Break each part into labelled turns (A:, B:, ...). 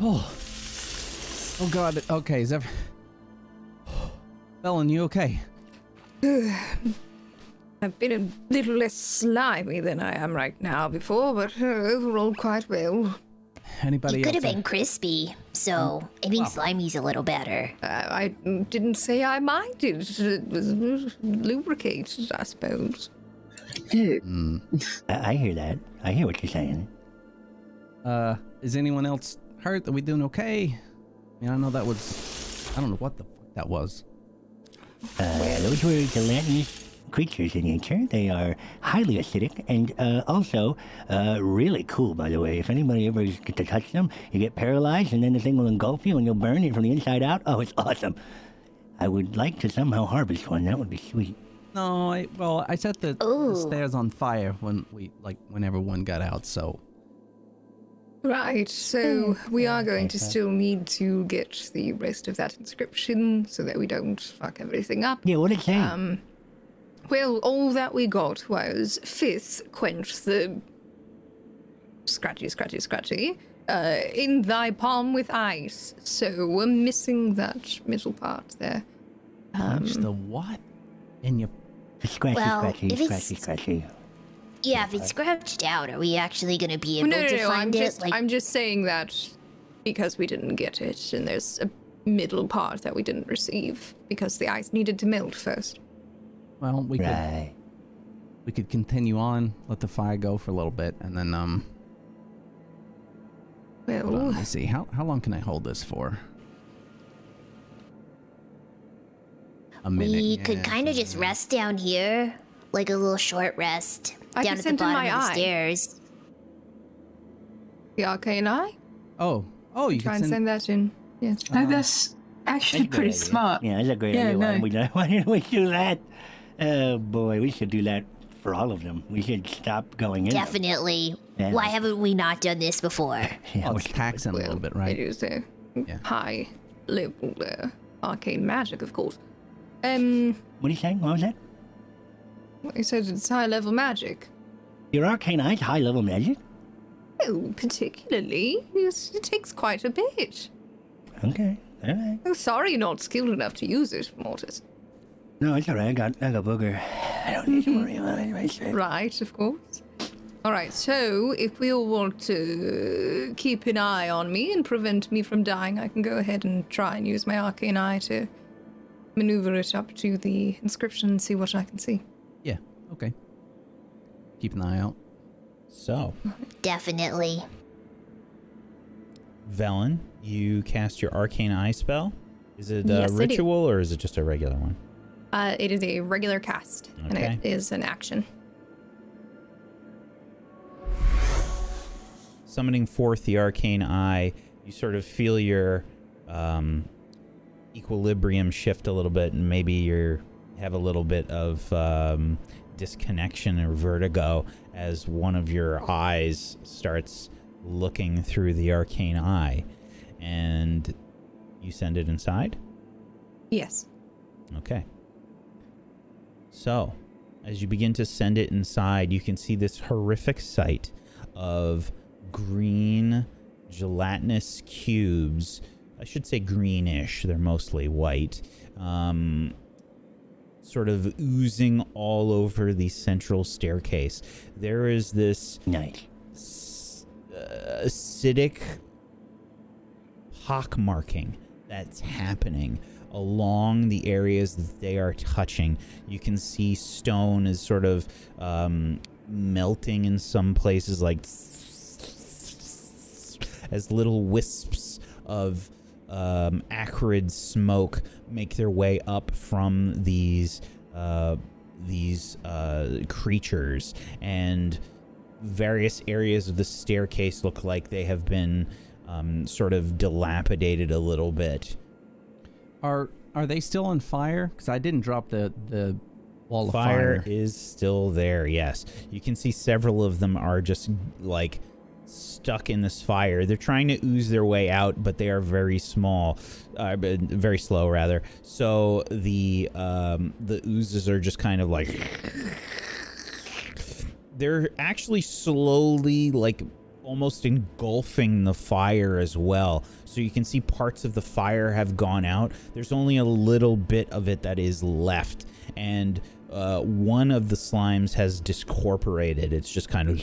A: Oh. Oh god. Okay, is ever Velen, you okay?
B: I've been a little less slimy than I am right now before, but uh, overall quite well.
A: Anybody
C: You
A: else?
C: could have
A: uh,
C: been crispy,
A: Mm.
C: so I think Slimy's a little better.
B: Uh, I didn't say I minded. It was lubricated, I suppose.
D: Mm. I, I hear that. I hear what you're saying.
A: Uh, is anyone else hurt? Are we doing okay? I mean, I know that was. I don't know what the fuck that was.
D: Uh, those were gelatinous creatures in nature. They are highly acidic and uh, also uh, really cool, by the way. If anybody ever gets to touch them, you get paralyzed and then the thing will engulf you and you'll burn it from the inside out. Oh, it's awesome. I would like to somehow harvest one. That would be sweet.
A: No, I well, I set the, the
C: Ooh.
A: stairs on fire when we like when everyone got out. So
B: Right, so
D: Mm.
B: we are going to still need to get the rest of that inscription so that we don't fuck everything up. Um,
D: Yeah, what it say?
B: Well, all that we got was fifth, quench the scratchy, scratchy, scratchy uh, in thy palm with ice. So we're missing that middle part there.
A: punch the what? And you,
D: scratchy,
C: Um. well,
D: scratchy,
C: if it's-
D: scratchy, scratchy.
C: Yeah, if it's scratched out, are we actually gonna be able
B: No, no,
C: to
B: no. I'm
C: find it?
B: just,
C: like,
B: I'm just saying that because we didn't get it, and there's a middle part that we didn't receive because the ice needed to melt first.
A: well, we could
D: Right.
A: we could continue on, let the fire go for a little bit, and then um, hold on,
B: Well,
A: let me see. How how long can I hold this for? A minute.
C: we
A: yeah,
C: could kind of
A: so-
C: just rest down here, like a little short rest
B: I
C: down
B: can
C: at the
B: send in
C: bottom
B: my
C: of the
B: eye.
C: stairs.
B: the arcane eye.
A: Oh, oh, you
B: Try
A: can
B: and
A: send.
B: send that in. Yes.
E: No, that's actually
D: Um, That's a
E: pretty
D: good idea.
E: smart.
D: Yeah, that's a great
E: Yeah,
D: idea. Why,
E: no.
D: didn't we, do- why didn't we do that? Oh boy, we should do that for all of them. We should stop going in. them.
C: Definitely.
D: Yeah.
C: Why haven't we not done this before?
D: Yeah,
A: Oh,
D: we
A: it's taxing a little bit, right?
B: It is a high level uh, arcane magic, of course. Um,
D: What are you saying? What was that?
B: I said it's high level magic.
D: Your arcane eyes, high level magic?
B: Oh, particularly, yes, it takes quite a bit.
D: Okay. All right.
B: Oh, sorry, you're not skilled enough to use it, Mortis.
D: No, it's all right. I got, I got booger. I don't need to worry about it. Right, straight.
B: Right, of course. All right, so if we all want to keep an eye on me and prevent me from dying, I can go ahead and try and use my arcane eye to maneuver it up to the inscription and see what I can see.
A: Yeah. Okay. Keep an eye out.
F: So,
C: Definitely.
F: Velen, you cast your arcane eye spell. Is it a
B: Yes, I do.
F: ritual or is it just a regular one?
B: Uh, it is a regular cast, and
F: Okay.
B: it is an action.
F: summoning forth the arcane eye, you sort of feel your um, equilibrium shift a little bit, and maybe you have a little bit of um, disconnection or vertigo as one of your eyes starts looking through the arcane eye, and you send it inside.
B: Yes.
F: Okay. So, as you begin to send it inside, you can see this horrific sight of green gelatinous cubes. I should say greenish, they're mostly white. Um, sort of oozing all over the central staircase. There is this
D: Nice.
F: s- uh, acidic pock marking that's happening along the areas that they are touching. You can see stone is sort of um, melting in some places, like as little wisps of um, acrid smoke make their way up from these uh, these uh, creatures and various areas of the staircase look like they have been um, sort of dilapidated a little bit.
A: Are are they still on fire? Because I didn't drop the the wall of
F: Fire
A: fire.
F: is still there, yes. You can see several of them are just like stuck in this fire. They're trying to ooze their way out, but they are very small, uh, b- very slow rather. So the um, the oozes are just kind of like they're actually slowly like almost engulfing the fire as well. So you can see parts of the fire have gone out. There's only a little bit of it that is left, and uh, one of the slimes has discorporated. It's just kind of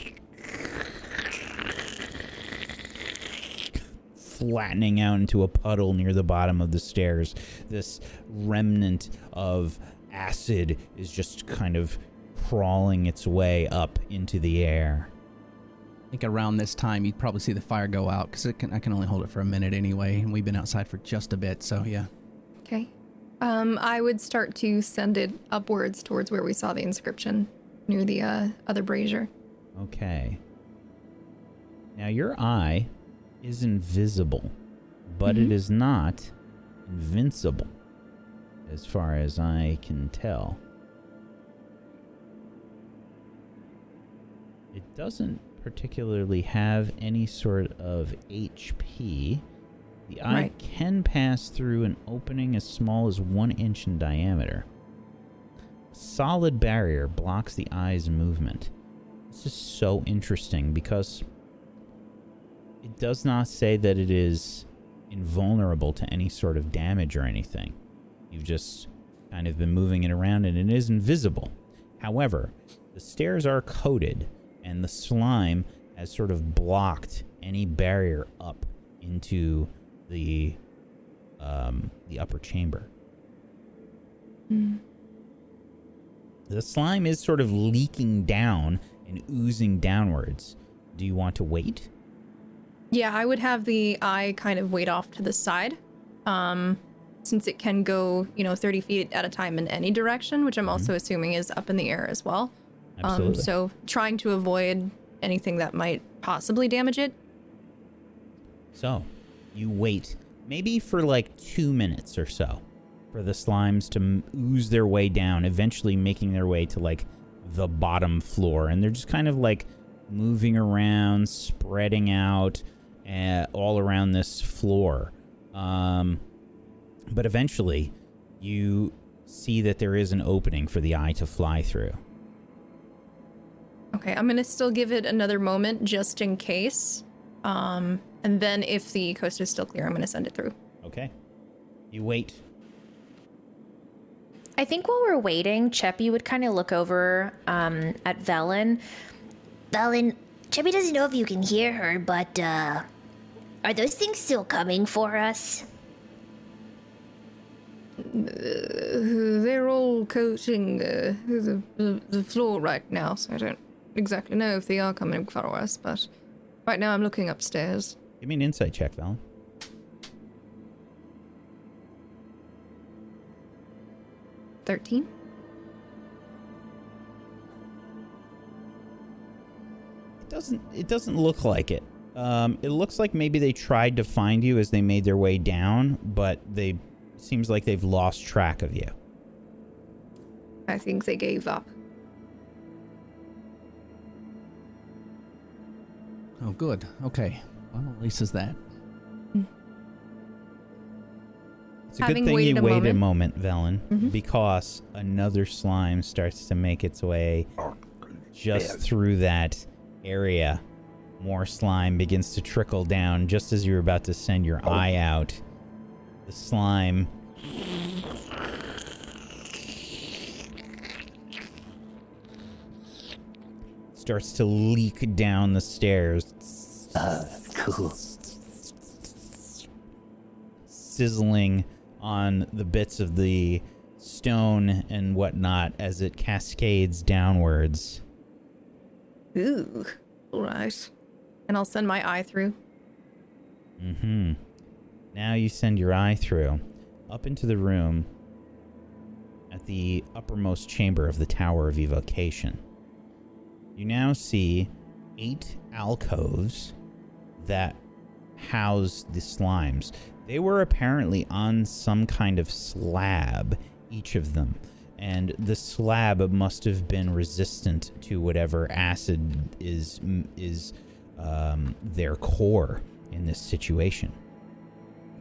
F: flattening out into a puddle near the bottom of the stairs. This remnant of acid is just kind of crawling its way up into the air.
A: I think around this time you'd probably see the fire go out because can, I can only hold it for a minute anyway, and we've been outside for just a bit, so yeah.
B: Okay. Um, I would start to send it upwards towards where we saw the inscription near the uh, other brazier.
F: Okay. Now your eye is invisible, but it is not invincible, as far as I can tell. It doesn't particularly have any sort of HP. The eye
B: Right.
F: can pass through an opening as small as one inch in diameter. Solid barrier blocks the eye's movement. This is so interesting because it does not say that it is invulnerable to any sort of damage or anything. You've just kind of been moving it around and it is invisible. However, the stairs are coated and the slime has sort of blocked any barrier up into the um, the upper chamber.
B: Mm.
F: The slime is sort of leaking down and oozing downwards. Do you want to wait?
B: Yeah, I would have the eye kind of wait off to the side, um, since it can go, you know, 30 feet at a time in any direction, which I'm also assuming is up in the air as well. Um,
F: Mm-hmm. Absolutely.
B: so trying to avoid anything that might possibly damage it.
F: So, you wait maybe for like two minutes or so for the slimes to m- ooze their way down, eventually making their way to like the bottom floor. And they're just kind of like moving around, spreading out uh, all around this floor. Um, but eventually, you see that there is an opening for the eye to fly through.
B: Okay, I'm gonna still give it another moment just in case. Um, and then if the coast is still clear, I'm gonna send it through.
F: Okay. You wait.
E: I think while we're waiting, Cheppy would kind of look over um, at Velen.
C: Valen, Chubby doesn't know if you can hear her, but uh, are those things still coming for us?
B: Uh, They're all coating uh, the, the the floor right now, so I don't exactly know if they are coming for us. But right now, I'm looking upstairs.
F: Give me an insight check, Valen.
B: Thirteen.
F: doesn't it doesn't look like it um, it looks like maybe they tried to find you as they made their way down but they seems like they've lost track of you
B: I think they gave up.
A: Oh, good. Okay. Well, at least is that.
F: it's a
B: Having
F: good thing you
B: waited a Mm-hmm.
F: wait a moment velen because another slime starts to make its way just through that area more slime begins to trickle down just as you're about to send your eye out the slime starts to leak down the stairs
D: Cool.
F: sizzling on the bits of the stone and whatnot as it cascades downwards.
B: Ooh. All right. And I'll send my eye through.
F: hmm Now you send your eye through up into the room at the uppermost chamber of the Tower of Evocation. You now see eight alcoves that house the slimes. They were apparently on some kind of slab, each of them. And the slab must have been resistant to whatever acid is is um, their core in this situation.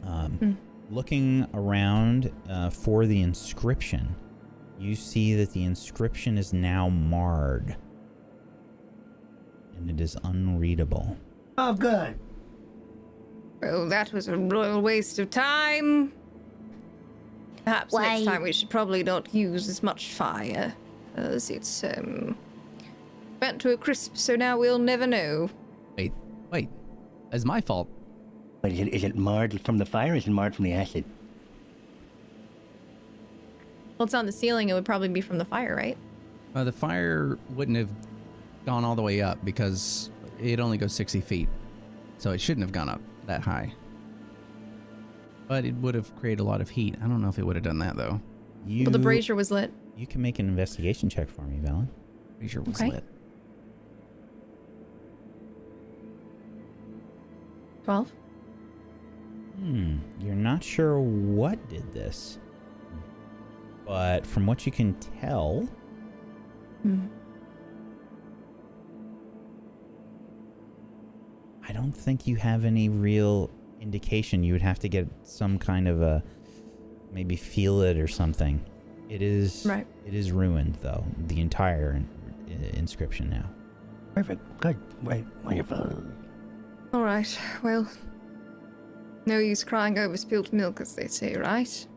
F: Um, Looking around uh, for the inscription, you see that the inscription is now marred, and it is unreadable.
D: Oh, good.
B: Well, that was a royal waste of time. Perhaps next
C: Why-
B: time we should probably not use as much fire, as it's um burnt to a crisp. So now we'll never know.
A: Wait, wait. It's my fault.
D: But is it, is it marred from the fire or is it marred from the acid?
B: Well, it's on the ceiling. It would probably be from the fire, right?
A: Uh, the fire wouldn't have gone all the way up because it only goes 60 feet. So it shouldn't have gone up that high. But it would have created a lot of heat. I don't know if it would have done that though.
F: You,
B: Well, the brazier was lit.
F: you can make an investigation check for me, Valen.
A: Pretty sure it was
B: Okay.
A: lit.
B: Twelve.
F: Hmm. You're not sure what did this, but from what you can tell, I don't think you have any real indication. You would have to get some kind of a maybe feel it or something. It is
B: Right.
F: It is ruined though. The entire in- i- inscription now.
D: Perfect. Good. Right. Wonderful.
B: All right. Well, no use crying over spilled milk, as they say, right?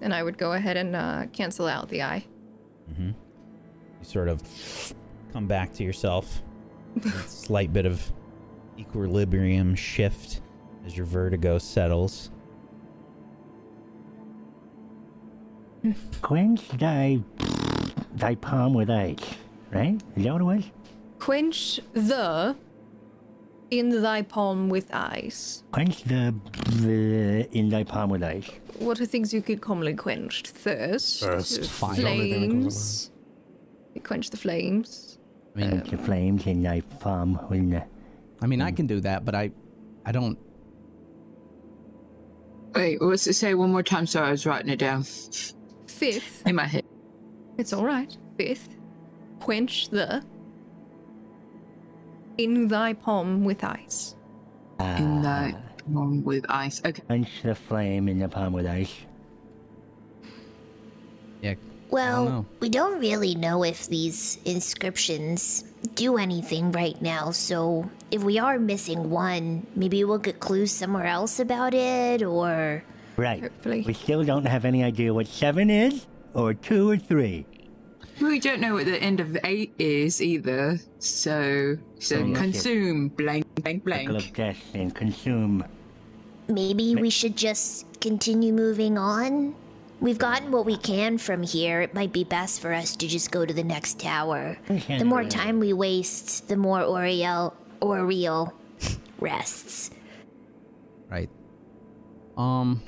B: And I would go ahead and uh, cancel out the eye.
F: hmm You sort of come back to yourself. That slight bit of equilibrium shift as your vertigo settles.
D: Quench thy thy palm with ice. Right? Is that what it was?
B: Quench the in thy palm with ice.
D: Quench the, the in thy palm with ice.
B: What are things you could commonly quench? Thirst,
G: Thirst.
B: flames.
G: Fire. The only thing that comes to mind.
B: You quench the flames.
A: I mean,
D: The flames in thy palm with the
A: I mean, I can do that, but I, I don't.
H: Wait, what's it say one more time? Sorry, I was writing it down
B: Fifth,
H: in my head.
B: it's all right. Fifth, quench the in thy palm with ice.
H: In the one with ice. Okay.
D: Ah. quench the flame in the palm with ice.
A: Yeah.
C: Well,
A: know.
C: we don't really know if these inscriptions do anything right now, so if we are missing one, maybe we'll get clues somewhere else about it, or.
D: Right.
B: Hopefully.
D: We still don't have any idea what seven is, or two or three.
H: We don't know what the end of eight is either. So, so
D: So-
H: consume blank, blank,
D: Circle of
H: blank.
D: death and consume.
C: Maybe we should just continue moving on? We've gotten what we can from here. It might be best for us to just go to the next tower. The more time we waste, the more Oriel Oriel rests.
A: Right. Um.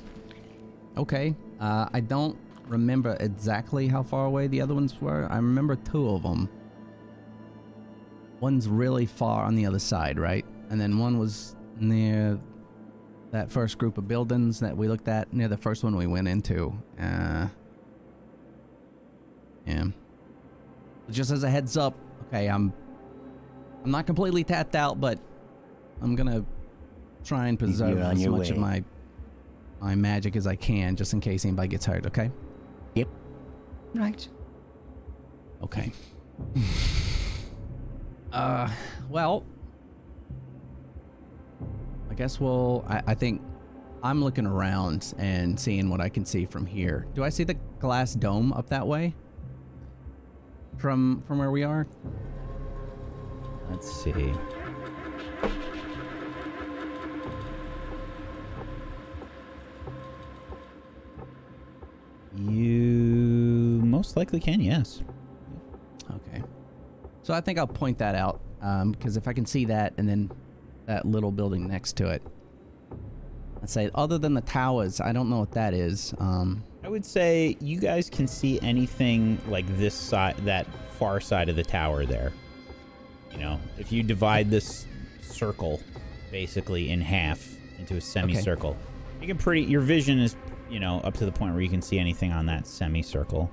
A: Okay. Uh, I don't remember exactly how far away the other ones were. I remember two of them. One's really far on the other side, right? And then one was near that first group of buildings that we looked at, near the first one we went into. Uh. Yeah. Just as a heads up, okay, I'm. I'm not completely tapped out, but I'm gonna try and preserve
D: You're on
A: as
D: your
A: much of
D: way.
A: my my magic as I can, just in case anybody gets hurt. Okay.
D: Yep.
B: Right.
A: Okay. uh, well, I guess we'll. I, I think I'm looking around and seeing what I can see from here. Do I see the glass dome up that way? From from where we are?
F: Let's see. You most likely can, yes.
A: Okay. So I think I'll point that out because if I can see that and then that little building next to it, I'd say other than the towers, I don't know what that is. Um,
F: I would say you guys can see anything like this side, that far side of the tower there. You know, if you divide this circle basically in half into a semicircle, you can pretty, your vision is, you know, up to the point where you can see anything on that semicircle.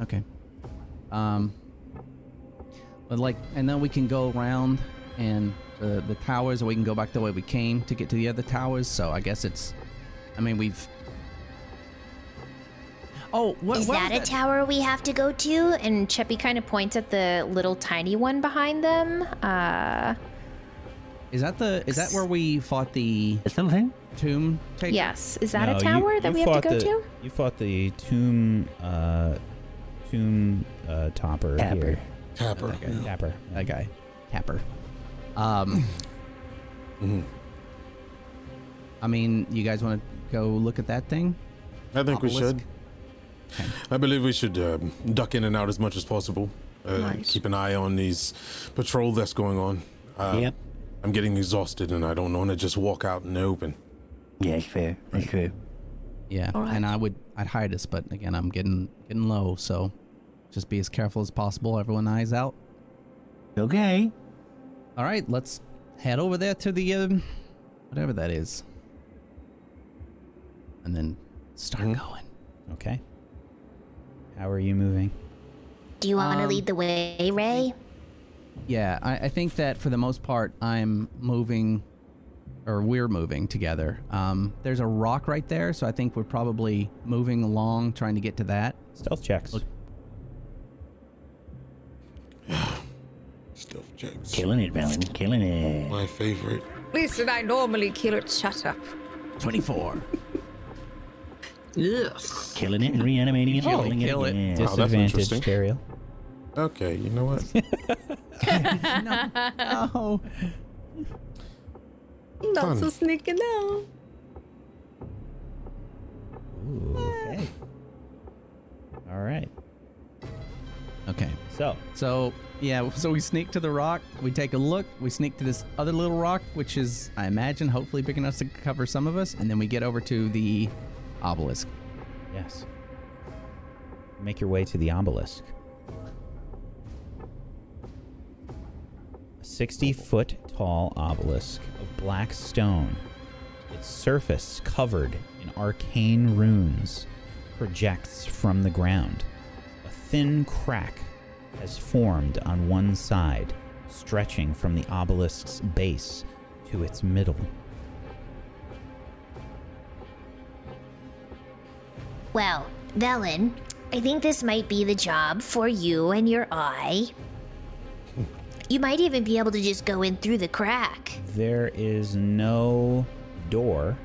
A: Okay. Um. But like, and then we can go around and the the towers, or we can go back the way we came to get to the other towers. So I guess it's, I mean, we've. Oh, what
C: Is
A: what
C: that
A: was
C: a tower we have to go to?
E: And Cheppy kind of points at the little tiny one behind them. Uh,
A: Is that the is that where we fought the
D: Something?
A: tomb? Take?
E: yes. Is that
F: No,
E: a
F: you-
E: tower that
F: you
E: we have to
F: fought
E: go
F: the-
E: to?
F: You fought the tomb, uh, tomb uh, topper
D: Tapper.
F: here.
G: Tapper.
F: Okay, Tapper.
A: that guy, Tapper. Um, I mean, you guys want to go look at that thing?
G: I think we
A: Obelisk.
G: should. I believe we should um, duck in and out as much as possible. Uh, Keep an eye on these patrol that's going on. Uh,
D: Yep.
G: I'm getting exhausted and I don't want to just walk out in the open.
D: Yeah, it's fair. It's fair.
A: Yeah, and I would I'd hide us, but again, I'm getting getting low, so just be as careful as possible. Everyone, eyes out.
D: Okay.
A: All right, let's head over there to the um, whatever that is, and then start going.
F: Okay. How are you moving?
C: Do you want to lead the way, Ray?
A: Yeah, I, I think that for the most part, I'm moving, or we're moving together. Um, there's a rock right there, so I think we're probably moving along, trying to get to that.
F: Stealth checks.
G: Stuff checks.
D: Killing it, Valen. Killing it.
G: My favorite.
B: Listen, I normally kill it. Shut up.
A: 24.
H: Ugh.
D: Killing it and reanimating it.
A: Oh,
D: killing
A: kill it.
D: again.
G: that's
F: Disadvantage,
G: interesting.
F: Teriel.
G: Okay, you know what?
A: oh,
B: Not
G: Fun.
B: so sneaky now.
F: Ooh, okay. All right.
A: okay.
F: So,
A: So yeah, so we sneak to the rock. We take a look. We sneak to this other little rock, which is, I imagine, hopefully big enough to cover some of us, and then we get over to the obelisk.
F: yes. Make your way to the obelisk. A 60 foot tall obelisk of black stone, its surface covered in arcane runes, projects from the ground. A thin crack has formed on one side, stretching from the obelisk's base to its middle.
C: Well, Velen, I think this might be the job for you and your eye. You might even be able to just go in through the crack.
F: There is no door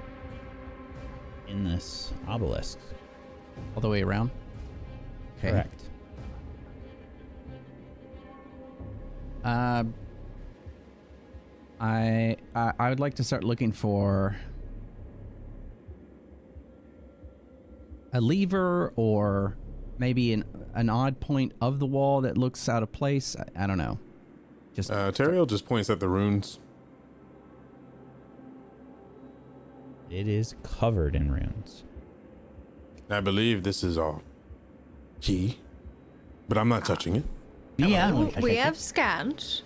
F: in this obelisk.
A: all the way around. Okay.
F: Correct.
A: Uh, I, I I would like to start looking for a lever or maybe an an odd point of the wall that looks out of place. I, I don't know. Just
G: Uh, Teriel just points at the runes.
F: It is covered in runes.
G: I believe this is our key, but I'm not touching it. Oh,
D: Yeah.
B: We have scanned.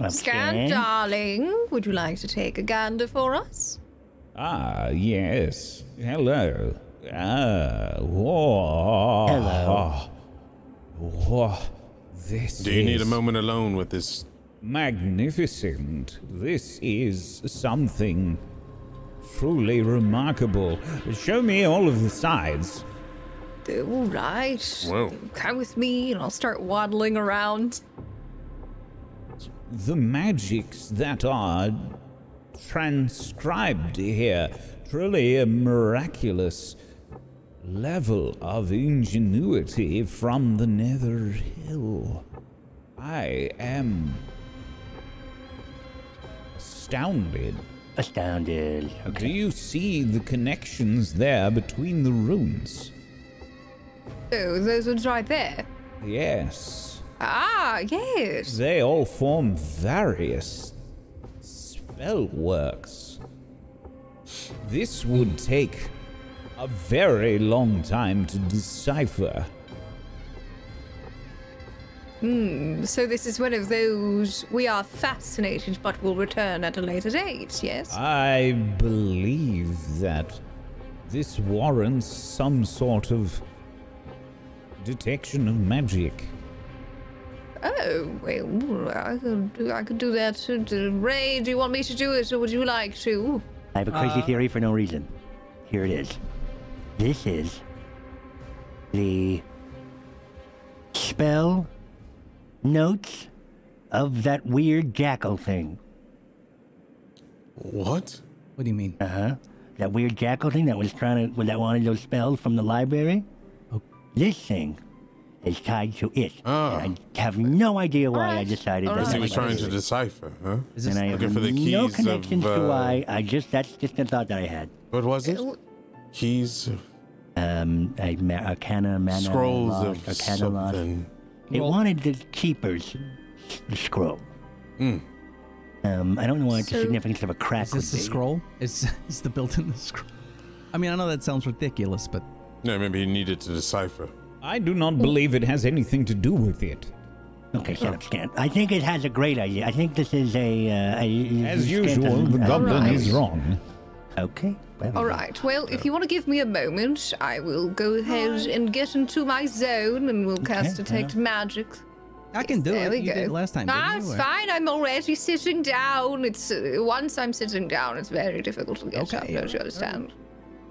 D: Okay.
B: Scan, darling. Would you like to take a gander for us?
F: Ah, yes. Hello. Ah, whoa.
D: Hello.
F: Whoa. This
G: Do you need a moment alone with this?
F: magnificent. This is something truly remarkable. Show me all of the sides.
B: All right.
G: Whoa.
B: Come with me, and I'll start waddling around.
F: the magics that are transcribed here. Truly a miraculous level of ingenuity from the Nether Hill. I am astounded.
D: Astounded.
F: Do you see the connections there between the runes?
B: Oh, those ones right there.
F: Yes.
B: Ah, yes.
F: They all form various spell works. This would take a very long time to decipher.
B: So this is one of those we are fascinated, but will return at a later date. Yes.
F: I believe that this warrants some sort of detection of magic.
A: Uh.
B: Oh, well, I could do, I could do that. Ray, do you want me to do it, or would you like to?
G: Uh.
D: I have a crazy theory for no reason. Here it is. This is the spell notes of that weird jackal thing.
G: What?
A: What do you mean?
D: Uh huh. That weird jackal thing that was trying to that wanted those spells from the library.
A: Oh.
D: This thing is tied to it.
G: Ah.
D: And I have no idea why I
E: Alright.
D: decided
G: Because
D: that.
G: he was
D: that
G: trying
D: was
G: to
D: it.
G: decipher, huh?
A: Is this
D: And I
A: like-
G: Looking
D: have
G: for the
D: no
G: keys of,
D: connections
G: uh,
D: to why. I just that's just a thought that I had. Uh,
G: What was it? Keys,
D: Um, a ma- arcana, mana,
G: scrolls
D: log,
G: of
D: arcana log.
G: something.
D: It
A: Well-
D: wanted the keeper's s- scroll.
G: Mm.
D: Um, I don't know what
B: So-
D: the significance of a crack
A: is this
D: would
A: the
D: be.
A: scroll? Is is the built in the scroll? I mean, I know that sounds ridiculous, but
G: No, maybe he needed to decipher.
F: I do not believe it has anything to do with it.
D: Okay, shut up, Stan. I think it has a great idea. I think this is a. Uh, a
F: As
D: Stan
F: usual,
D: doesn't-
F: the goblin
B: Alright.
F: is wrong.
D: Okay. well,
B: All right. Well, if you want to give me a moment, I will go ahead and get into my zone, and we'll cast
D: Okay,
B: detect magic.
A: I can do
B: There
A: it.
B: we
A: you
B: go.
A: did it last time. didn't
B: Ah,
A: you?
B: it's
A: Or-
B: fine. I'm already sitting down. It's uh, once I'm sitting down, it's very difficult to get up.
A: Okay,
B: Don't you understand?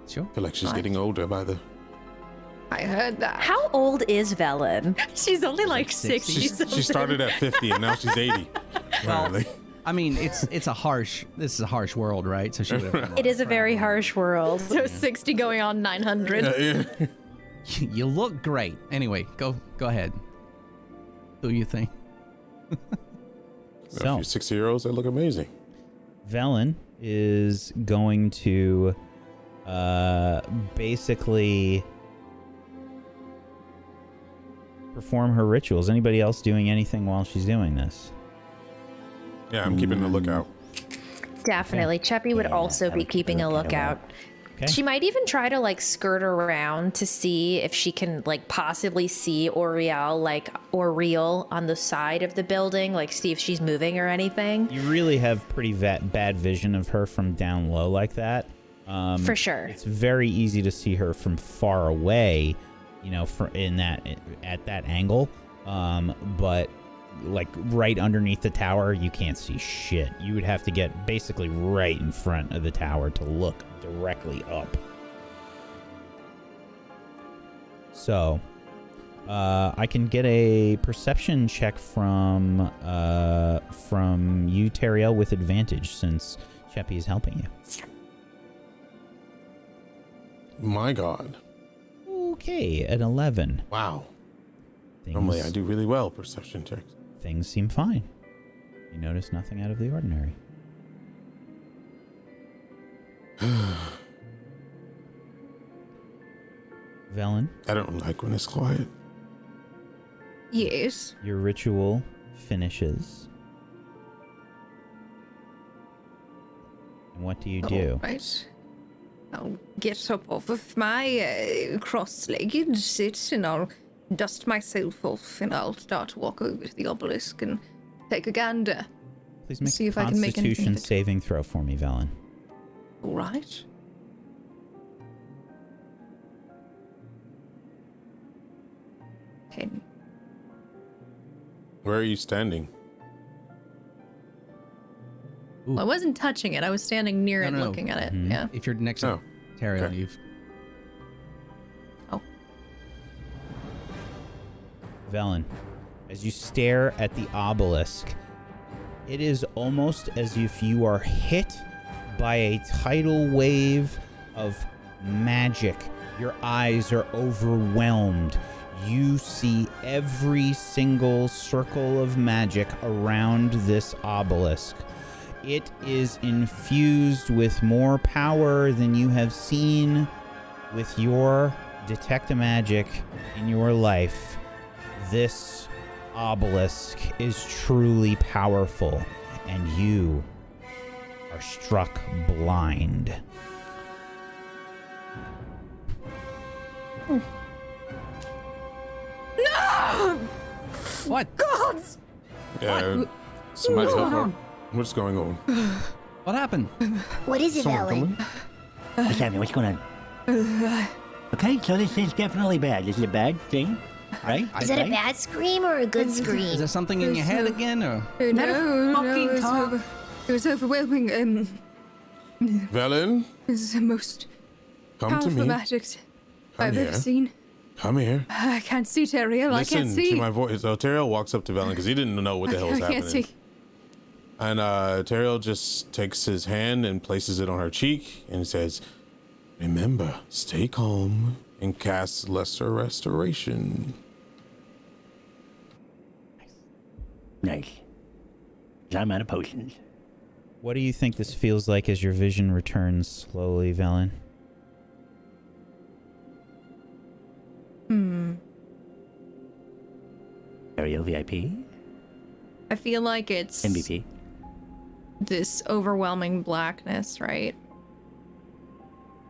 A: Sure.
G: I feel like she's getting older by the.
B: I heard that.
I: How old is Velen? She's only like 60.
G: She, she started at 50 and now she's 80. Apparently.
A: I mean, it's it's a harsh. This is a harsh world, right? So she would have.
I: It is a very harsh world.
E: So 60 going on 900.
G: Yeah, yeah.
A: You look great. Anyway, go go ahead. Do you think?
G: A
F: So,
G: few 60 year olds that look amazing.
F: Velen is going to uh, basically perform her rituals. Anybody else doing anything while she's doing this?
G: Yeah, I'm keeping a lookout.
E: Definitely. Cheppy would
D: Yeah,
E: also
D: I
E: be
D: would
E: keeping a
D: look at
E: lookout.
F: Okay.
E: She might even try to like skirt around to see if she can like possibly see Oriel like Oriel on the side of the building, like see if she's moving or anything.
F: you really have pretty va- bad vision of her from down low like that. Um,
E: For sure.
F: it's very easy to see her from far away, you know, fr in that at that angle. Um, but like right underneath the tower, you can't see shit. You would have to get basically right in front of the tower to look directly up. So, uh, I can get a perception check from uh, from you, Teriel, with advantage since Cheppy is helping you.
G: My God.
F: Okay, an eleven.
G: Wow.
F: Things,
G: Normally I do really well, perception checks.
F: Things seem fine. You notice nothing out of the ordinary. Velen,
G: I don't like when it's quiet.
B: Yes.
F: your ritual finishes. And what do you
B: Oh,
F: do?
B: Right. I'll get up off of my uh, cross-legged sit, and I'll dust myself off, and I'll start to walk over to the obelisk and take a gander.
F: Please make
B: See
F: a
B: if I can make anything of
F: Constitution
B: it.
F: saving throw for me, Velen.
B: All right. Ten.
G: Where are you standing?
A: Ooh.
I: I wasn't touching it. I was standing near
A: No,
I: it
A: no, no.
I: looking at it.
D: Mm-hmm.
F: Mhm.
I: Yeah.
A: If you're next to
G: Oh,
A: Terry,
G: okay.
A: you've
F: Velen, as you stare at the obelisk, it is almost as if you are hit by a tidal wave of magic. Your eyes are overwhelmed. You see every single circle of magic around this obelisk. It is infused with more power than you have seen with your detect magic in your life this obelisk is truly powerful, and you are struck blind.
A: what?
G: Yeah. Somebody
H: What's
G: help
H: going
G: her. What's going on?
A: What happened?
C: What is it,
D: Someone
C: Ellen?
D: come in? What's happening? What's going on? Okay, so this is definitely bad. This is a bad thing, right?
C: Is that a
D: Right?
C: bad scream or a good scream?
A: Is there something in your head again, or
B: Oh, no,
H: fucking
B: no, it was,
H: time.
B: over- it was overwhelming. Um,
G: Velen,
B: it was the most
G: come to
B: powerful
G: me.
B: magic
G: Come
B: I've
G: here.
B: ever seen.
G: I'm here.
B: I can't see, Teriel. I
G: Listen
B: can't see.
G: to my voice. So Teriel walks up to Valen because he didn't know what the hell was
B: I can't
G: happening.
B: see.
G: And uh, Teriel just takes his hand and places it on her cheek and says, Remember, stay calm and cast Lesser Restoration.
D: Nice. 'Cause I'm out of potions.
F: What do you think this feels like as your vision returns slowly, Velen?
I: Hmm.
D: Ariel VIP,
I: I feel like it's
D: MVP.
I: this overwhelming blackness, right?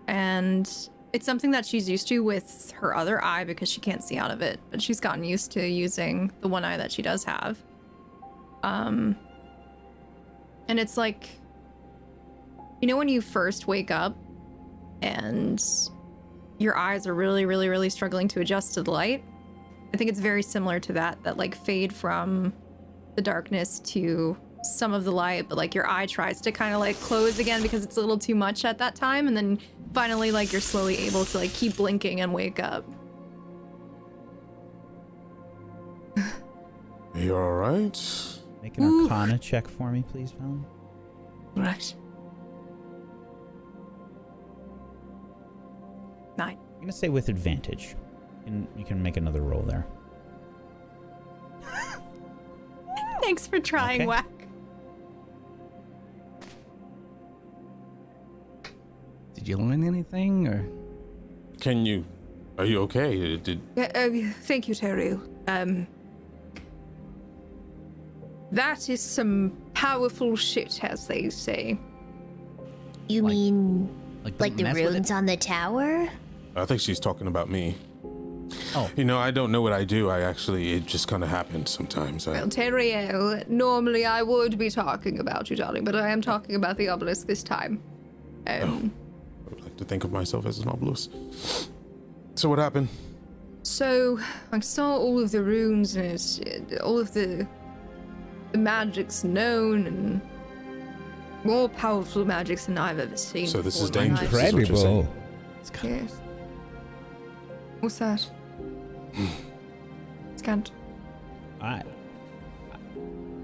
I: And it's something that she's used to with her other eye because she can't see out of it, but she's gotten used to using the one eye that she does have. Um and it's like you know when you first wake up and your eyes are really really really struggling to adjust to the light? I think it's very similar to that that like fade from the darkness to some of the light, but like your eye tries to kind of like close again because it's a little too much at that time, and then finally like you're slowly able to like keep blinking and wake up.
G: You're all right?
F: Make an
I: Ooh.
F: Arcana check for me, please, Valen.
I: Right. Nine.
F: I'm gonna say with advantage, and you can make another roll there.
I: Thanks for trying,
F: Okay.
I: Whack.
A: Did you learn anything or?
G: Can you? Are you okay? Uh, Did
B: Uh, uh, thank you, Teriel. Um, that is some powerful shit, as they say.
C: You mean
A: Like,
C: like the
A: mess with it?
C: runes on the tower?
G: I think she's talking about me. Oh. You know, I don't know what I do. I actually, it just kind of happens sometimes. I,
B: Well, Teriel, normally I would be talking about you, darling, but I am talking about the obelisk this time. Um,
G: I would like to think of myself as an obelisk. So what happened?
B: So I saw all of the runes and it's, uh, all of the the magics known and more powerful magics than I've ever seen.
G: So this is
B: before in my
G: dangerous.
B: life.
G: is what you're saying.
B: Yes. What's that? Scant.
F: I,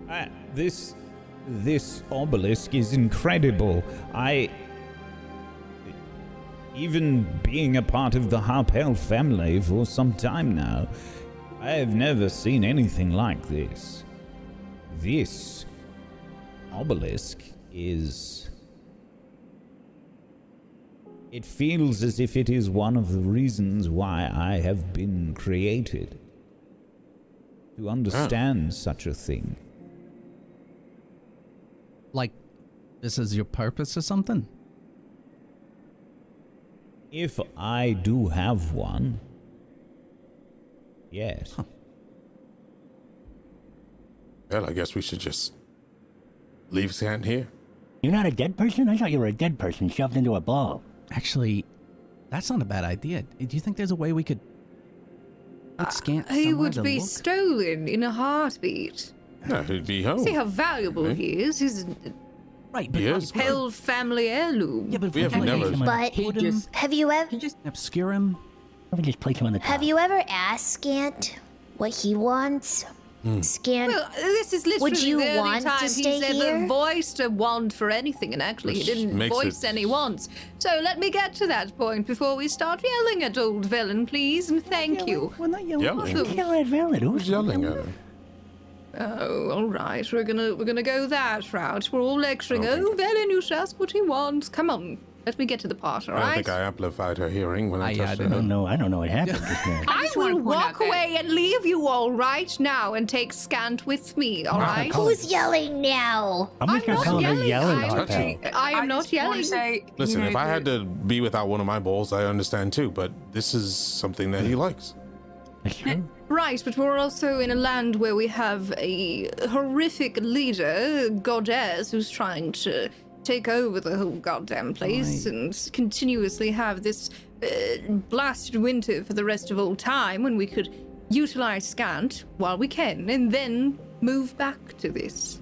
F: I, this, this obelisk is incredible. I, even being a part of the Harpel family for some time now, I have never seen anything like this. This obelisk is. It feels as if it is one of the reasons why I have been created to understand such a thing.
A: Like, this is your purpose or something?
F: If I do have one, yes.
G: Well, I guess we should just leave Sand here.
D: You're not a dead person? I thought you were a dead person shoved into a ball.
A: Actually, that's not a bad idea. Do you think there's a way we could
I: Uh,
A: put Scant
B: He
A: somewhere
B: would
A: to
B: be
A: look?
B: stolen in a heartbeat.
G: Yeah, it'd be home.
B: See how valuable
G: eh?
B: he is. He's a
A: right, but
G: Yes, but
B: Pell family heirloom.
A: yeah, but
G: We
A: if
G: have
A: we
G: never-
A: can
C: But-
A: hide
H: He
A: him,
H: just-
C: Have you ever
A: obscure him.
D: I would just place him on the top.
C: have you ever asked Scant what he wants?
A: Hmm.
C: Scant
B: Well, this is literally
C: you
B: the only
C: want to
B: time
C: stay
B: he's ever
C: here?
B: voiced a want for anything, and actually
G: Which
B: he didn't
G: makes
B: voice
G: it-
B: any wants. So let me get to that point before we start yelling at old villain, please, and thank you.
A: Well, not yelling.
G: Yelling.
B: Awesome.
D: Kill that villain.
G: Who's
D: Who's
G: yelling at him?
B: Oh, all right, we're gonna we're gonna go that route. We're all lecturing.
G: I don't
B: Oh, villain, you should ask what he wants. Come on, let me get to the part, all
G: I don't
B: right?
G: think I amplified her hearing when I,
A: I- I
G: touched
D: I
G: her.
A: didn't.
D: don't know. I don't know what happened just now.
B: I
H: just wanna
B: will
H: point out
B: walk
H: that-
B: away and leave you all right now and take Scant with me, all right?
C: who's yelling now?
D: I'm
B: I'm
D: just gonna
B: not
D: call him a
B: yelling,
D: yelling
B: I'm
D: hot
G: touching.
D: pal.
B: I am not
H: just wanna
B: yelling.
H: say, you
G: Listen,
H: know,
G: if I had
H: that-
G: to be without one of my balls, I understand too, but this is something that
D: Hmm.
G: he likes.
D: That's true.
B: Right, but we're also in a land where we have a horrific leader, goddess, who's trying to take over the whole goddamn place and continuously have this uh, blasted winter for the rest of all time when we could utilize Scant while we can and then move back to this.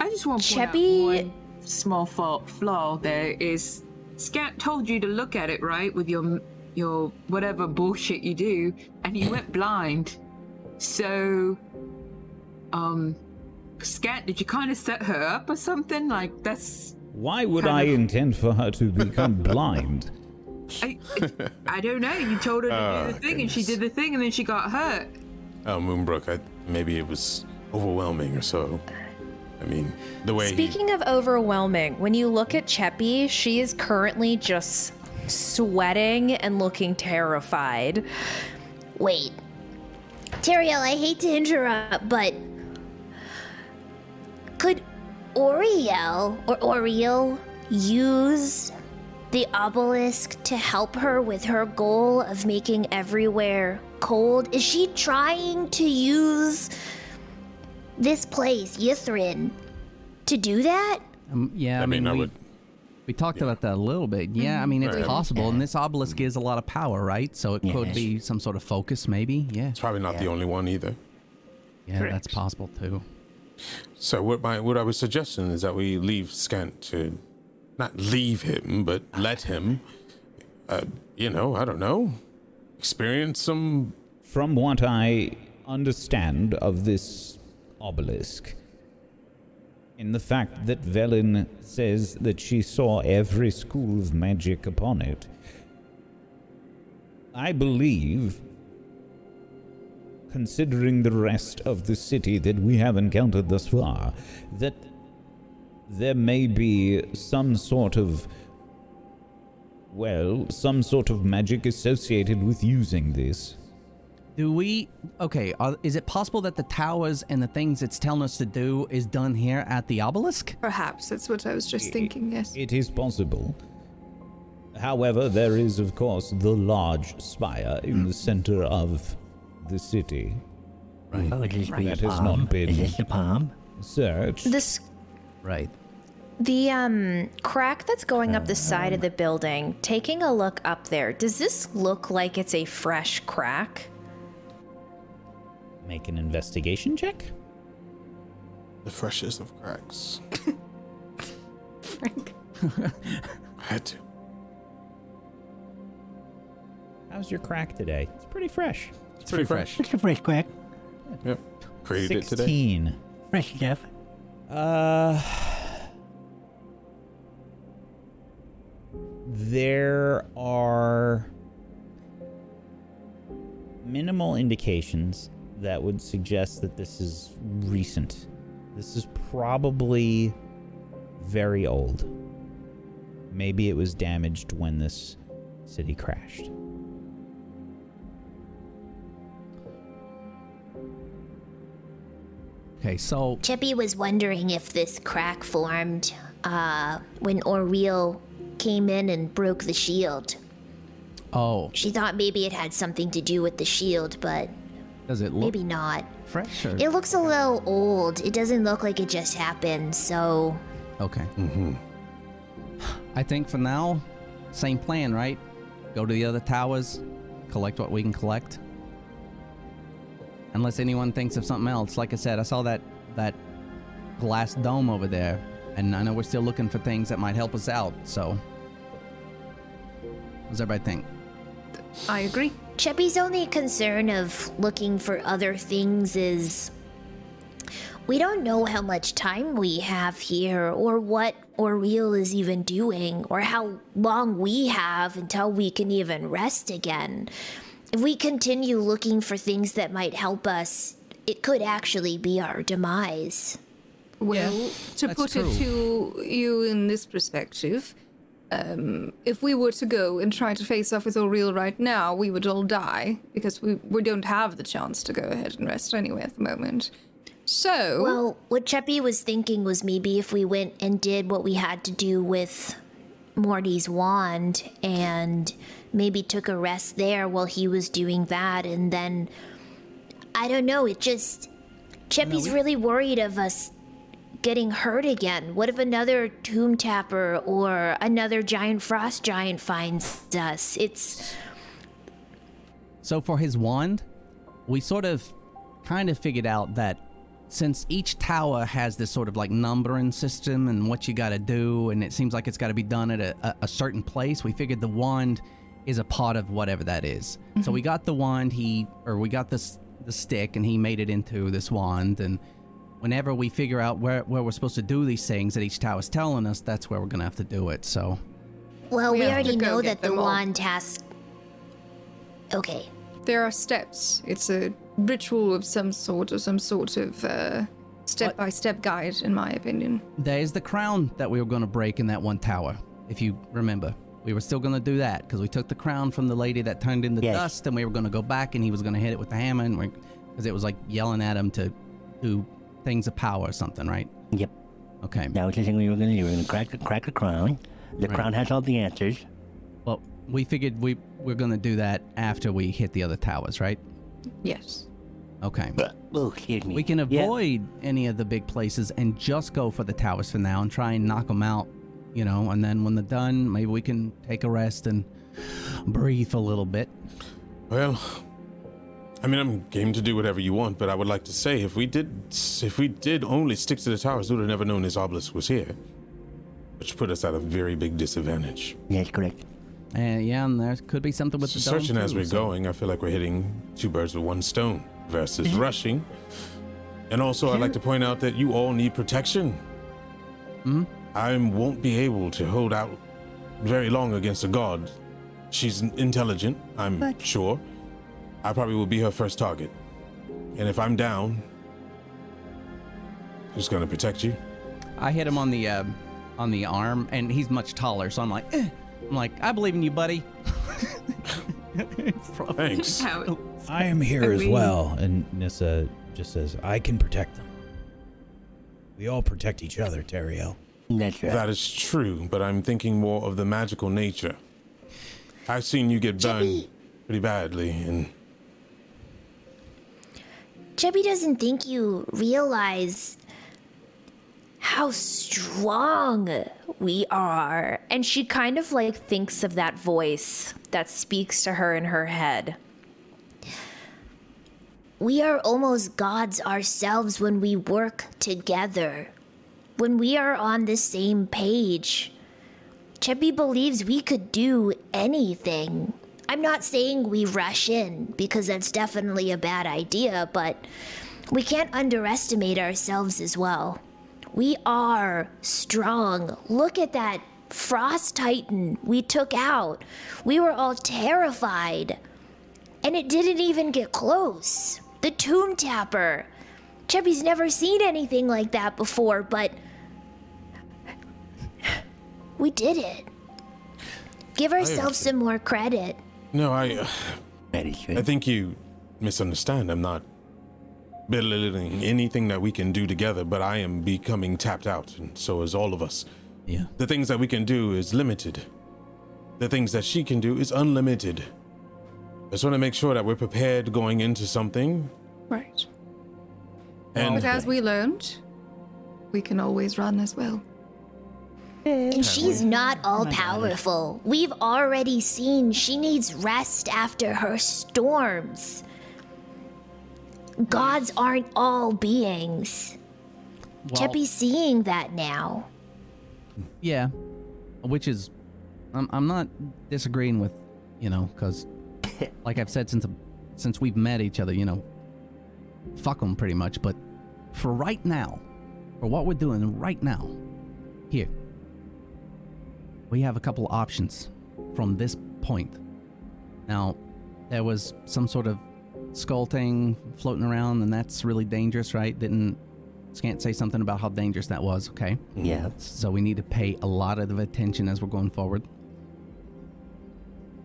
H: I just want to point
C: Chubby-
H: out one small fault flaw there is. Scant told you to look at it right with your m- your whatever bullshit you do, and you went blind. So, um, scat, did you kind of set her up or something? Like that's
F: Why would
H: Kind
F: I
H: of-
F: intend for her to become blind?
H: I, I don't know. You told her to do
G: Oh,
H: the thing, and she
G: goodness.
H: did the thing, and then she got hurt.
G: Oh, Moonbrook, I, maybe it was overwhelming or so. I mean, the way he,
E: Speaking of overwhelming, when you look at Cheppy, she is currently just sweating and looking terrified.
C: Wait. Teriel, I hate to interrupt, but could Oriel or Oriel use the obelisk to help her with her goal of making everywhere cold? Is she trying to use this place, Yithrin, to do that?
A: Um, yeah,
G: I,
A: I,
G: mean, I
A: we,
G: would.
A: we talked about that a little bit. Yeah, I
C: Mm-hmm.
A: mean, it's
G: Right.
A: possible, and this obelisk gives a lot of power, right? So it could be some sort of focus, maybe. Yeah,
G: It's probably not the only one either.
A: yeah, that's possible too.
G: So what my what I was suggesting is that we leave Scant to not leave him, but let him. Uh, you know, I don't know. Experience some.
F: From what I understand of this obelisk, in the fact that Velen says that she saw every school of magic upon it, I believe, considering the rest of the city that we have encountered thus far, that there may be some sort of well, some sort of magic associated with using this.
A: Do we? Okay, are, is it possible that the towers and the things it's telling us to do is done here at the obelisk?
B: Perhaps that's what I was just thinking. Yes.
F: It is possible. However, there is, of course, the large spire in the center of the city.
D: Oh, is this
F: That
D: the
F: has
D: palm?
F: not been-
D: Is this the palm?
F: Search.
E: This
A: Right.
E: the um crack that's going up the side of the building, taking a look up there, does this look like it's a fresh crack?
F: Make an investigation check.
G: The freshest of cracks.
I: Frank.
G: I had to.
F: How's your crack today? It's pretty fresh.
A: It's, pretty fresh.
D: It's a fresh crack.
G: Yep. Created it today.
F: Sixteen.
D: Fresh stuff.
F: Uh, there are minimal indications that would suggest that this is recent. This is probably very old. Maybe it was damaged when this city crashed.
A: Okay, so
C: Chippy was wondering if this crack formed uh, when Oriel came in and broke the shield.
A: oh,
C: She thought maybe it had something to do with the shield, but
A: does it look
C: maybe not.
A: fresh or
C: It looks a little old. It doesn't look like it just happened, so
A: okay? Mm-hmm. I think for now, same plan, right? Go to the other towers, collect what we can collect. Unless anyone thinks of something else. Like I said, I saw that that glass dome over there, and I know we're still looking for things that might help us out. So, what does everybody think?
I: I agree.
C: Cheppy's only concern of looking for other things is we don't know how much time we have here or what Oriel is even doing or how long we have until we can even rest again. If we continue looking for things that might help us, it could actually be our demise.
B: Well, to put it to you in this perspective, um, if we were to go and try to face off with Oriel right now, we would all die because we, we don't have the chance to go ahead and rest anyway at the moment. So,
C: Well, what Cheppy was thinking was maybe if we went and did what we had to do with Morty's wand and maybe took a rest there while he was doing that, and then I don't know, it just. Cheppy's really worried of us getting hurt again. What if another tomb tapper or another giant frost giant finds us? It's.
A: So for his wand, we sort of kind of figured out that since each tower has this sort of like numbering system and what you got to do, and it seems like it's got to be done at a, a, a certain place, we figured the wand is a pot of whatever that is. So we got the wand he or we got this the stick and he made it into this wand and whenever we figure out where, where we're supposed to do these things that each tower's telling us, that's where we're gonna have to do it. So
C: Well, we,
B: have to
C: already
B: go
C: know
B: get
C: that the
B: them all.
C: wand task. Okay.
B: There are steps. It's a ritual of some sort or some sort of uh, step-by-step guide, in my opinion.
A: there is the crown that we were gonna break in that one tower, if you remember. We were still gonna do that because we took the crown from the lady that turned into
D: Yes.
A: dust, and we were gonna go back, and he was gonna hit it with the hammer, and because it was like yelling at him to do things of power or something, right?
D: Yep.
A: Okay.
D: That was the thing we were going to do. We're going to crack the crack the crown. The
A: Right.
D: crown has all the answers.
A: Well, we figured we we're gonna do that after we hit the other towers, right?
B: Yes.
A: Okay.
D: Oh, excuse me.
A: We can
D: Yeah.
A: avoid any of the big places and just go for the towers for now and try and knock them out, you know. And then when they're done, maybe we can take a rest and breathe a little bit.
G: Well, I mean, I'm game to do whatever you want, but I would like to say if we did, if we did only stick to the towers, we would have never known this obelisk was here, which put us at a very big disadvantage.
D: Yes, correct.
A: And yeah, and there could be something with the dome
G: Searching as
A: too,
G: we're
A: so-
G: going, I feel like we're hitting two birds with one stone
A: Mm-hmm.
G: versus rushing. And also, I'd like to point out that you all need protection.
A: Hmm?
G: I won't be able to hold out very long against a god. She's intelligent, I'm sure. I probably will be her first target. And if I'm down, who's going to protect you?
A: I hit him on the um on the arm, and he's much taller, so I'm like, eh. I'm like, I believe in you, buddy.
G: Thanks.
H: How it-
F: I am here
H: I
F: as
H: mean-
F: well. And Nissa just says, I can protect them. We all protect each other, Terrio.
D: That's right.
G: That is true, but I'm thinking more of the magical nature. I've seen you get burned pretty badly, and
C: Chubby doesn't think you realize how strong
E: We are. And she kind of like thinks of that voice that speaks to her in her head.
C: we are almost gods ourselves when we work together. When we are on the same page, Chubby believes we could do anything. I'm not saying we rush in because that's definitely a bad idea, but we can't underestimate ourselves as well. We are strong. Look at that frost titan we took out. We were all terrified. And it didn't even get close. The tomb tapper. Chubby's never seen anything like that before, but we did it. Give ourselves some more credit.
G: no, I, uh,
D: That is
G: I
D: good.
G: think you misunderstand. I'm not belittling anything that we can do together, but I am becoming tapped out, and so is all of us.
A: Yeah.
G: The things that we can do is limited. The things that she can do is unlimited. I just want to make sure that we're prepared going into something.
B: Right.
G: And
B: But as we learned, we can always run as well.
C: And she's not all powerful. We've already seen she needs rest after her storms. Gods aren't all beings.
A: Well,
C: Chubby's seeing that now.
A: Yeah, which is, I'm I'm not disagreeing with, you know, because, like I've said since since we've met each other, you know, fuck them pretty much. But for right now, for what we're doing right now, here, we have a couple options from this point. Now, there was some sort of skull thing floating around, and that's really dangerous, right? Didn't Scant say something about how dangerous that was? Okay.
D: Yeah.
A: So we need to pay a lot of attention as we're going forward.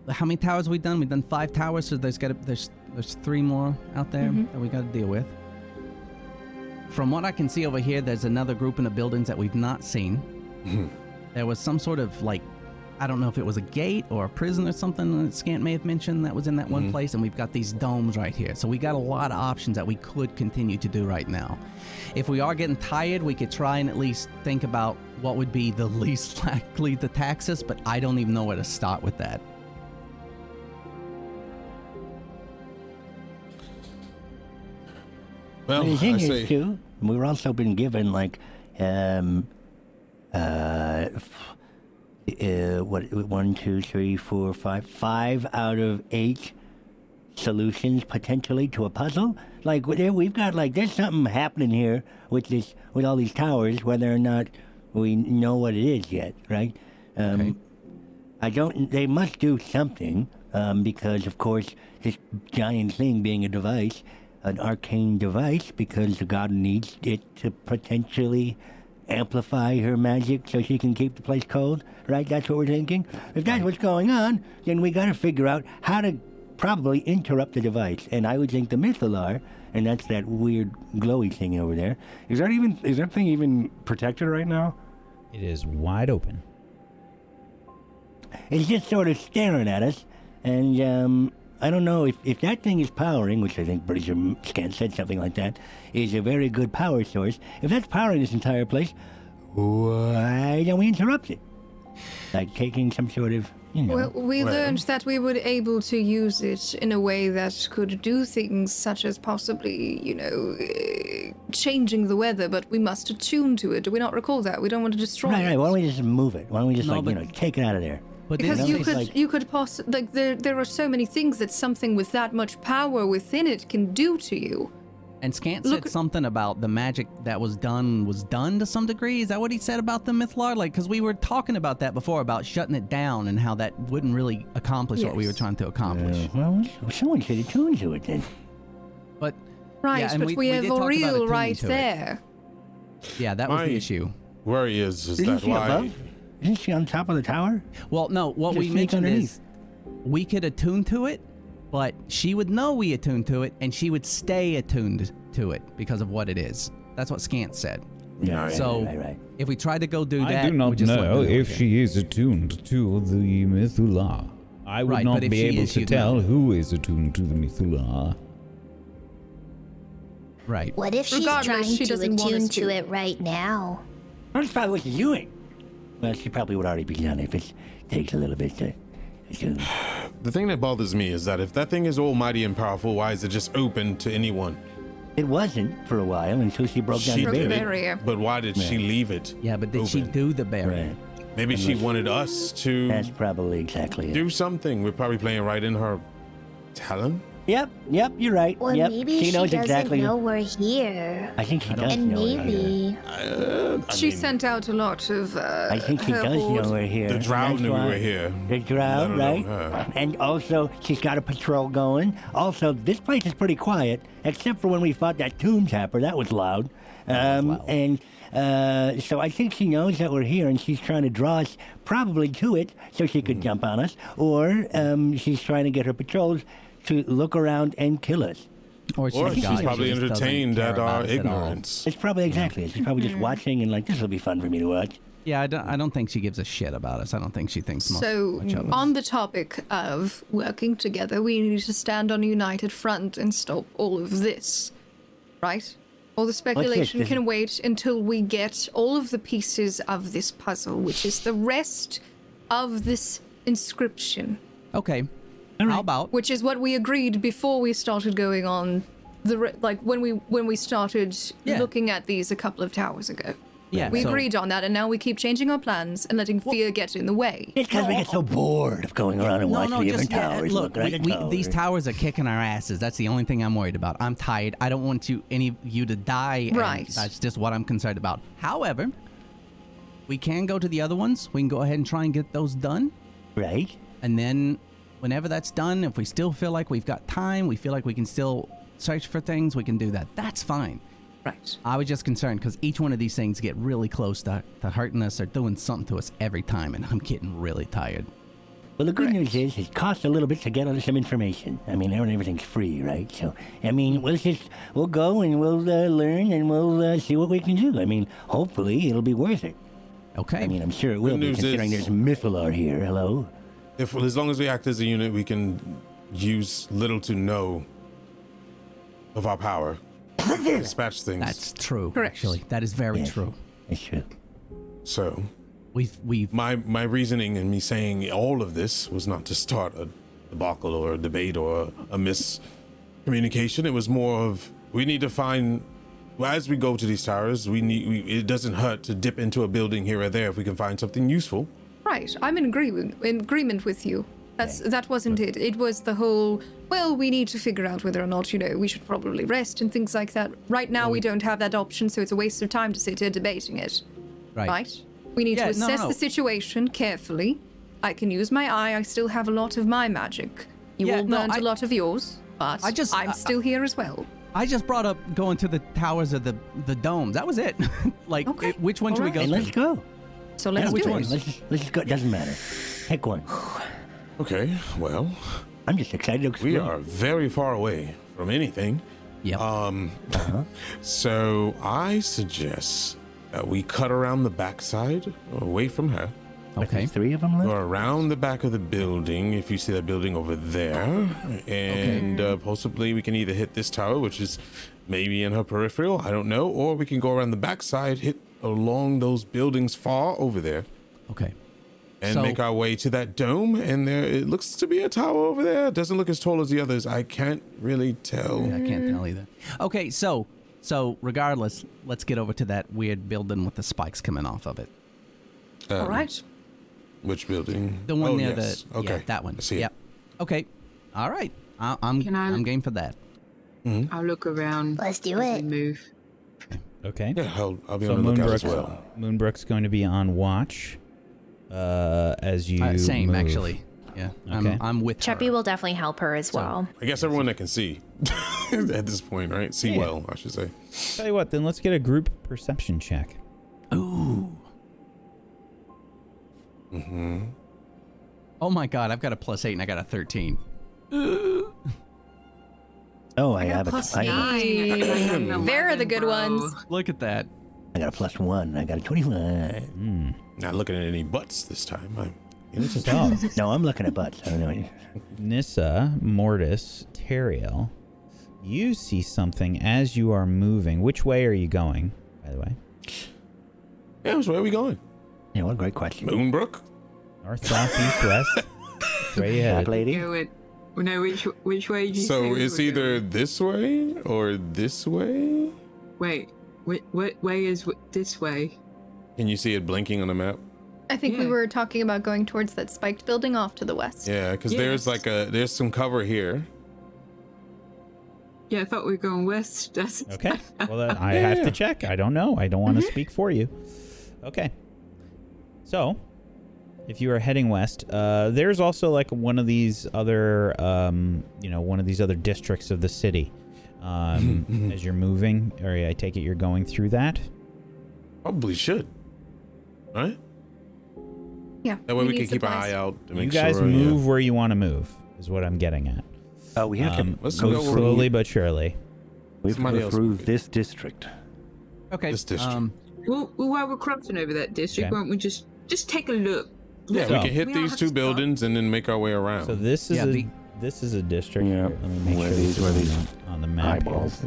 A: How many towers we done? We've done five towers, so there's got there's there's three more out there that we got to deal with. From what I can see over here, there's another group in the buildings that we've not seen. there was some sort of like, I don't know if it was a gate or a prison or something that Scant may have mentioned that was in that one place, and we've got these domes right here. So we got a lot of options that we could continue to do right now. If we are getting tired, we could try and at least think about what would be the least likely to tax us, but I don't even know where to start with that.
G: well,
D: the
G: I
D: thing
G: say,
D: is, too, we've also been given like um, uh, f- uh, what one, two, three, four, five, five out of eight solutions potentially to a puzzle. Like there, we've got like there's something happening here with this with all these towers, whether or not we know what it is yet, right? Um,
A: Okay.
D: I don't. They must do something um, because, of course, this giant thing being a device, an arcane device, because the god needs it to potentially amplify her magic so she can keep the place cold. Right? That's what we're thinking. If that's what's going on, then we got to figure out how to probably interrupt the device. And I would think the mythalar, and that's that weird glowy thing over there.
J: Is that even is that thing even protected right now?
F: It is wide open.
D: It's just sort of staring at us, and um, I don't know if, if that thing is powering, which I think British Scant said something like that, is a very good power source. If that's powering this entire place, why don't we interrupt it? Like taking some sort of, you know.
B: Well, we
G: Well-
B: learned that we were able to use it in a way that could do things such as possibly, you know, eh, changing the weather, but we must attune to it. Do we not recall that? We don't want to destroy
D: right,
B: it.
D: right. Why don't we just move it? Why don't we just
A: No,
D: like you
A: but-
D: know take it out of there?
A: But
B: Because
D: know,
B: you
D: it's
B: could,
D: like-
B: you could possibly like there, there are so many things that something with that much power within it can do to you.
A: And Scant
B: Look-
A: said something about the magic that was done was done to some degree. Is that what he said about the Mythlar? Like, because we were talking about that before about shutting it down and how that wouldn't really accomplish what we were
B: Yes.
A: trying to accomplish.
D: Uh, well, someone should attune to it then.
A: But
B: Right,
A: Yeah, and
B: but
A: we- we
B: we, have
A: did talk about
B: Oriel
A: attuning
B: right
A: to it.
B: there.
A: yeah, that was
G: My-
A: the issue.
G: Worry is is
D: Isn't
G: that
D: she
G: why
D: above? Isn't she on top of the tower?
A: Well, no, what
D: Just
A: we
D: sneak
A: mentioned
D: underneath.
A: is we could attune to it, but she would know we attuned to it and she would stay attuned to it because of what it is. That's what Scant said.
D: Yeah. right,
A: so
D: right, right.
A: if we tried to go do that,
F: I do
A: we
F: not
A: just wouldn't
F: know
A: do it.
F: if she is attuned to the Mithula. I would
A: Right,
F: not
A: but if
F: be
A: she
F: able
A: is,
F: to
A: you'd
F: tell
A: know.
F: who is attuned to the Mithula.
A: Right.
C: What if she's
B: Regardless,
C: trying
B: she
C: to
B: doesn't want
C: attune
B: us
C: to
B: to.
C: it right now?
D: That's probably what she's doing. Well, she probably would already be done if it takes a little bit to attune.
G: The thing that bothers me is that if that thing is almighty and powerful, why is it just open to anyone?
D: It wasn't for a while until she broke down
G: she
D: the
G: did
D: barrier.
B: barrier.
G: it, but why did she leave it?
A: Yeah, but did she
G: open?
A: do the barrier?
D: Right.
G: Maybe she wanted us to
D: That's probably exactly it.
G: do something. We're probably playing right in her talent.
D: Yep, yep, you're right.
C: Or
D: yep,
C: maybe
D: she
C: she,
D: knows
C: doesn't
D: exactly.
C: know we're here.
D: I think she does
C: And
D: know we're here.
C: maybe
G: Uh, I
B: she
G: mean,
B: sent out a lot of. Uh,
D: I think she
B: her
D: does
B: horde.
D: know we're here.
G: The drow
D: That's
G: knew we
D: why-
G: were here.
D: The drow,
G: Let alone
D: right?
G: her.
D: And also, she's got a patrol going. Also, this place is pretty quiet, except for when we fought that tomb tapper. That was loud. Um, And uh, so I think she knows that we're here, and she's trying to draw us probably to it so she
G: Hmm.
D: could jump on us, or um, she's trying to get her patrols to look around and kill us.
A: Or she's,
G: Or
A: a
G: she's
A: god, she
G: probably
A: just doesn't
G: entertained
A: care
G: at
A: about
G: our
A: us at all.
G: ignorance.
D: It's probably exactly it. She's probably just watching and like, this will be fun for me to watch.
A: Yeah, I don't, I don't think she gives a shit about us. I don't think she thinks much,
B: So, mm,
A: much of us.
B: on the topic of working together, we need to stand on a united front and stop all of this, right? All the speculation
D: This-
B: can wait until we get all of the pieces of this puzzle, which is the rest of this inscription,
A: Okay. How about
B: which is what we agreed before we started going on the re- like when we when we started
A: Yeah.
B: looking at these a couple of hours ago.
A: yeah?
B: We
A: so-
B: agreed on that, and now we keep changing our plans and letting fear get in the way.
D: It's because we get so bored of going around and
A: No,
D: watching
A: no,
D: the
A: just
D: different
A: yeah,
D: towers.
A: look.
D: looking at Oh,
A: We,
D: the
A: we, these
D: towers.
A: towers are kicking our asses. That's the only thing I'm worried about. I'm tired. I don't want you any of you to die. and
B: Right.
A: That's just what I'm concerned about. However, we can go to the other ones. We can go ahead and try and get those done,
D: Right?
A: and then whenever that's done, if we still feel like we've got time, we feel like we can still search for things, we can do that. That's fine.
B: Right.
A: I was just concerned because each one of these things get really close to, to hurting us or doing something to us every time, and I'm getting really tired.
D: Well, the good news is it costs a little bit to get on some information. I mean, everything's free, right? So, I mean, we'll just we'll go and we'll uh, learn and we'll uh, see what we can do. I mean, hopefully it'll be worth it.
A: Okay.
D: I mean, I'm sure it will be
G: news
D: considering
G: is-
D: there's Mythalar here. Hello.
G: If as long as we act as a unit, we can use little to no of our power. Dispatch things.
A: that's true.
B: Correct.
A: Actually, that is very
D: Yes.
A: true.
D: That's true.
G: so
A: We've we've
G: my my reasoning in me saying all of this was not to start a debacle or a debate or a, a miscommunication. It was more of we need to find well, as we go to these towers. We need we, it doesn't hurt to dip into a building here or there if we can find something useful.
B: Right, I'm in agreement in agreement with you. That's that wasn't it. It was the whole. Well, we need to figure out whether or not you know we should probably rest and things like that. Right now, we don't have that option, so it's a waste of time to sit here debating it.
A: Right.
B: Right. We need
A: Yeah,
B: to
A: no,
B: assess
A: no.
B: the situation carefully. I can use my eye. I still have a lot of my magic. You
A: Yeah,
B: all
A: no,
B: burnt a
A: I-
B: lot of yours, but
A: I just-
B: I'm
A: I-
B: still here as well.
A: I just brought up going to the towers of the the domes. That was it. like,
B: Okay,
A: it- which one should
B: alright.
A: we
D: And
A: go?
D: let's
A: to?
D: go.
B: So let's
D: yeah,
B: do
D: which
B: it.
D: one? Let's just, let's just go. It doesn't matter. Pick one.
G: Okay, well,
D: I'm just excited to explore.
G: we are very far away from anything.
A: Yep.
G: Um,
D: Uh-huh.
G: so I suggest that we cut around the backside, away from her.
A: okay.
D: There's three of them left.
G: Go around the back of the building, if you see that building over there, and uh, possibly we can either hit this tower, which is maybe in her peripheral, I don't know, or we can go around the backside, hit along those buildings far over there,
A: Okay.
G: and
A: So-
G: make our way to that dome. And there, it looks to be a tower over there. It doesn't look as tall as the others. I can't really tell.
A: Yeah, I can't tell either. Okay, so so regardless, let's get over to that weird building with the spikes coming off of it.
G: Um,
B: All right.
G: Which building?
A: The one
G: Oh,
A: near
G: yes.
A: the
G: okay,
A: yeah, that one.
G: I see it.
A: yep. Okay. All right. I, I'm
H: Can I-
A: I'm game for that.
G: Mm-hmm.
H: I'll look around.
C: Let's do
H: as we
C: it.
H: Move.
F: Okay.
G: Yeah, I'll, I'll be
F: So
G: on the lookout
F: Moonbrook's,
G: as well.
F: Moonbrook's going to be on watch uh, as you.
A: Uh, same,
F: move.
A: actually. Yeah.
F: Okay.
A: I'm I'm with
E: Cheppy
A: her.
E: will definitely help her as well.
G: I guess everyone that can see at this point, right? See well, I should say.
F: Tell you what, then let's get a group perception check.
A: Ooh.
G: hmm
A: Oh my God! I've got a plus eight and I got a thirteen.
D: Oh, I, have a, I, have a,
H: They're
I: the good ones.
A: Look at that.
D: I got a plus one. I got a 21.
G: Hmm. Not looking at any butts this time. I'm innocent.
F: So,
D: No, I'm looking at butts. I don't know. what-
F: Nissa, Mortis, Teriel, you see something as you are moving. Which way are you going, by the way?
G: yeah, so where are we going?
D: Yeah, what a great question.
G: Moonbrook?
F: North, south, east, west? Straight
D: Black
F: ahead.
D: lady.
H: Go it. We know which which way do you
G: So
H: say
G: it's
H: we're going?
G: either this way or this way.
H: Wait, what what way is w- this way?
G: Can you see it blinking on the map?
I: I think we
H: Yeah.
I: were talking about going towards that spiked building off to the west.
G: Yeah, because
H: Yes.
G: there's like a there's some cover here.
H: Yeah, I thought we were going west. That's
F: Okay. Well, then I have to check. I don't know. I don't want to speak for you. Okay. So, if you are heading west, uh, there's also like one of these other, um, you know, one of these other districts of the city. Um, as you're moving, or I take it you're going through that.
G: Probably should. Right?
I: Yeah.
G: That way we, can
I: need
G: keep an
I: supplies.
G: eye out to make
F: You guys
G: sure. yeah.
F: move where you want to move. Is what I'm getting at.
D: Oh, we have
F: Um,
D: to
G: Let's
D: go
G: go
D: through,
F: Slowly but surely.
D: we have to
G: Somebody
D: go
G: else
D: through
G: move it.
D: this district.
A: Okay.
G: This district.
A: Um,
H: Well, well, while we're crossing over that district,
F: Okay.
H: won't we just just take a look?
G: Yeah, we
F: So-
G: can hit
H: We don't
G: these
H: have
G: two
H: to stop.
G: buildings and then make our way around.
F: So this is
A: Yeah,
F: a
A: the-
F: this is a district.
J: Yeah.
F: Let me make
J: Where
F: sure
J: these-
F: this
J: where
F: is
J: these
F: on the map. here.
J: Eyeballs.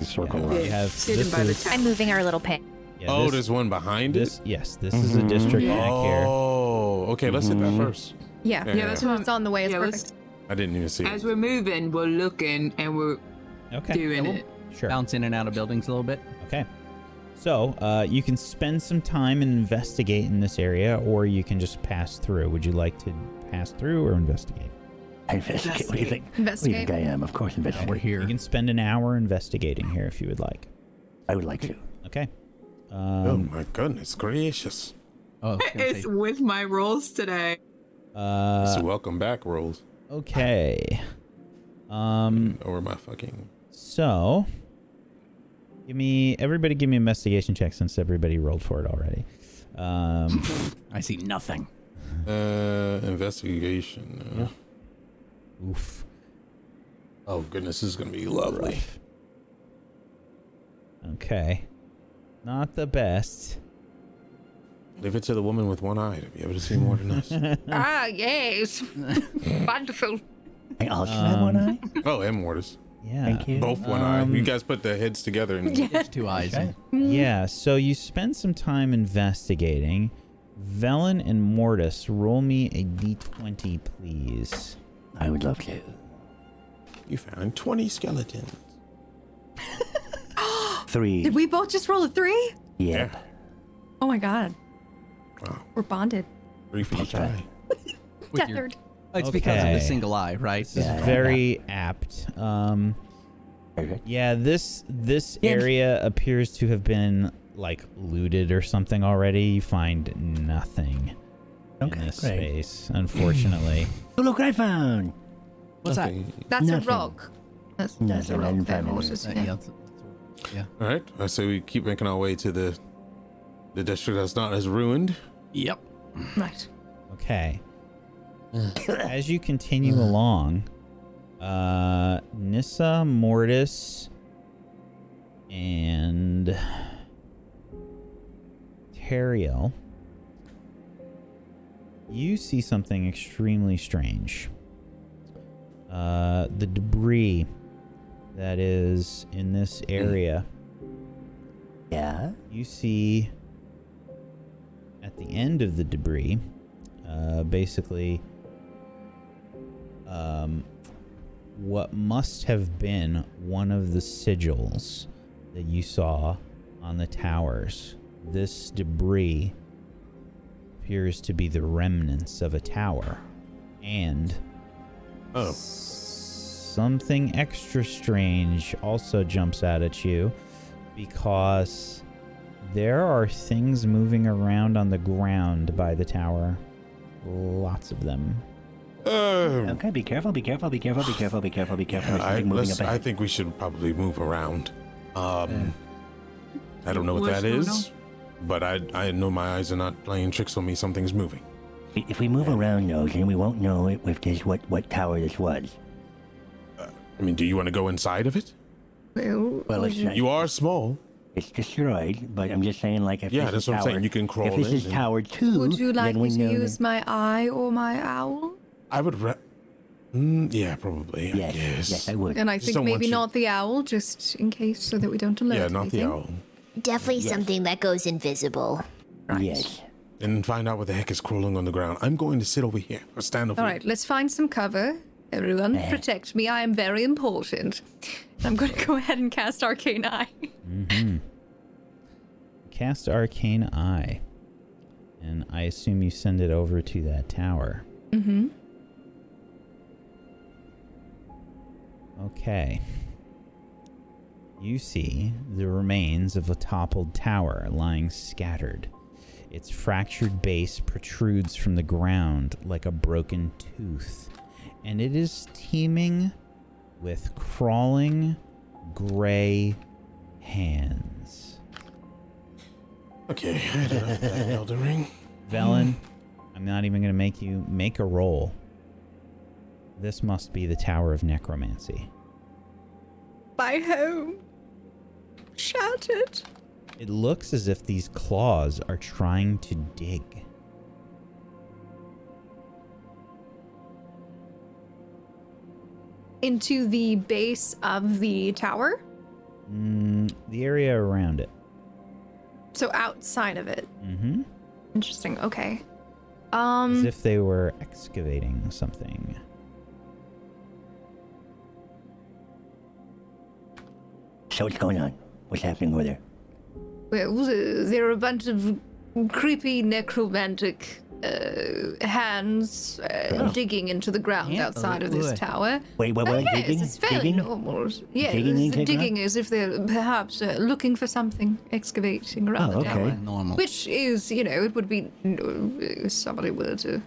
J: You circle
F: Yeah.
J: around.
F: We have-
H: Sitting
F: this
H: by the
F: is-
H: town.
E: I'm moving our little pig.
F: Yeah,
G: oh,
F: this-
G: there's one behind
F: This
G: it.
F: yes, this is a district back here. Mm-hmm.
G: Oh, okay. Let's hit that first.
I: Yeah.
G: Yeah, that's
I: So
H: what
I: it's on the way. It's
H: yeah,
I: perfect.
H: let's,
G: I didn't even see. it.
H: as we're moving, we're looking and we're
F: Okay,
H: doing it.
F: sure.
A: bounce in and out of buildings a little bit.
F: Okay, so uh, you can spend some time and investigate in this area, or you can just pass through. Would you like to pass through or investigate?
D: Investigate. What do you think? What
I: Investigate.
D: do you think I am? Of course, investigate.
A: We're here.
F: You can spend an hour investigating here if you would like.
D: I would like to.
F: Okay.
G: oh
F: Um,
G: my goodness gracious!
A: Oh, I was gonna
H: It's
A: say-
H: with my rolls today.
F: uh, oh,
G: It's a welcome back rolls
F: okay. Um,
G: over my fucking.
F: so give me everybody give me investigation check since everybody rolled for it already. Um,
A: I see nothing.
G: Uh, investigation. uh,
F: oof.
G: Oh goodness, this is gonna be lovely.
F: Rough. Okay. Not the best.
G: Leave it to the woman with one eye to be able to see more than us.
B: Ah, yes. Wonderful.
D: I also
A: Um,
D: have one eye.
G: oh, and mortars,
F: Yeah.
D: Thank you.
G: both one eye. You guys put their heads together and
A: There's Um, two eyes.
D: Okay.
F: Yeah, so you spend some time investigating. Velen and Mortis, roll me a d20, please.
D: I would love to.
G: you found twenty skeletons.
D: Three.
I: Did we both just roll a three?
D: Yep.
I: Oh my god.
G: Wow.
I: We're bonded.
G: Three feet.
A: With your-
I: Tethered.
A: Oh, it's because of the
F: Okay.
A: single eye, right?
F: This is very apt. Um, yeah, this this area appears to have been like looted or something already. You find nothing
D: Okay,
F: in this
D: great.
F: space, unfortunately.
D: Oh, look what I found.
A: What's that?
B: That's
D: Nothing.
B: a rock. That's, that's
D: Nothing,
B: a
D: I
B: rock.
D: didn't
B: there,
D: find one.
B: horses,
A: Uh,
B: yeah.
A: yeah, that's-
G: All right. I say we keep making our way to the the district that's not as ruined.
A: Yep.
B: Right.
F: Okay. As you continue along, uh, Nissa, Mortis, and Teriel, you see something extremely strange. Uh, the debris that is in this area
D: Yeah.
F: you see at the end of the debris, uh, basically, um, what must have been one of the sigils that you saw on the towers. This debris appears to be the remnants of a tower and
G: Oh.
F: something extra strange also jumps out at you because there are things moving around on the ground by the tower. Lots of them.
G: Um,
D: Okay, be careful, be careful, be careful, be careful, be careful, be careful. There's
G: I,
D: something moving
G: let's,
D: up
G: I
D: ahead.
G: think we should probably move around. Um, I don't know what
H: What's
G: that
H: going
G: is, but I I know my eyes are not playing tricks on me. Something's moving.
D: If we move around those, then we won't know it if this what what tower this was.
G: Uh, I mean, do you want to go inside of it?
B: Well,
D: Well, it's not,
G: You are small.
D: it's destroyed, but I'm just saying, like, if
G: Yeah,
D: this
G: that's
D: is
G: what I'm
D: tower,
G: saying, you can crawl
D: If this
G: in
D: is
G: and-
D: Tower Two,
B: would you like
D: then we
B: me to
D: know
B: use my eye or my owl?
G: I would. Re- mm, yeah, probably.
D: that, yes,
G: I guess.
D: yes, I would.
B: And I
G: Just
B: think
G: don't want
B: maybe
G: you-
B: not the owl, just in case, so that we don't alert.
G: yeah, not the
B: anything.
G: owl.
C: Definitely something that goes invisible.
D: Yes.
G: And find out what the heck is crawling on the ground. I'm going to sit over here or stand over
B: All
G: here.
B: right, let's find some cover. Everyone,
D: Eh.
B: protect me. I am very important.
I: I'm going to go ahead and cast Arcane Eye.
F: Mm-hmm. Cast Arcane Eye. And I assume you send it over to that tower. Mm hmm. Okay. You see the remains of a toppled tower lying scattered. Its fractured base protrudes from the ground like a broken tooth, and it is teeming with crawling gray hands.
G: Okay, I had enough of that Elden Ring.
F: Velen,
G: Mm.
F: I'm not even going to make you make a roll. This must be the Tower of Necromancy.
I: My home. Shattered.
F: It looks as if these claws are trying to dig.
I: Into the base of the tower.
F: Mm, the area around it.
I: So outside of it.
F: Mm-hmm.
I: Interesting. Okay.
F: As
I: Um,
F: if they were excavating something.
D: So what's going on? What's happening over there?
B: Well, uh, there are a bunch of creepy necromantic uh, hands uh, digging into the ground
A: Yeah,
B: outside of
A: boy.
B: this tower.
D: Oh. Wait, wait,
B: Oh,
D: wait,
B: yes,
D: digging,
B: it's fairly
D: digging.
B: normal.
D: Digging
B: Yes, digging,
D: into the ground?
B: as if they're perhaps uh, looking for something, excavating around
D: Oh,
B: the
D: okay.
B: tower.
A: Not normal.
B: Which is, you know, it would be uh, somebody were to.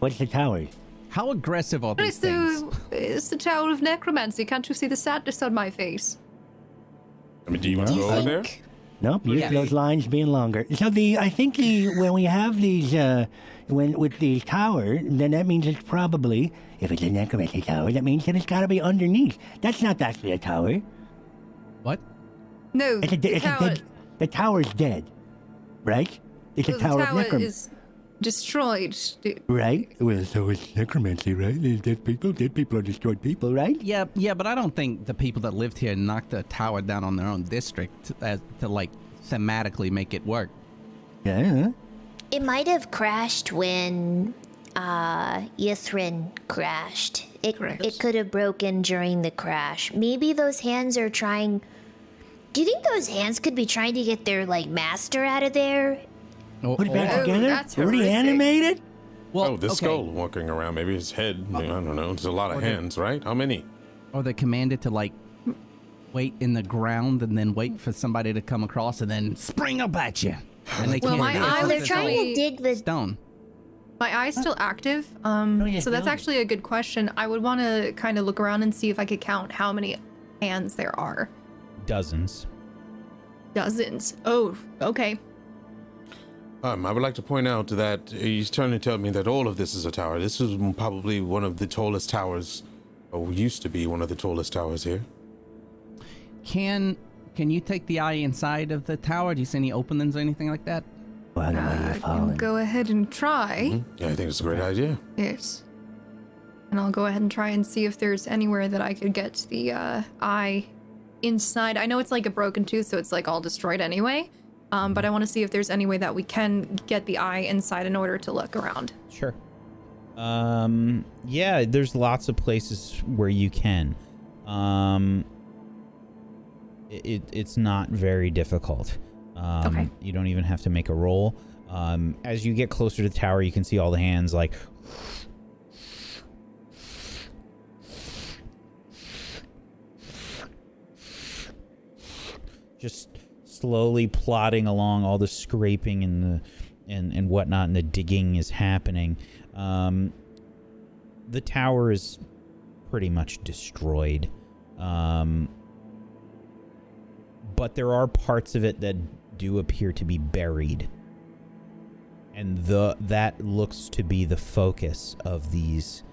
D: What's the tower?
A: How aggressive are
B: But
A: these
B: it's
A: things?
B: the it's the Tower of Necromancy. Can't you see the sadness on my face?
G: I mean, do you want to
C: Do
G: go
C: you
G: over there?
C: think?
D: Nope, use those lines being longer. So the I think the when we have these uh when with these tower, then that means it's probably if it's a necromancy tower, that means that it's gotta be underneath. That's not actually a tower.
A: What?
B: No,
D: It's a, de-
B: the
D: it's a
B: tower,
D: dead the tower's dead. Right? It's a
B: the
D: tower,
B: tower
D: of necromancy.
B: is destroyed. The-
D: Right? Well so it's necromancy, right? There's dead people, dead people are destroyed people, right?
A: Yeah, yeah, but I don't think the people that lived here knocked the tower down on their own district as, to like thematically make it work.
D: Yeah.
C: It might have crashed when uh, Yithrin crashed. It it could have broken during the crash. Maybe those hands are trying. Do you think those hands could be trying to get their like master out of there,
A: Oh,
D: Put it back
B: Oh,
D: together?
B: that's horrific.
D: Reanimated?
A: Well,
G: oh, the
A: okay.
G: skull walking around. Maybe his head. I don't know. There's a lot of hands, right? How many?
A: Or they commanded to like wait in the ground and then wait for somebody to come across and then spring up at you. And they
I: Well,
A: can't
I: my
A: do it.
I: eye
A: It's
C: Oh, they're
I: was
A: all
C: trying to
I: really-
C: dig the
A: stone.
I: My eye's still active,
D: Oh,
I: um, so that's actually a good question. I would want to kind of look around and see if I could count how many hands there are.
F: Dozens.
I: Dozens. Oh, okay.
G: Um, I would like to point out that he's trying to tell me that all of this is a tower. This is probably one of the tallest towers, or used to be one of the tallest towers here.
A: Can can you take the eye inside of the tower? Do you see any openings or anything like that?
D: Why don't I
B: I can
D: follow?
B: go ahead and try.
G: Yeah, I think it's a great idea.
B: Yes.
I: And I'll go ahead and try and see if there's anywhere that I could get the uh, eye inside. I know it's like a broken tooth, so it's like all destroyed anyway. Um, but I want to see if there's any way that we can get the eye inside in order to look around.
F: Sure. Um, yeah, there's lots of places where you can. Um, it, it it's not very difficult. Um,
I: Okay.
F: You don't even have to make a roll. Um, as you get closer to the tower, you can see all the hands like. Just slowly plodding along, all the scraping and the and, and whatnot, and the digging is happening. Um, the tower is pretty much destroyed. Um, but there are parts of it that do appear to be buried. And the that looks to be the focus of these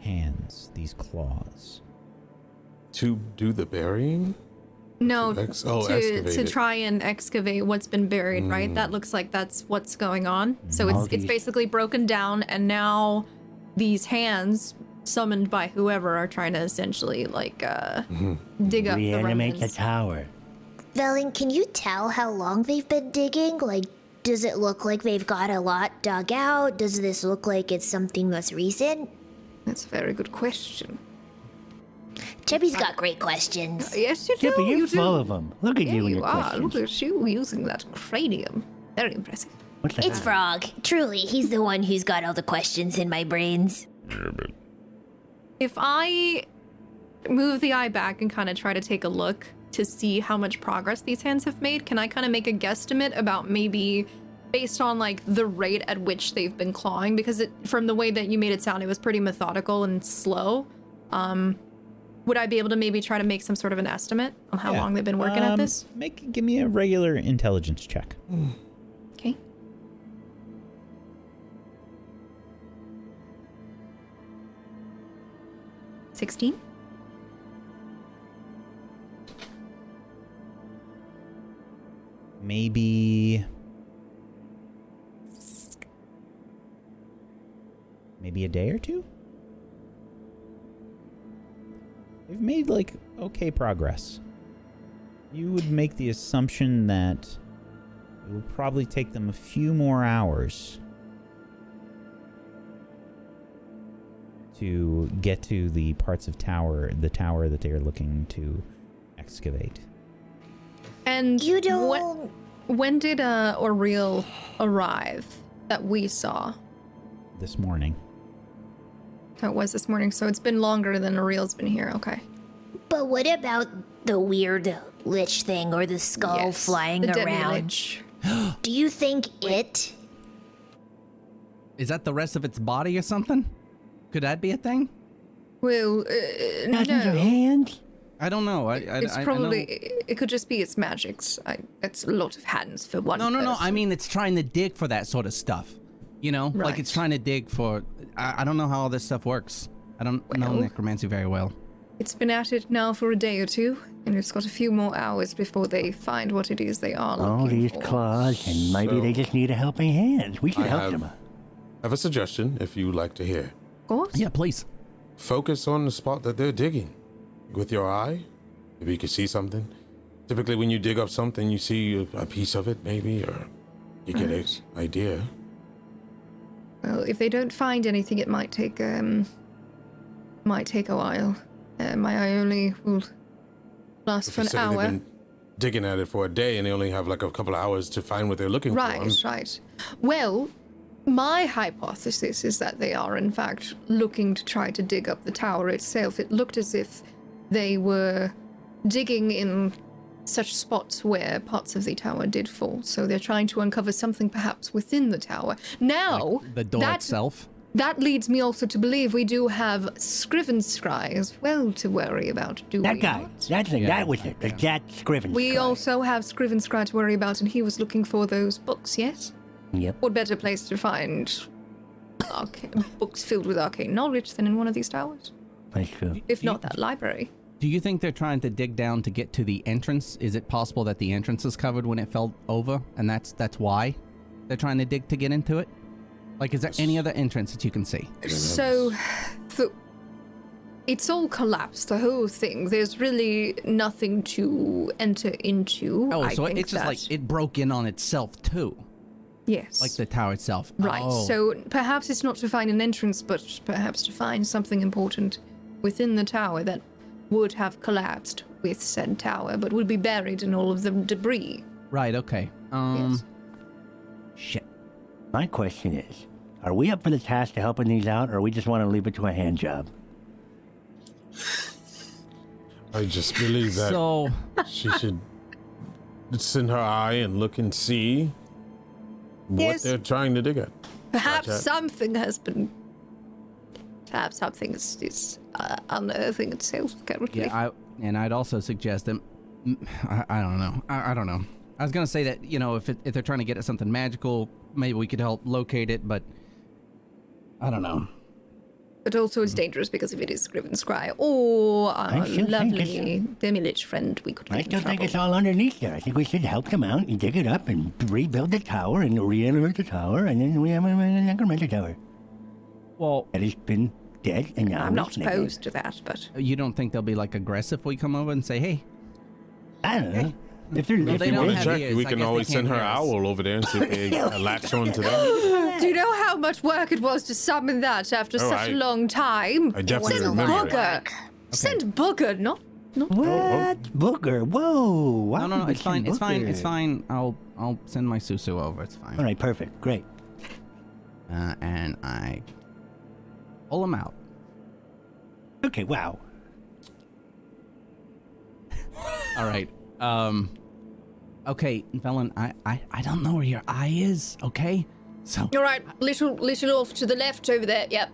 F: hands, these claws.
G: To do the burying?
I: No,
G: Ex- oh,
I: to,
G: excavate
I: to
G: it. Hmm.
I: try and excavate what's been buried, right? That looks like that's what's going on. So it's it's
D: Naughty.
I: basically broken down, and now these hands summoned by whoever are trying to essentially like uh dig up the
D: Reanimate the
I: remnants.
D: tower.
C: Velen, can you tell how long they've been digging? Like, does it look like they've got a lot dug out? Does this look like it's something that's recent?
B: That's a very good question. Uh,
C: Chubby's got great questions.
B: Yes, you do.
D: Chippy, you're
B: you do.
D: full of them. Look at
B: Yeah,
D: you and
B: you
D: your
B: are. Look
D: questions.
B: at you using that cranium. Very impressive.
D: What's that?
C: It's Frog. Truly, he's the one who's got all the questions in my brains.
I: If I move the eye back and kind of try to take a look to see how much progress these hands have made, can I kind of make a guesstimate about maybe based on like the rate at which they've been clawing? Because it, from the way that you made it sound, it was pretty methodical and slow. Um, would I be able to maybe try to make some sort of an estimate on how
F: Yeah.
I: long they've been working at
F: Um,
I: this?
F: Make give me a regular intelligence check.
I: Okay. Sixteen.
F: maybe maybe a day or two they've made like okay progress you would make the assumption that it will probably take them a few more hours to get to the parts of tower the tower that they are looking to excavate
I: And
C: You don't.
I: what- When did uh Oriel arrive that we saw?
F: this morning
I: That was this morning, so it's been longer than Oriel's been here. Okay.
C: But what about the weird lich thing or the skull
I: Yes.
C: flying
I: The
C: around?
I: Demi-Lich.
C: Do you think it?
A: Is that the rest of its body or something? Could that be a thing?
B: Well, uh,
D: Dozens of
B: no.
D: hands?
A: I don't know. I, I,
B: It's
A: I- I know-
B: probably. It could just be its magics. I, it's a lot of hands for one.
A: No, no, no. I
B: person.
A: mean, it's trying to dig for that sort of stuff. You know, like it's
B: Right.
A: trying to dig for. I, I don't know how all this stuff works. I don't know
B: Well-
A: necromancy very well.
B: It's been at it now for a day or two, and it's got a few more hours before they find what it is they are
D: All
B: looking
D: these
B: for.
D: claws, and maybe
G: So-
D: they just need a helping hand. We should
G: I
D: help
G: have-
D: them.
G: I have a suggestion if you'd like to hear.
B: Of course.
A: Yeah, please.
G: Focus on the spot that they're digging with your eye. Maybe you can see something. Typically, when you dig up something, you see a a piece of it, maybe, or you get an idea.
B: Well, if they don't find anything, it might take um, might take a while. Uh, my eye only will last
G: If
B: for
G: you
B: an
G: say they've
B: hour.
G: been digging at it for a day and they only have like a couple of hours to find what they're looking for.
B: Right,
G: I'm-
B: right. Well, my hypothesis is that they are, in fact, looking to try to dig up the tower itself. It looked as if they were digging in such spots where parts of the tower did fall. So they're trying to uncover something perhaps within the tower. Now,
A: the door
B: that,
A: itself.
B: that leads me also to believe we do have Scriven Scry as well to worry about, do
D: That
B: we?
D: guy.
B: not?
D: That's the, that was it. The Jack Scriven.
B: We also have Scriven Scry to worry about, and he was looking for those books, yes?
D: Yep.
B: What better place to find arcane, books filled with arcane knowledge than in one of these towers?
D: That's true.
B: If not that library.
A: Do you think they're trying to dig down to get to the entrance? Is it possible that the entrance is covered when it fell over, and that's that's why they're trying to dig to get into it? Like, is there any other entrance that you can see?
B: So, the, it's all collapsed, the whole thing. There's really nothing to enter into.
A: Oh,
B: I
A: so it,
B: think
A: it's just
B: that-
A: like it broke in on itself too,
B: Yes.
A: like the tower itself.
B: Right,
A: Oh.
B: so perhaps it's not to find an entrance, but perhaps to find something important within the tower that would have collapsed with said tower, but would be buried in all of the debris.
A: right, okay. Um,
B: Yes.
A: shit.
D: My question is, are we up for the task to helping these out, or we just want to leave it to a hand job?
G: I just believe that
A: So
G: she should send her eye and look and see what
B: Yes.
G: they're trying to dig at.
B: Perhaps
G: Gotcha.
B: something has been. Perhaps something is, is uh, unearthing itself currently.
A: yeah, I and I'd also suggest them. I, I don't know. I, I don't know. I was gonna say that you know if it, if they're trying to get at something magical, maybe we could help locate it, but I don't know.
B: But also,
A: Mm-hmm.
B: it's dangerous because if it is Scriven Scry or our
D: still think it's-
B: lovely Demilich friend, we could be
D: I
B: in
D: still think
B: trouble.
D: it's all underneath there. I think we should help them out and dig it up and rebuild the tower and reanimate the tower, and then we have an incremental tower
A: Well,
D: that has been dead and now
B: I'm not
D: it's naked.
B: opposed to that, but
A: you don't think they'll be like aggressive if we come over and say, "Hey,
D: I don't know. If they're,
A: Well,
D: if
A: they
D: they
A: don't
D: want
G: Wanna
A: have
G: check?
A: ears,
G: we
A: I
G: can
A: guess they
G: always
A: can't
G: send her
A: hear us.
G: owl over there and see if they uh, latch onto that.
B: Do you know how much work it was to summon that after
G: Oh,
B: such a
G: I-
B: long time?
G: I definitely
B: Send
G: remember it. Oh,
B: Booger. Send Booger, not.
D: what booger? Whoa! Why
A: No, no,
D: would
A: no,
D: we
A: it's fine,
D: send
A: it's fine, it's
D: Booger?
A: fine. I'll I'll send my Susu over. It's
D: All
A: fine.
D: right, perfect, great.
A: Uh, and I pull him out.
D: Okay, wow.
A: All right. Um. Okay, Velen, I, I I don't know where your eye is. Okay, so
B: All right, little, little off to the left over there. Yep.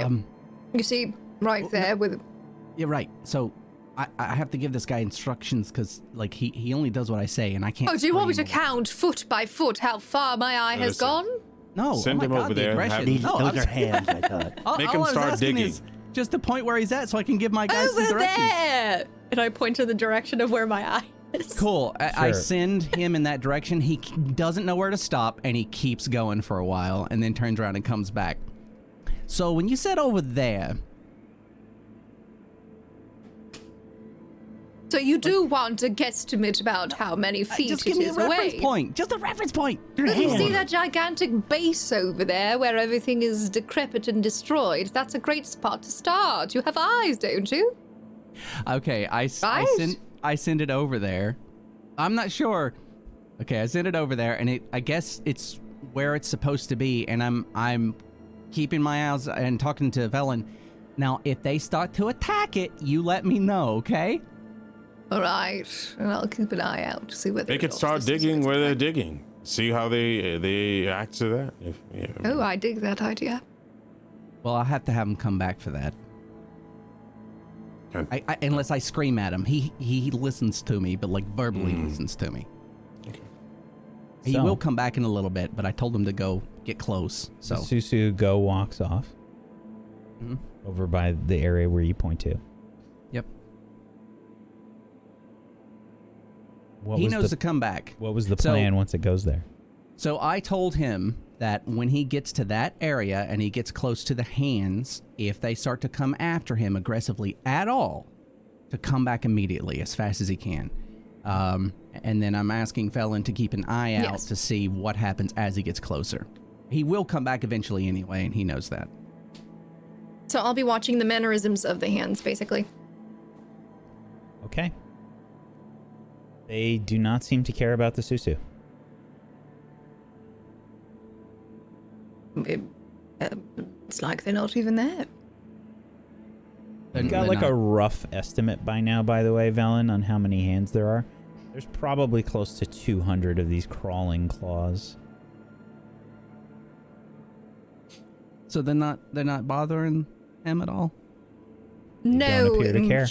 A: um,
B: You see,
G: Oh,
B: right there with.
A: you're right. So. I, I have to give this guy instructions because, like, he, he only does what I say, and I can't.
B: Oh, do you want me to
A: scream.
B: count foot by foot how far my eye has
G: Listen.
B: gone?
A: No,
G: Send
A: oh my
G: him
A: God, the
G: over there and have-
A: aggression.
D: These,
A: no,
D: those
A: Oh, I'm
D: are hands, I thought.
A: All,
G: Make
A: all
G: him
A: I was
G: start
A: asking
G: digging.
A: Is just the point where he's at, so I can give my guys some
I: Over
A: directions.
I: there! And I point to the direction of where my eye is.
A: Cool. I, I
F: Sure.
A: send him in that direction. He k- doesn't know where to stop, and he keeps going for a while, and then turns around and comes back. So when you said over there,
B: So you do want a guesstimate about how many feet
A: Uh, just
B: it
A: give me a
B: is
A: reference
B: away?
A: point. Just a reference point.
B: Look, you see that gigantic base over there where everything is decrepit and destroyed? That's a great spot to start. You have eyes, don't you?
A: Okay, I, s- I
B: Right?
A: send I send it over there. I'm not sure. Okay, I send it over there, and it I guess it's where it's supposed to be, and I'm I'm keeping my eyes and talking to Velen. Now, if they start to attack it, you let me know, okay?
B: All right, and I'll keep an eye out to see whether
G: They
B: it
G: could
B: also
G: start
B: says
G: digging
B: it's
G: where they're
B: correct.
G: digging. See how they they act to that. If, yeah.
B: Oh, I dig that idea.
A: Well, I'll have to have him come back for that.
G: Okay.
A: I, I, unless I scream at him, he he listens to me, but like verbally listens to me. He
F: So-
A: will come back in a little bit, but I told him to go get close. So
F: Susu go walks off
A: Mhm.
F: over by the area where you point to.
A: Yep.
F: What
A: he
F: was
A: knows to
F: the,
A: come back.
F: what was the
A: so-
F: plan once it goes there?
A: So I told him that when he gets to that area and he gets close to the hands, if they start to come after him aggressively at all, to come back immediately as fast as he can. Um, and then I'm asking Felon to keep an eye out
B: Yes.
A: to see what happens as he gets closer. He will come back eventually anyway, and he knows that.
I: So I'll be watching the mannerisms of the hands, basically.
F: Okay. They do not seem to care about the Susu.
B: It, uh, it's like they're not even there.
A: They're-
F: We got
A: they're
F: like
A: not-
F: a rough estimate by now, by the way, Velen, on how many hands there are. There's probably close to 200 of these crawling claws.
A: So they're not they're not bothering him at all.
B: no,
F: Don't appear to
B: and
F: care.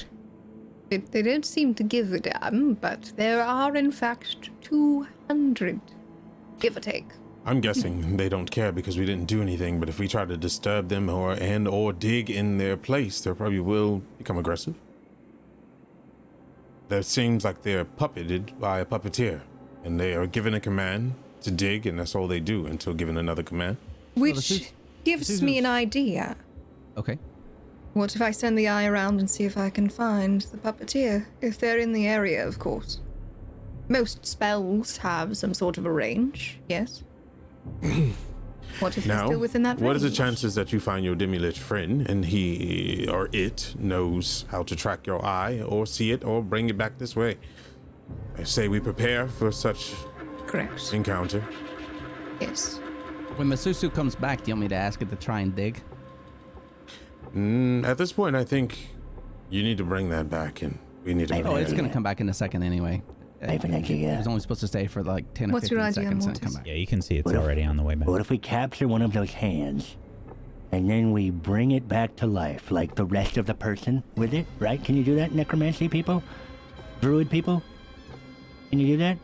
B: They, they don't seem to give a damn, but there are in fact 200, give or take.
G: I'm guessing they don't care because we didn't do anything. But if we try to disturb them or and or dig in their place, they probably will become aggressive. That seems like they're puppeted by a puppeteer, and they are given a command to dig, and that's all they do until given another command.
B: Which
A: is-
B: gives
A: this
B: me
A: is-
B: an idea.
A: Okay.
B: What if I send the eye around and see if I can find the puppeteer? If they're in the area, of course. Most spells have some sort of a range, yes? what if they're
G: Now,
B: still within that range?
G: what is the chances that you find your demi-lich friend and he or it knows how to track your eye or see it or bring it back this way? I say we prepare for such
B: Correct.
G: encounter.
B: Yes.
A: When Masusu comes back, do you want me to ask it to try and dig?
G: Mm, at this point, I think you need to bring that back, and we need to.
D: I
A: Oh, it's
D: Yeah.
A: gonna come back in a second anyway.
D: I have an
A: It
D: idea.
A: was only supposed to stay for like ten or
B: What's your
A: fifteen
B: idea,
A: seconds and it
B: Mortis?
A: come back.
F: Yeah, you can see it's
D: What if-
F: already on the way back.
D: What if we capture one of those hands and then we bring it back to life, like the rest of the person with it, right? Can you do that, necromancy people? Druid people? Can you do that?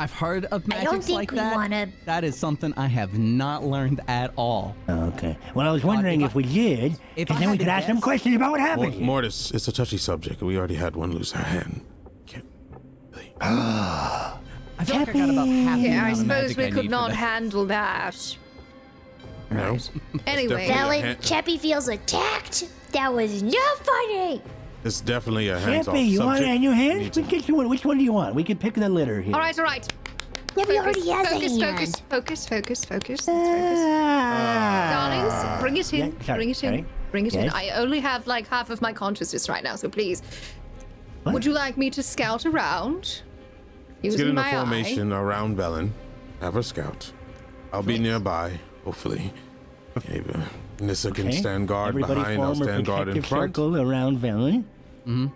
A: I've heard of
C: I
A: magics
C: don't think
A: like
C: we
A: that.
C: wanna-
A: That is something I have not learned at all.
D: Oh, okay. Well, I was wondering
A: if
D: if, we did,
A: if I
D: and then
A: had
D: we
A: to
D: could ask them
A: guess-
D: questions about what
G: Mor-
D: happened.
G: Mortis, it's a touchy subject. We already had one lose her hand. Can't really.
A: I feel like I got about half. the
B: Yeah, I
A: amount of magic
B: suppose
A: Mm, I
B: we
A: need
B: could
A: for
B: not
A: that.
B: handle that.
G: No.
B: Anyway,
G: definitely-
C: Velen,
G: hand-
C: Chappie feels attacked. That was not funny.
G: It's definitely a hands-off
D: Chappy, you want
G: subject.
D: any new
G: We
D: hands?
G: need
D: We
G: to-
D: can get you one. Which one do you want? We can pick the litter here.
B: all right, all right.
C: Chappie
B: Focus,
C: already has
B: focus,
C: a hand.
B: focus, focus, focus, focus, focus. Uh,
D: Ah.
B: Darlings, bring it in,
D: yeah, sorry,
B: bring it in,
D: sorry.
B: bring it in.
D: Yes.
B: I only have like half of my consciousness right now, so please.
D: What?
B: Would you like me to scout around?
G: Let's get
B: Using
G: in a
B: my
G: formation around Velen. Have her scout. I'll be nearby, hopefully. Maybe Nissa can
D: Okay.
G: stand guard
D: Everybody
G: behind.
D: form
G: I'll
D: a
G: stand guard in
D: protective
G: front.
D: circle around Velen. Mm-hmm.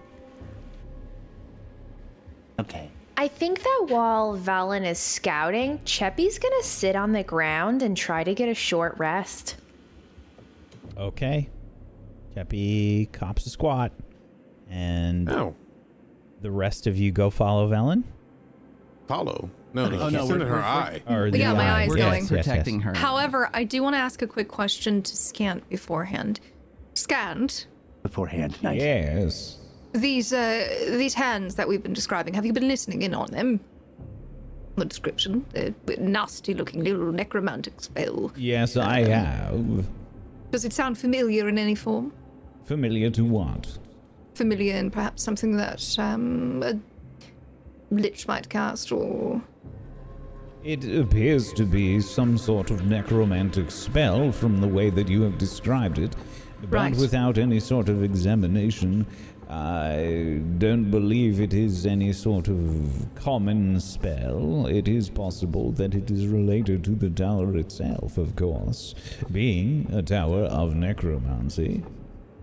D: Okay.
E: I think that while Valen is scouting, Cheppy's gonna sit on the ground and try to get a short rest.
F: Okay. Cheppy cops a squat. And
G: No,
F: the rest of you go follow Velen?
G: follow. No, no,
A: Oh,
G: she's
A: no,
G: sending
A: we're-
G: her
A: we're-
G: eye.
F: Or the
I: Yeah, my
F: eye.
I: eye's
A: We're
I: Yes,
A: just
I: yes,
A: protecting her.
I: However, I do want to ask a quick question to Scant beforehand. Scant,
D: Beforehand, nice.
F: Yes.
B: These uh, these hands that we've been describing, have you been listening in on them? The description, the nasty looking little necromantic spell.
F: Yes, I have.
B: Does it sound familiar in any form?
F: Familiar to what?
B: Familiar in perhaps something that um, a lich might cast or
F: It appears to be some sort of necromantic spell from the way that you have described it. But
B: Right.
F: without any sort of examination, I don't believe it is any sort of common spell. It is possible that it is related to the tower itself, of course, being a tower of necromancy.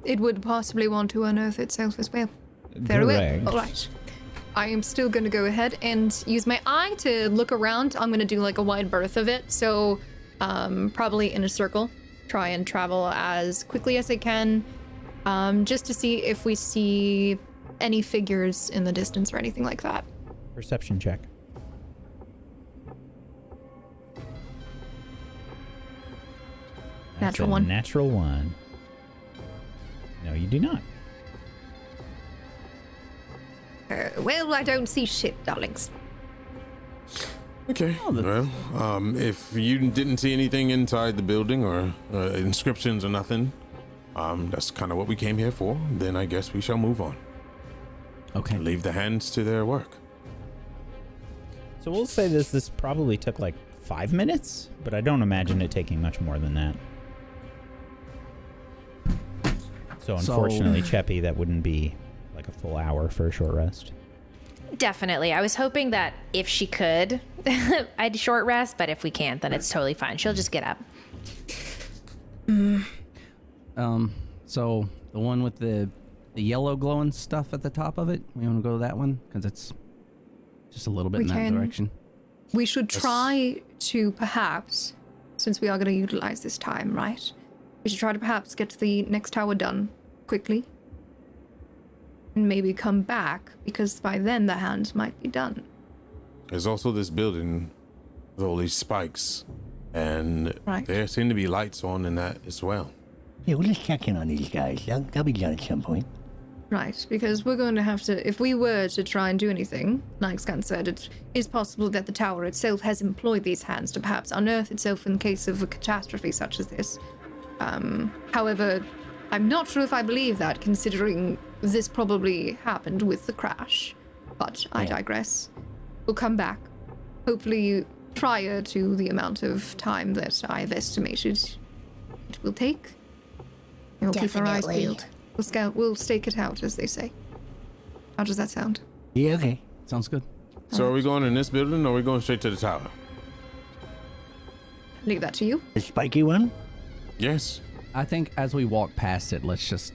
B: it would possibly want to unearth itself as well. Very well.
F: Correct.
B: All right. I am still going to go ahead and use my eye to look around. I'm going to do like a wide berth of it. So, um, probably in a circle, try and travel as quickly as I can um, just to see if we see any figures in the distance or anything like that.
F: Perception check.
B: Natural
F: a
B: one.
F: Natural one. No, you do not.
B: Uh, well, I don't see shit, darlings.
G: Okay.
D: Oh,
G: well, um, if you didn't see anything inside the building or uh, inscriptions or nothing, um, that's kind of what we came here for. Then I guess we shall move on.
A: Okay.
G: Leave the hands to their work.
F: So we'll say this this probably took like five minutes, but I don't imagine it taking much more than that.
A: So-
F: So unfortunately, Cheppy, that wouldn't be like a full hour for a short rest.
E: Definitely. I was hoping that if she could, I'd short rest, but if we can't, then it's totally fine. She'll just get up.
A: Um, so the one with the the yellow glowing stuff at the top of it. We want to go to that one because it's just a little bit
B: We
A: in that
B: can-
A: direction.
B: We should try to perhaps, since we are going to utilize this time, right? We should try to perhaps get the next tower done quickly. And maybe come back, because by then the hands might be done.
G: There's also this building with all these spikes, and
B: Right.
G: there seem to be lights on in that as well.
D: Yeah, we'll just check in on these guys. They'll, they'll be done at some point.
B: Right, because we're going to have to, if we were to try and do anything, like Scan said, it is possible that the tower itself has employed these hands to perhaps unearth itself in case of a catastrophe such as this. Um, however, I'm not sure if I believe that, considering this probably happened with the crash. But I digress. We'll come back, hopefully prior to the amount of time that I've estimated it will take. We'll keep our eyes
C: Definitely.
B: peeled. We'll, scout, we'll stake it out, as they say. How does that sound?
D: Yeah, okay.
A: Sounds good.
G: So are we going in this building, or are we going straight to the tower?
B: Leave that to you.
D: The spiky one?
G: Yes.
A: I think as we walk past it, let's just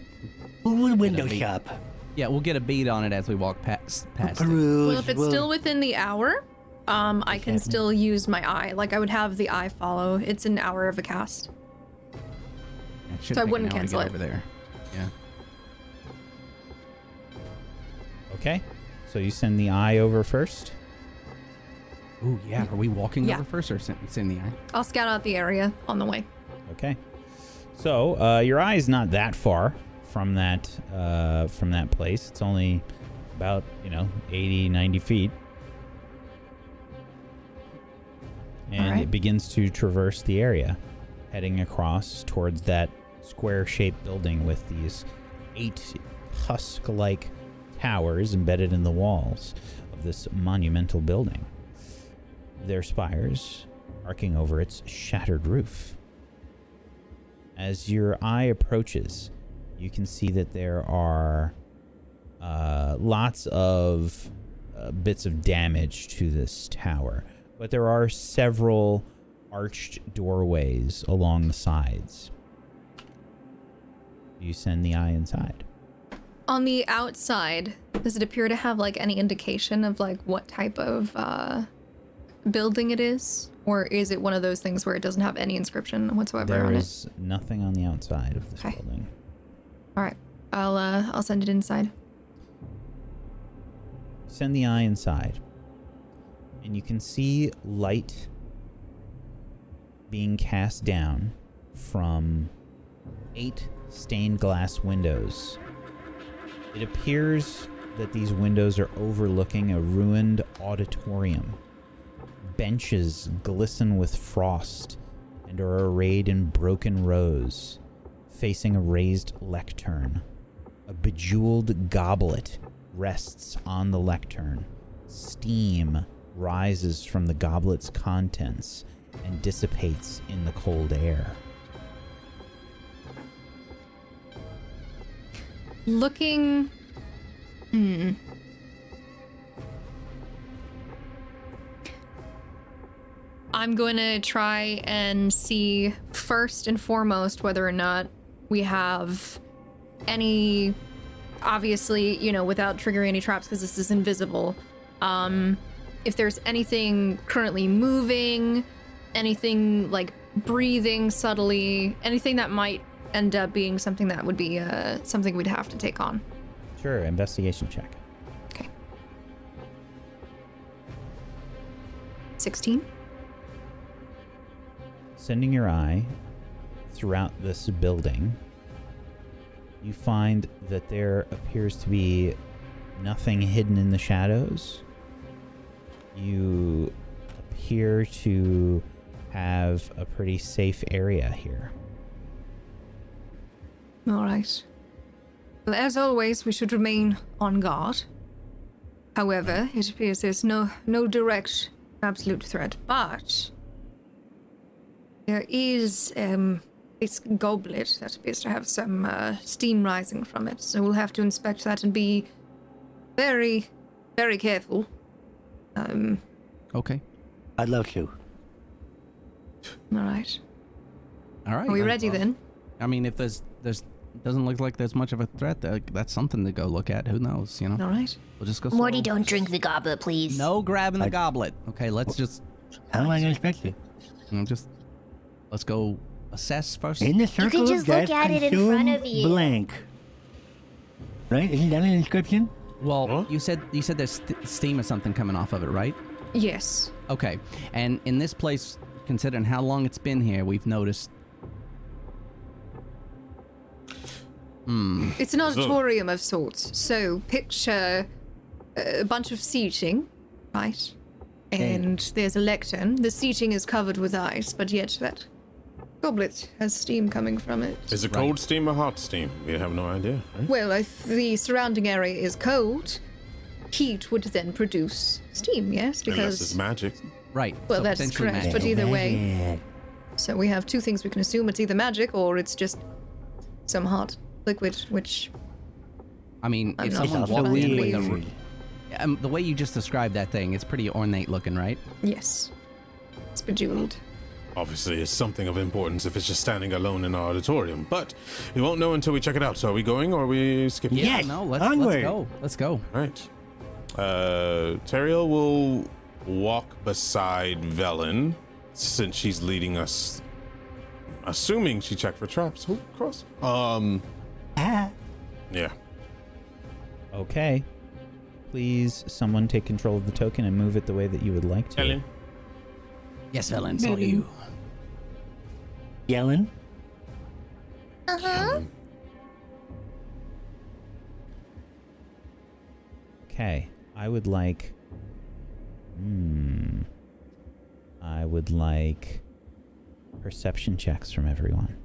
D: Ooh, the window
A: be-
D: shop.
A: yeah, we'll get a bead on it as we walk past past it.
D: Peruse.
I: Well, if it's
D: we'll-
I: still within the hour, um, I can still use my eye. Like I would have the eye follow. It's an hour of a cast.
A: It should
I: So
A: take
I: I
A: an
I: wouldn't
A: hour to
I: cancel
A: get
I: it.
A: over there. Yeah.
F: Okay. So you send the eye over first.
A: Oh yeah. Are we walking
I: Yeah.
A: over first or send, send the eye?
I: I'll scout out the area on the way.
F: Okay. So uh, your eye is not that far from that uh, from that place. It's only about you know 80, 90 feet, and
I: Alright.
F: it begins to traverse the area, heading across towards that square-shaped building with these eight husk-like towers embedded in the walls of this monumental building. Their spires arcing over its shattered roof. As your eye approaches, you can see that there are uh, lots of uh, bits of damage to this tower, but there are several arched doorways along the sides. You send the eye inside.
I: On the outside, does it appear to have like any indication of like what type of uh, building it is, or is it one of those things where it doesn't have any inscription whatsoever
F: There
I: on
F: is nothing on the outside of this
I: Okay.
F: building.
I: it? All right, I'll uh, I'll send it inside.
F: send the eye inside and you can see light being cast down from eight stained glass windows it appears that these windows are overlooking a ruined auditorium benches glisten with frost and are arrayed in broken rows facing a raised lectern a bejeweled goblet rests on the lectern. Steam rises from the goblet's contents and dissipates in the cold air.
I: Looking. Hmm. I'm going to try and see first and foremost whether or not we have any. Obviously, you know, without triggering any traps because this is invisible. Um, if there's anything currently moving, anything like breathing subtly, anything that might end up being something that would be uh, something we'd have to take on.
F: Sure, investigation check.
I: 16?
F: Sending your eye throughout this building, you find that there appears to be nothing hidden in the shadows. You appear to have a pretty safe area here.
B: All right. Well, as always, we should remain on guard. However, it appears there's no no direct absolute threat, but there is um this goblet that appears to have some uh, steam rising from it. So we'll have to inspect that and be very very careful. Um,
A: Okay.
D: I'd love to.
B: all right.
A: All right.
B: Are we
A: I-
B: ready then?
A: I mean, if there's there's doesn't look like there's much of a threat, that, that's something to go look at. Who knows? You know.
B: All right.
A: We'll just go.
C: Morty,
A: slow.
C: don't drink the goblet, please.
A: No grabbing the
D: I-
A: goblet. Okay, let's just
D: How am I going to expect it?
A: you know, just let's go assess first.
D: In the circle of
C: just look
D: death,
C: at it in front
D: consume
C: of you.
D: blank. Right? Isn't that an inscription?
A: Well,
G: Huh?
A: you said you said there's st- steam or something coming off of it, right?
B: Yes.
A: Okay. And in this place, considering how long it's been here, we've noticed. Hmm.
B: It's an
G: So-
B: auditorium of sorts. So picture uh, a bunch of seating, right? And there's a lectern. The seating is covered with ice, but yet that goblet has steam coming from it.
G: Is it cold steam or hot steam? We have no idea. Right?
B: Well, if the surrounding area is cold, heat would then produce steam,
G: Unless
B: yes?
G: it's
B: Because.
G: magic.
A: Right.
B: Well,
A: so
B: that's
A: potentially
B: correct,
A: magic.
B: But either way-
D: Yeah.
B: So we have two things we can assume it's either magic or it's just some hot liquid, which.
A: I mean,
B: I'm
A: if
B: not
A: someone
B: sure.
A: walked in with
B: Weird.
A: a, um, the way you just described that thing, it's pretty ornate looking, right?
B: Yes. It's bejeweled.
G: Obviously, it's something of importance if it's just standing alone in our auditorium. But we won't know until we check it out. So are we going or are we skipping?
D: Yeah. Yes,
A: No, let's
D: onward.
A: let's go. Let's go.
G: All right. Uh, Teriel will walk beside Velen since she's leading us. Assuming she checked for traps. Oh, cross. Um.
D: Ah.
G: Yeah.
F: Okay. Please, someone take control of the token and move it the way that you would like to.
G: Velen.
A: Yes, Velen, so you.
D: Yellen?
C: Uh
A: Uh-huh.
C: huh.
F: Okay. I would like. Hmm. I would like perception checks from everyone.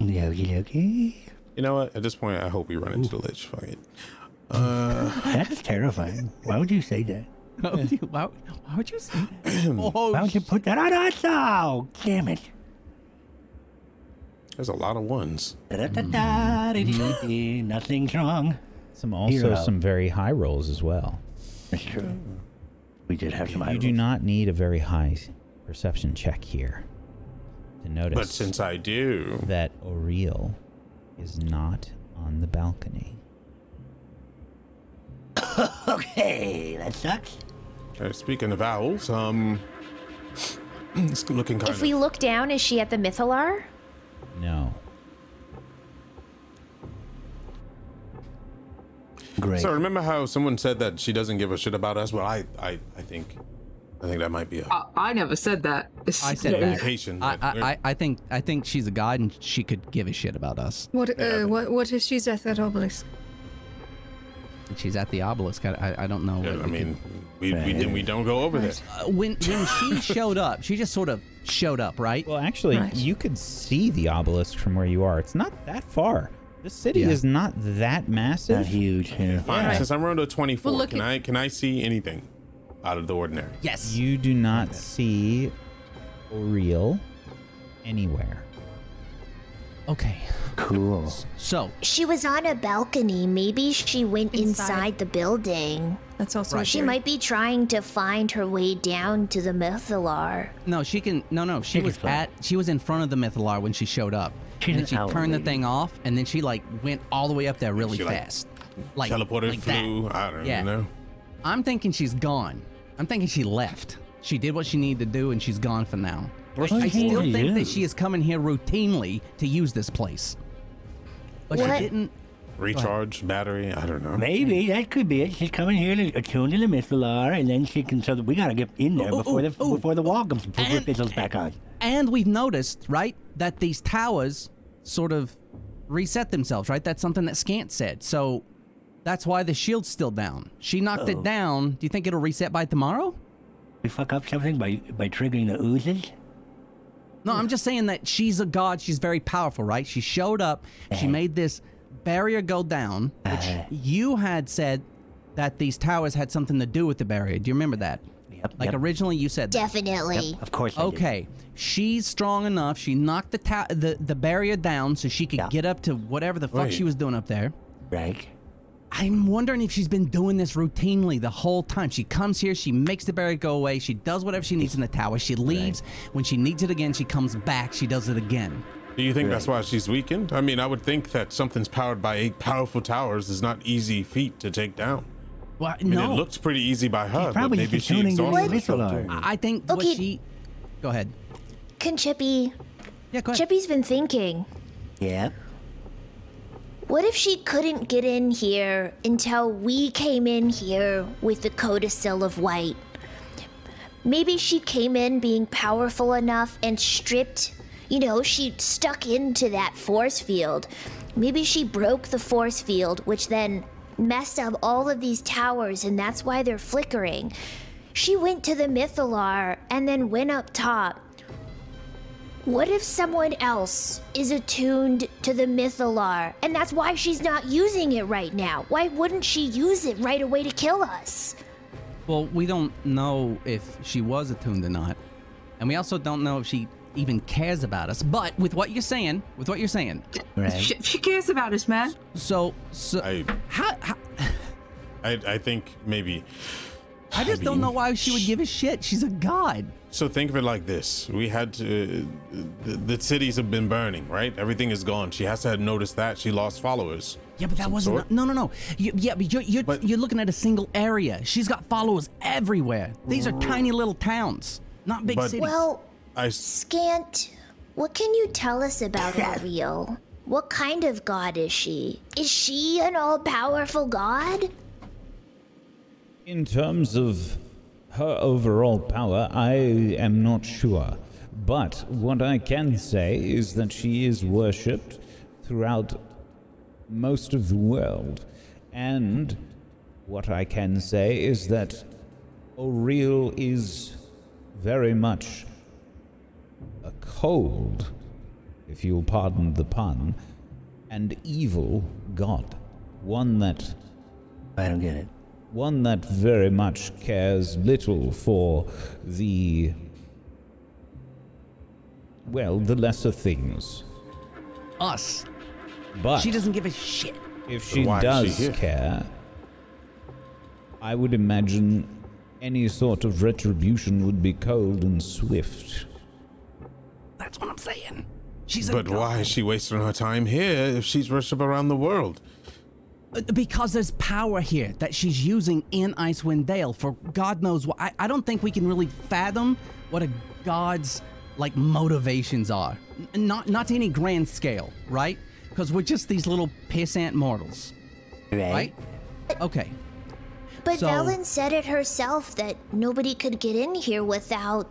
D: Okie dokie.
G: You know what? At this point, I hope we run into the lich. Fuck it. Uh,
D: That's terrifying. Why would you say that?
A: Why would you, why, would- why would you say that? oh,
D: Why would you put that on us? Oh, damn it.
G: there's a lot of ones.
D: Da-da-da-da, dee-dee-dee. Mm, Nothing's wrong.
F: Some also
D: Hero.
F: some very high rolls as well.
D: That's true. We did have some
F: you do
D: idols.
F: not need a very high perception check here to notice
G: But since I do,
F: that Oriel is not on the balcony.
D: Okay, that sucks.
G: uh, speaking of owls, um, it's looking kind
C: If
G: of.
C: we look down, is she at the Mythalar?
F: No.
D: Great.
G: So remember how someone said that she doesn't give a shit about us? Well, I, I, I think, I think that might be a
A: Uh,
H: I, I never said that.
A: I said that.
G: indication.
A: I,
G: that
A: I,
G: we're-
A: I- I think I think she's a god and she could give a shit about us.
B: What, uh, what, what if she's at that obelisk?
A: She's at the obelisk. I, I, I don't know.
G: Yeah,
A: what
G: I
A: we
G: mean, we, we didn't we don't go over there.
A: could- uh, when when she showed up, she just sort of showed up, right?
F: Well, actually,
B: Right.
F: you could see the obelisk from where you are. It's not that far. The city
A: Yeah.
F: is not that
D: Not
F: massive.
D: huge. Yeah.
G: Fine. Since I'm around a 24,
I: Well, look
G: can
I: at-
G: I can I see anything out of the ordinary?
A: yes.
F: You do not see Oriel anywhere.
A: okay.
D: Cool.
A: So
C: She was on a balcony. Maybe she went inside,
I: Inside.
C: the building.
I: That's also a
C: She
I: theory.
C: might be trying to find her way down to the Mythalar.
A: no, she can. No, no. She
D: Take
A: was
D: your phone.
A: at. She was in front of the mythalar when she showed up.
D: She's
A: and then
D: an
A: she
D: owl
A: turned
D: lady.
A: the thing off, and then she like went all the way up there really
G: She, like,
A: fast. Like,
G: Teleported,
A: like that.
G: flew. I don't
A: Yeah.
G: know.
A: I'm thinking she's gone. I'm thinking she left. She did what she needed to do, and she's gone for now.
G: Where's
A: I
G: she
D: she
A: still
G: going?
D: going?
A: think
D: Yeah.
A: that she is coming here routinely to use this place. But
C: What?
A: she didn't.
G: Recharge battery. I don't know.
D: Maybe that could be it. She's coming here to attune to the Mythalar, and then she can. So that we gotta get in there
A: Ooh, ooh,
D: before the
A: ooh,
D: before the wall comes before
A: oh, and-
D: fizzles back on.
A: And we've noticed, right, that these towers sort of reset themselves, right? That's something that Scant said. So that's why the shield's still down. She knocked it down. Do you think it'll reset by tomorrow?
D: Oh. We fuck up something by by triggering the oozes.
A: No, I'm just saying that she's a god. She's very powerful, right? She showed up.
D: Uh-huh.
A: She made this barrier go down, which you had said that these towers had something to do with the barrier. Do you remember that?
D: Yep,
A: Like
D: yep.
A: originally you said that.
C: Definitely.
D: Of course. I did.
A: Okay, she's strong enough. She knocked the ta- the the barrier down so she could
D: Yeah.
A: get up to whatever the fuck
G: Wait.
A: she was doing up there.
D: Right.
A: I'm wondering if she's been doing this routinely the whole time. She comes here, she makes the barrier go away, she does whatever she needs in the tower, she leaves. When she needs it again, she comes back, she does it again.
G: Do you think that's why she's weakened? I mean, I would think that something's powered by eight powerful towers is not easy feat to take down.
A: Well,
G: I mean,
A: no.
G: it looked pretty easy by her, but
D: probably
G: maybe
D: just
G: she
D: tuning in
G: exhausted
D: with
G: herself.
D: Nikolai.
G: doing it.
A: I think what
C: Okay.
A: she. Go ahead.
C: Can Chippy?
A: Yeah, go ahead.
C: Chippy's been thinking.
D: Yep.
C: What if she couldn't get in here until we came in here with the codicil of white? Maybe she came in being powerful enough and stripped, you know, she stuck into that force field. Maybe she broke the force field, which then messed up all of these towers, and that's why they're flickering. She went to the Mythalar and then went up top. What if someone else is attuned to the Mythalar, and that's why she's not using it right now? Why wouldn't she use it right away to kill us?
A: Well, we don't know if she was attuned or not. And we also don't know if she even cares about us. But with what you're saying, with what you're saying,
D: Right.
K: She, she cares about us, man.
A: so, so,
G: I,
A: how, how,
G: I, I think maybe.
A: I just don't
G: mean,
A: know why she would give a shit. She's a god.
G: So think of it like this: We had to. The, the cities have been burning, right? Everything is gone. She has to have noticed that she lost followers.
A: Yeah, but that
G: Some
A: wasn't.
G: sort.
A: No, no, no. You, yeah, but you're you're,
G: But-
A: you're looking at a single area. She's got followers everywhere. These are tiny little towns, not big
G: But-
A: cities.
C: Well,
G: I s-
C: Scant, what can you tell us about Ariel? What kind of god is she? Is she an all powerful god?
L: In terms of her overall power, I am not sure. But what I can say is that she is worshipped throughout most of the world. And what I can say is that Oriel is very much a cold, if you'll pardon the pun, and evil god. One that
D: I don't get it.
L: one that very much cares little for the. well, the lesser things.
A: us.
L: But
A: She doesn't give a shit.
L: if she
G: Why is
L: does
G: she here?
L: care, I would imagine any sort of retribution would be cold and swift.
A: That's what I'm saying. She's a
G: but
A: god.
G: why is she wasting her time here if she's worshipped around the world?
A: Uh, Because there's power here that she's using in Icewind Dale for God knows what. I, I don't think we can really fathom what a god's like motivations are. N- not not to any grand scale, right? Because we're just these little pissant mortals,
D: Right.
A: right? Okay.
C: But
A: So-
C: Velen said it herself that nobody could get in here without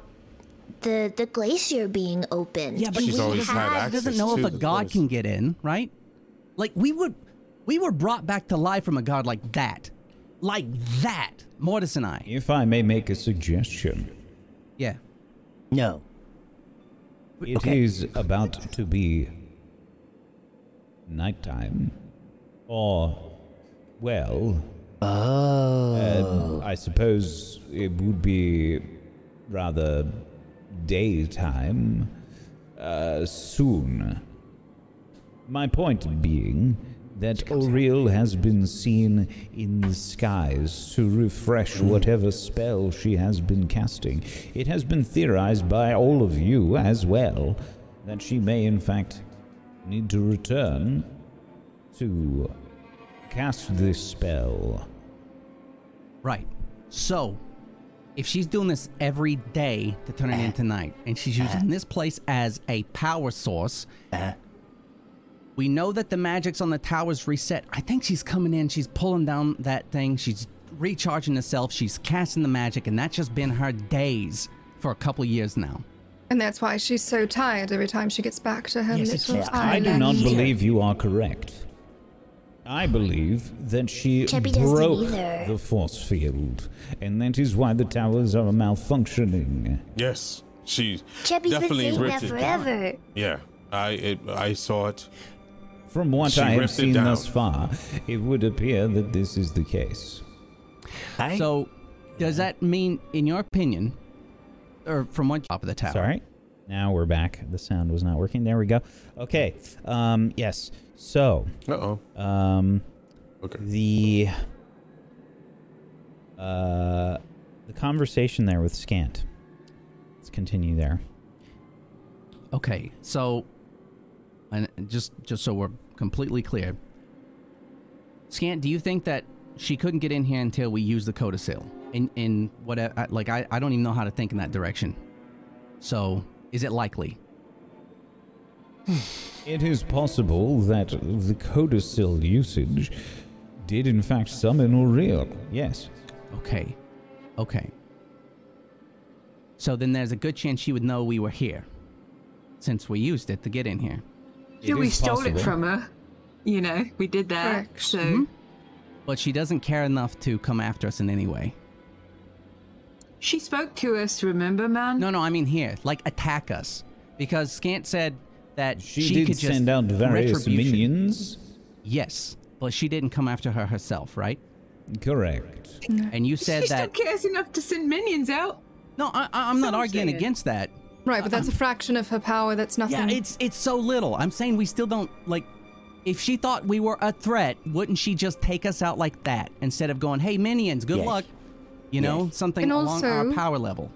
C: the the glacier being opened.
A: Yeah, but
G: She's
A: we
G: always had
A: she doesn't
G: access
A: know if
G: to
A: a
G: the
A: god
G: place.
A: can get in, right? Like we would, we were brought back to life from a god like that, like that. Mortis and I.
L: If I may make a suggestion,
A: Yeah.
D: No.
L: it is
D: Okay.
L: about to be nighttime. Or, well,
D: Oh.
L: And I suppose it would be rather daytime uh, soon. My point being that Oriel has been seen in the skies to refresh whatever spell she has been casting. It has been theorized by all of you as well that she may, in fact, need to return to cast this spell.
A: Right. So, if she's doing this every day to turn it in tonight, and she's using this place as a power source, we know that the magic's on the towers reset. I think she's coming in, she's pulling down that thing, she's recharging herself, she's casting the magic, and that's just been her days for a couple years now.
B: And that's why she's so tired every time she gets back to her
A: Yes, it's
B: little
A: just-
B: island.
L: I do not believe you are correct. I believe that she
C: Chubby doesn't
L: broke
C: either.
L: the force field, and that is why the towers are malfunctioning.
G: Yes, she
C: Cheppy's been
G: definitely
C: saying
G: ripped
C: that
G: it
C: forever.
G: Yeah, I it, I saw it.
L: From what
G: She
L: I have
G: ripped it
L: seen
G: down.
L: thus far, it would appear that this is the case.
D: I,
A: So, does that mean, in your opinion, or from one top of the tower?
L: Sorry. Now we're back. The sound was not working. There we go. Okay. Um, yes. So,
G: Uh oh.
L: um,
G: Okay.
L: the uh, the conversation there with Scant. Let's continue there.
A: Okay, so, and just just so we're completely clear, Scant, do you think that she couldn't get in here until we use the codicil? In in what I, like I I don't even know how to think in that direction. So is it likely?
L: It is possible that the codicil usage did in fact summon Oriel. Yes.
A: Okay, okay. So then there's a good chance she would know we were here, since we used it to get in here.
H: Yeah, we stole it from her. You know, we did that. So
A: Mm-hmm. But she doesn't care enough to come after us in any way.
H: she spoke to us, remember, man?
A: No, no, I mean here, like attack us, because Scant said that she,
L: She, did
A: could just
L: send out various
A: retribution.
L: minions.
A: Yes, but she didn't come after her herself, right?
L: Correct.
A: And you
H: She
A: said
H: still
A: that.
H: cares enough to send minions out.
A: No, I, I- I'm not
H: I'm
A: arguing
H: saying.
A: against that.
B: Right, but that's a fraction of her power. That's
A: Yeah,
B: nothing.
A: it's it's so little. I'm saying we still don't like. If she thought we were a threat, wouldn't she just take us out like that instead of going, "Hey, minions, good
D: Yes.
A: luck," you know, something
B: And
A: along our
B: also-
A: power level.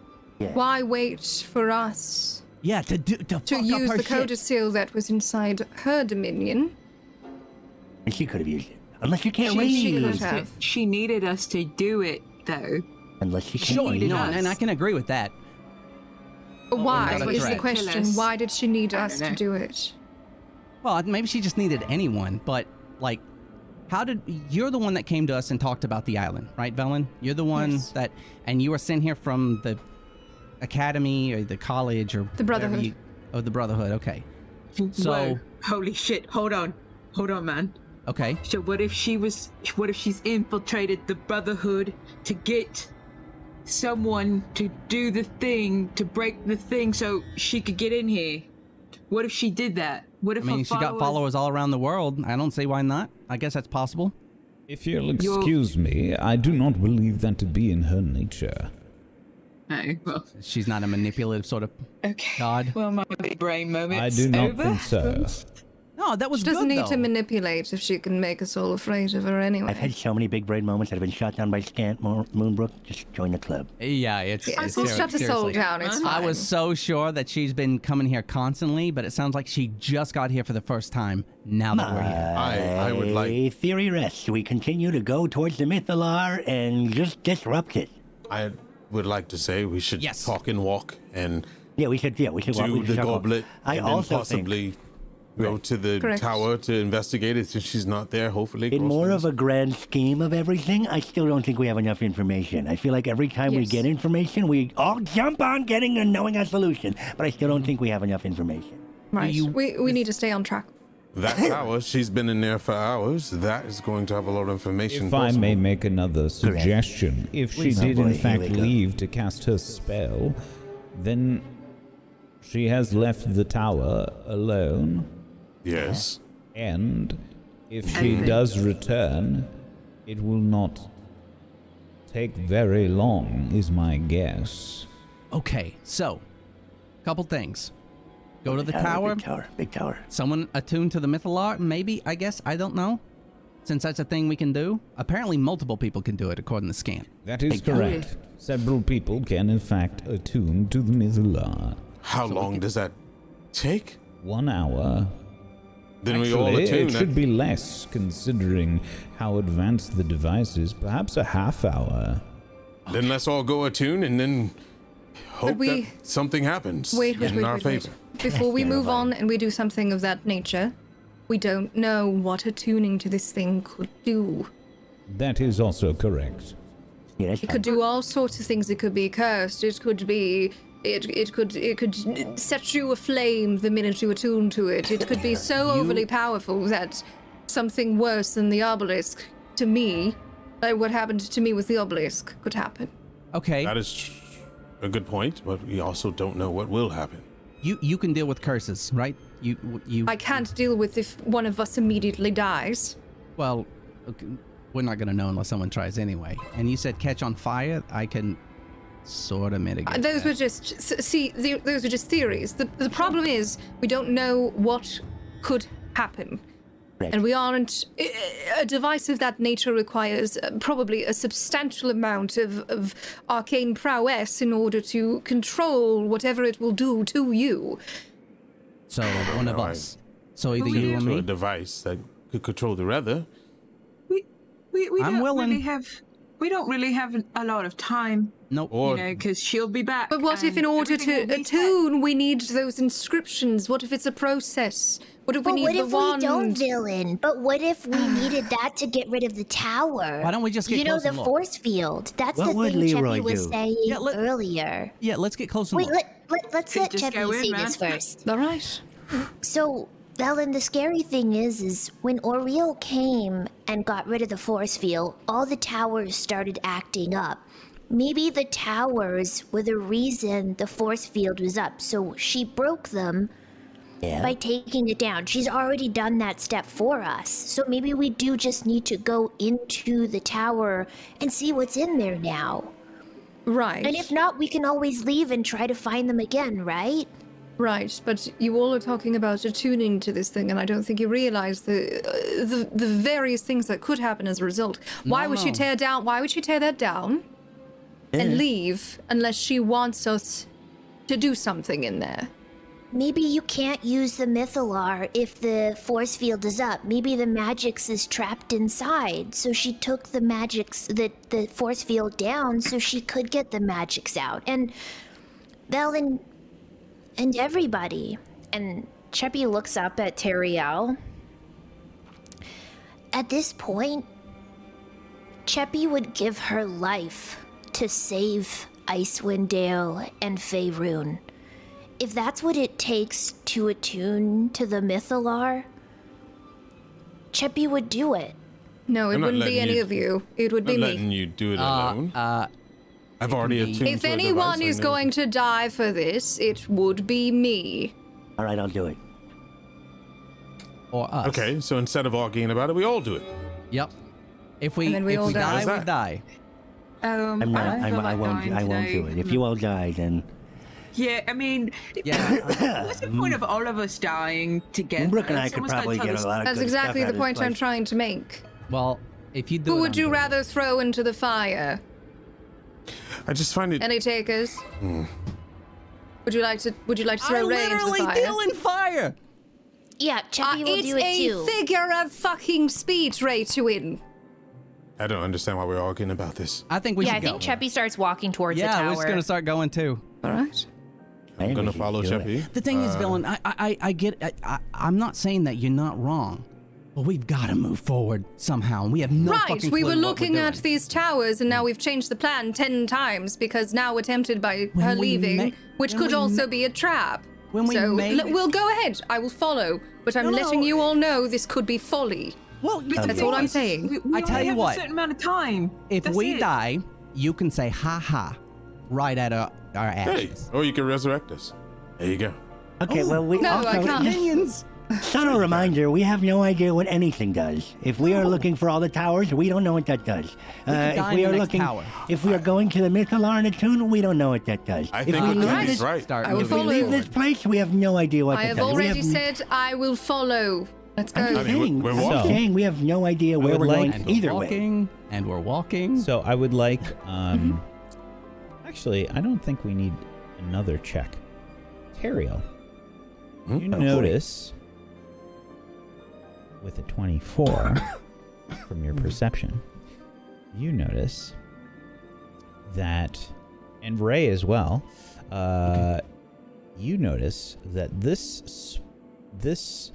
B: Why wait for us
A: Yeah, to do to,
B: to
A: fuck up
B: use
A: her
B: the
A: shit.
B: codicil that was inside her dominion?
D: And she could have used it. Unless she can't
H: She, she,
D: read.
H: could've-
B: have.
H: she needed us to do it, though.
D: Unless she can't
A: Sure,
D: read.
H: needed
A: no,
H: us.
A: and, and I can agree with that.
B: But why
A: that's
B: is
A: right.
B: the question?
H: Ridiculous.
B: Why did she need
H: I don't
B: us to
H: know.
B: do it?
A: Well, maybe she just needed anyone, but like, how did you're the one that came to us and talked about the island, right, Velen? You're the one
B: Yes.
A: that, and you were sent here from the academy or the college or
B: The
A: whatever
B: Brotherhood.
A: You, oh, the Brotherhood. Okay. So
H: Whoa. holy shit! Hold on, hold on, man.
A: okay,
H: So what if she was? What if she's infiltrated the Brotherhood to get someone to do the thing to break the thing so she could get in here? What if she did that? What
A: I
H: if
A: mean
H: her
A: she got followers all around the world. I don't see why not. I guess that's possible.
L: If you'll excuse me, I do not believe that to be in her nature.
H: No, well,
A: She's not a manipulative sort of
H: okay.
A: god.
H: Well, my big brain moment.
L: I do not think so.
A: No, that was
B: She doesn't
A: good,
B: need
A: though.
B: to manipulate if she can make us all afraid of her anyway.
D: I've had so many big brain moments that have been shot down by Scant Mo- Moonbrook. Just join the club.
A: yeah, it's.
B: Yeah,
A: it's
B: we'll
A: ser-
B: shut the soul
A: seriously.
B: down. It's
A: I
B: fine.
A: was so sure that she's been coming here constantly, but it sounds like she just got here for the first time now that we're here.
G: I, I would like.
D: A theory rests. We continue to go towards the Mythalar and just disrupt it.
G: I would like to say we should
A: Yes.
G: talk and walk and
D: Yeah, we should. Yeah, we should. walk- we
G: do
D: should
G: the
D: walk off.
G: goblet
D: I
G: and then
D: also think
G: possibly go to the
B: Correct.
G: tower to investigate it since she's not there. Hopefully,
D: in
G: Grossman
D: more
G: is-
D: of a grand scheme of everything, I still don't think we have enough information. I feel like every time we
B: Yes.
D: get information, we all jump on getting and knowing a solution. But I still
H: Mm.
D: don't think we have enough information.
B: right. we we need to stay on track.
G: that tower. She's been in there for hours. That is going to have a lot of information.
L: If I may
G: possible.
L: make another suggestion, if she
D: Please.
L: did
D: Oh boy,
L: in
D: here
L: fact
D: we go.
L: leave to cast her spell, then she has left the tower alone,
G: yes,
L: and if she does return, it will not take very long, is my guess.
A: Okay, so, couple things. Go to the tower.
D: Tower, Big tower. Big tower.
A: Someone attuned to the mythalar, maybe. I guess I don't know. Since that's a thing we can do. Apparently, multiple people can do it according to scan.
L: That is correct. Several people can, in fact, attune to the Mithilar.
G: how long does that take?
L: One hour
G: Then we
L: Actually,
G: all attune.
L: It
G: that-
L: should be less, considering how advanced the device is. Perhaps a half hour.
G: Then let's all go attune and then hope
B: we-
G: that something happens
B: Wait, wait,
G: in
B: wait,
G: our
B: wait,
G: favor.
B: wait. Before we move on and we do something of that nature, we don't know what attuning to this thing could do.
L: That is also correct.
D: Yeah, that's
B: It
D: fine.
B: could do all sorts of things. It could be cursed. It could be. It, it could it could set you aflame the minute you attune to it. It could be so overly powerful that something worse than the obelisk to me, like what happened to me with the obelisk, could happen.
A: Okay,
G: That is a good point, but we also don't know what will happen.
A: you you can deal with curses, right? You you.
B: I can't deal with if one of us immediately dies.
A: Well, okay, we're not gonna know unless someone tries anyway. And you said catch on fire. I can sort of mitigate.
B: Uh, Those
A: that.
B: were just s- see. The, those were just theories. The, the problem is we don't know what could happen.
D: Right.
B: And we aren't. i- A device of that nature requires uh, probably a substantial amount of, of arcane prowess in order to control whatever it will do to you.
A: So one of
G: Alright.
A: us. So either
H: Who
A: you or
G: to a
A: me.
G: device that could control the weather.
H: We we, we
A: I'm
H: don't
A: willing.
H: really have we don't really have a lot of time,
A: Nope.
H: you
G: Or
H: know, because she'll be back.
B: But what if,
H: and
B: in order
H: everything
B: to
H: will be set.
B: attune, we need those inscriptions? What if it's a process? What if we
C: But
B: need
C: what
B: the
C: if
B: wand?
C: we don't, villain? But what if we needed that to get rid of the tower?
A: Why don't we just get
C: You know
A: close
C: the
A: and look?
C: force field. That's
D: What
C: the
D: would
C: thing
D: Leroy
C: Cheppy was
D: do?
C: saying
A: Yeah, let-
C: earlier.
A: Yeah, let's get close and
C: Wait,
A: look.
C: let, let, let's
H: Could
C: let
H: just go
C: Cheppy
H: in,
C: say
H: man.
C: this first.
B: All right.
C: So, Velen, the scary thing is, is when Oriel came and got rid of the force field, all the towers started acting up. Maybe the towers were the reason the force field was up. So she broke them by taking it down. She's already done that step for us. So maybe we do just need to go into the tower and see what's in there now.
B: Right.
C: And if not, we can always leave and try to find them again, right?
B: Right, but you all are talking about attuning to this thing, and I don't think you realize the uh, the, the various things that could happen as a result. Why would she
A: no.
B: tear down? Why would she tear that down and leave unless she wants uh, us to do something in there?
C: Maybe you can't use the Mythalar if the force field is up. Maybe the Magix is trapped inside. So she took the Magix, the, the force field down so she could get the Magix out. And Vel and, and everybody.
E: And Cheppy looks up at Teriel.
C: At this point, Cheppy would give her life to save Icewind Dale and Faerun. If that's what it takes to attune to the Mythalar, Cheppy would do it.
B: No, it
G: I'm not
B: wouldn't be
G: letting
B: any
G: you-
B: of you. It would
G: Not
B: be me.
G: letting you do it alone. I've already
A: Uh, can be-
G: attuned
B: If
G: to a device
B: anyone
G: I
B: is
G: know.
B: going to die for this, it would be me.
D: All right, I'll do it.
A: Or us.
G: Okay, so instead of arguing about it, we all do it.
A: Yep. If we,
B: And then we
A: if
B: all
A: we
B: die.
A: die,
G: How's
A: we
G: that?
A: die.
H: Um,
D: I'm
H: I
D: not.
H: don't
D: I'm,
H: feel
D: I
H: like
D: won't.
H: dying
D: I won't
H: today.
D: do it. If you all die, then
H: yeah, I mean,
A: Yeah.
H: what's the point of all of us dying uh, together?
D: Brooke Mm. and I
H: It's
D: could
H: almost like
D: probably get
H: total-
D: a lot of.
B: That's
D: good
B: exactly
D: stuff out
B: the
D: of this
B: point I'm
D: place.
B: trying to make.
A: well, if you do
B: Who
A: it,
B: would
A: I'm
B: you
A: doing it.
B: rather throw into the fire?
G: I just find it. Hmm.
B: Any takers? Would you like to? Would you like to
A: I'm
B: throw Ray into the
A: literally
B: fire?
A: dealing fire.
C: Yeah,
B: Uh,
C: Cheppy will
B: it's
C: do it
B: a
C: too.
B: figure of fucking speech, Ray to win.
G: I don't understand why we're arguing about this.
A: I think we
E: yeah,
A: should
E: I
A: go.
E: think Cheppy starts walking towards
A: yeah,
E: the
A: we're
E: tower.
A: just gonna start going too.
B: All right.
D: I
G: I'm
D: think we
G: gonna
D: should
G: follow Uh,
D: do it.
G: Cheppy.
A: The thing is, villain, I, I, I- I get, I, I, I'm not saying that you're not wrong, but we've got to move forward somehow. and We have no
B: right.
A: fucking
B: We
A: clue
B: were
A: what
B: looking
A: we're
B: at
A: doing.
B: these towers, and now we've changed the plan ten times because now we're tempted by
A: When
B: her
A: we
B: leaving,
A: ma-
B: which
A: when
B: could
A: we
B: also be a trap.
A: when we
B: so
A: made-
B: le- we'll go ahead. I will follow, but I'm
A: No, no,
B: letting
A: no.
B: you all know this could be folly.
A: Well, you-
B: That's
D: Okay.
B: all I'm
H: We,
B: saying.
H: we
A: I
H: only
A: tell you
H: have
A: what.
H: A certain amount of time.
A: if
H: That's
A: we
H: it.
A: die, you can say ha ha, right at our, our
G: Hey,
A: actions.
G: or you can resurrect us. There you go.
A: Oh.
D: Okay. Well, we
B: No, I
D: also
B: can't.
D: just
A: Minions.
D: subtle reminder: we have no idea what anything does. If we are looking for all the towers, we don't know what that does. Uh,
A: die
D: if
A: in
D: we
A: the
D: are
A: next
D: looking,
A: tower.
D: if we are going to the Mythalarna tune, we don't know what that does.
G: I
D: if
G: think
D: we
G: we
D: leave
B: right.
G: is
D: this,
G: right.
A: Start
B: I will
D: if we
A: moving
B: follow.
D: leave
A: forward.
D: this place, we have no idea what
B: I
D: that
B: have
D: does. We
B: already
D: have
B: said I will follow. Let's go.
D: I'm
G: I mean,
D: saying,
G: we're
D: I'm
G: walking.
D: saying we have no idea where
F: would
D: we're
F: like-
D: going
A: And we're
D: either way.
A: walking, and we're walking.
F: So I would like. Um,
D: Mm-hmm.
F: Actually, I don't think we need another check. Teriel,
G: Hmm?
F: you
D: Oh, boy.
F: notice with a 24 from your perception, you notice that, and Ray as well, uh, you notice that this s- this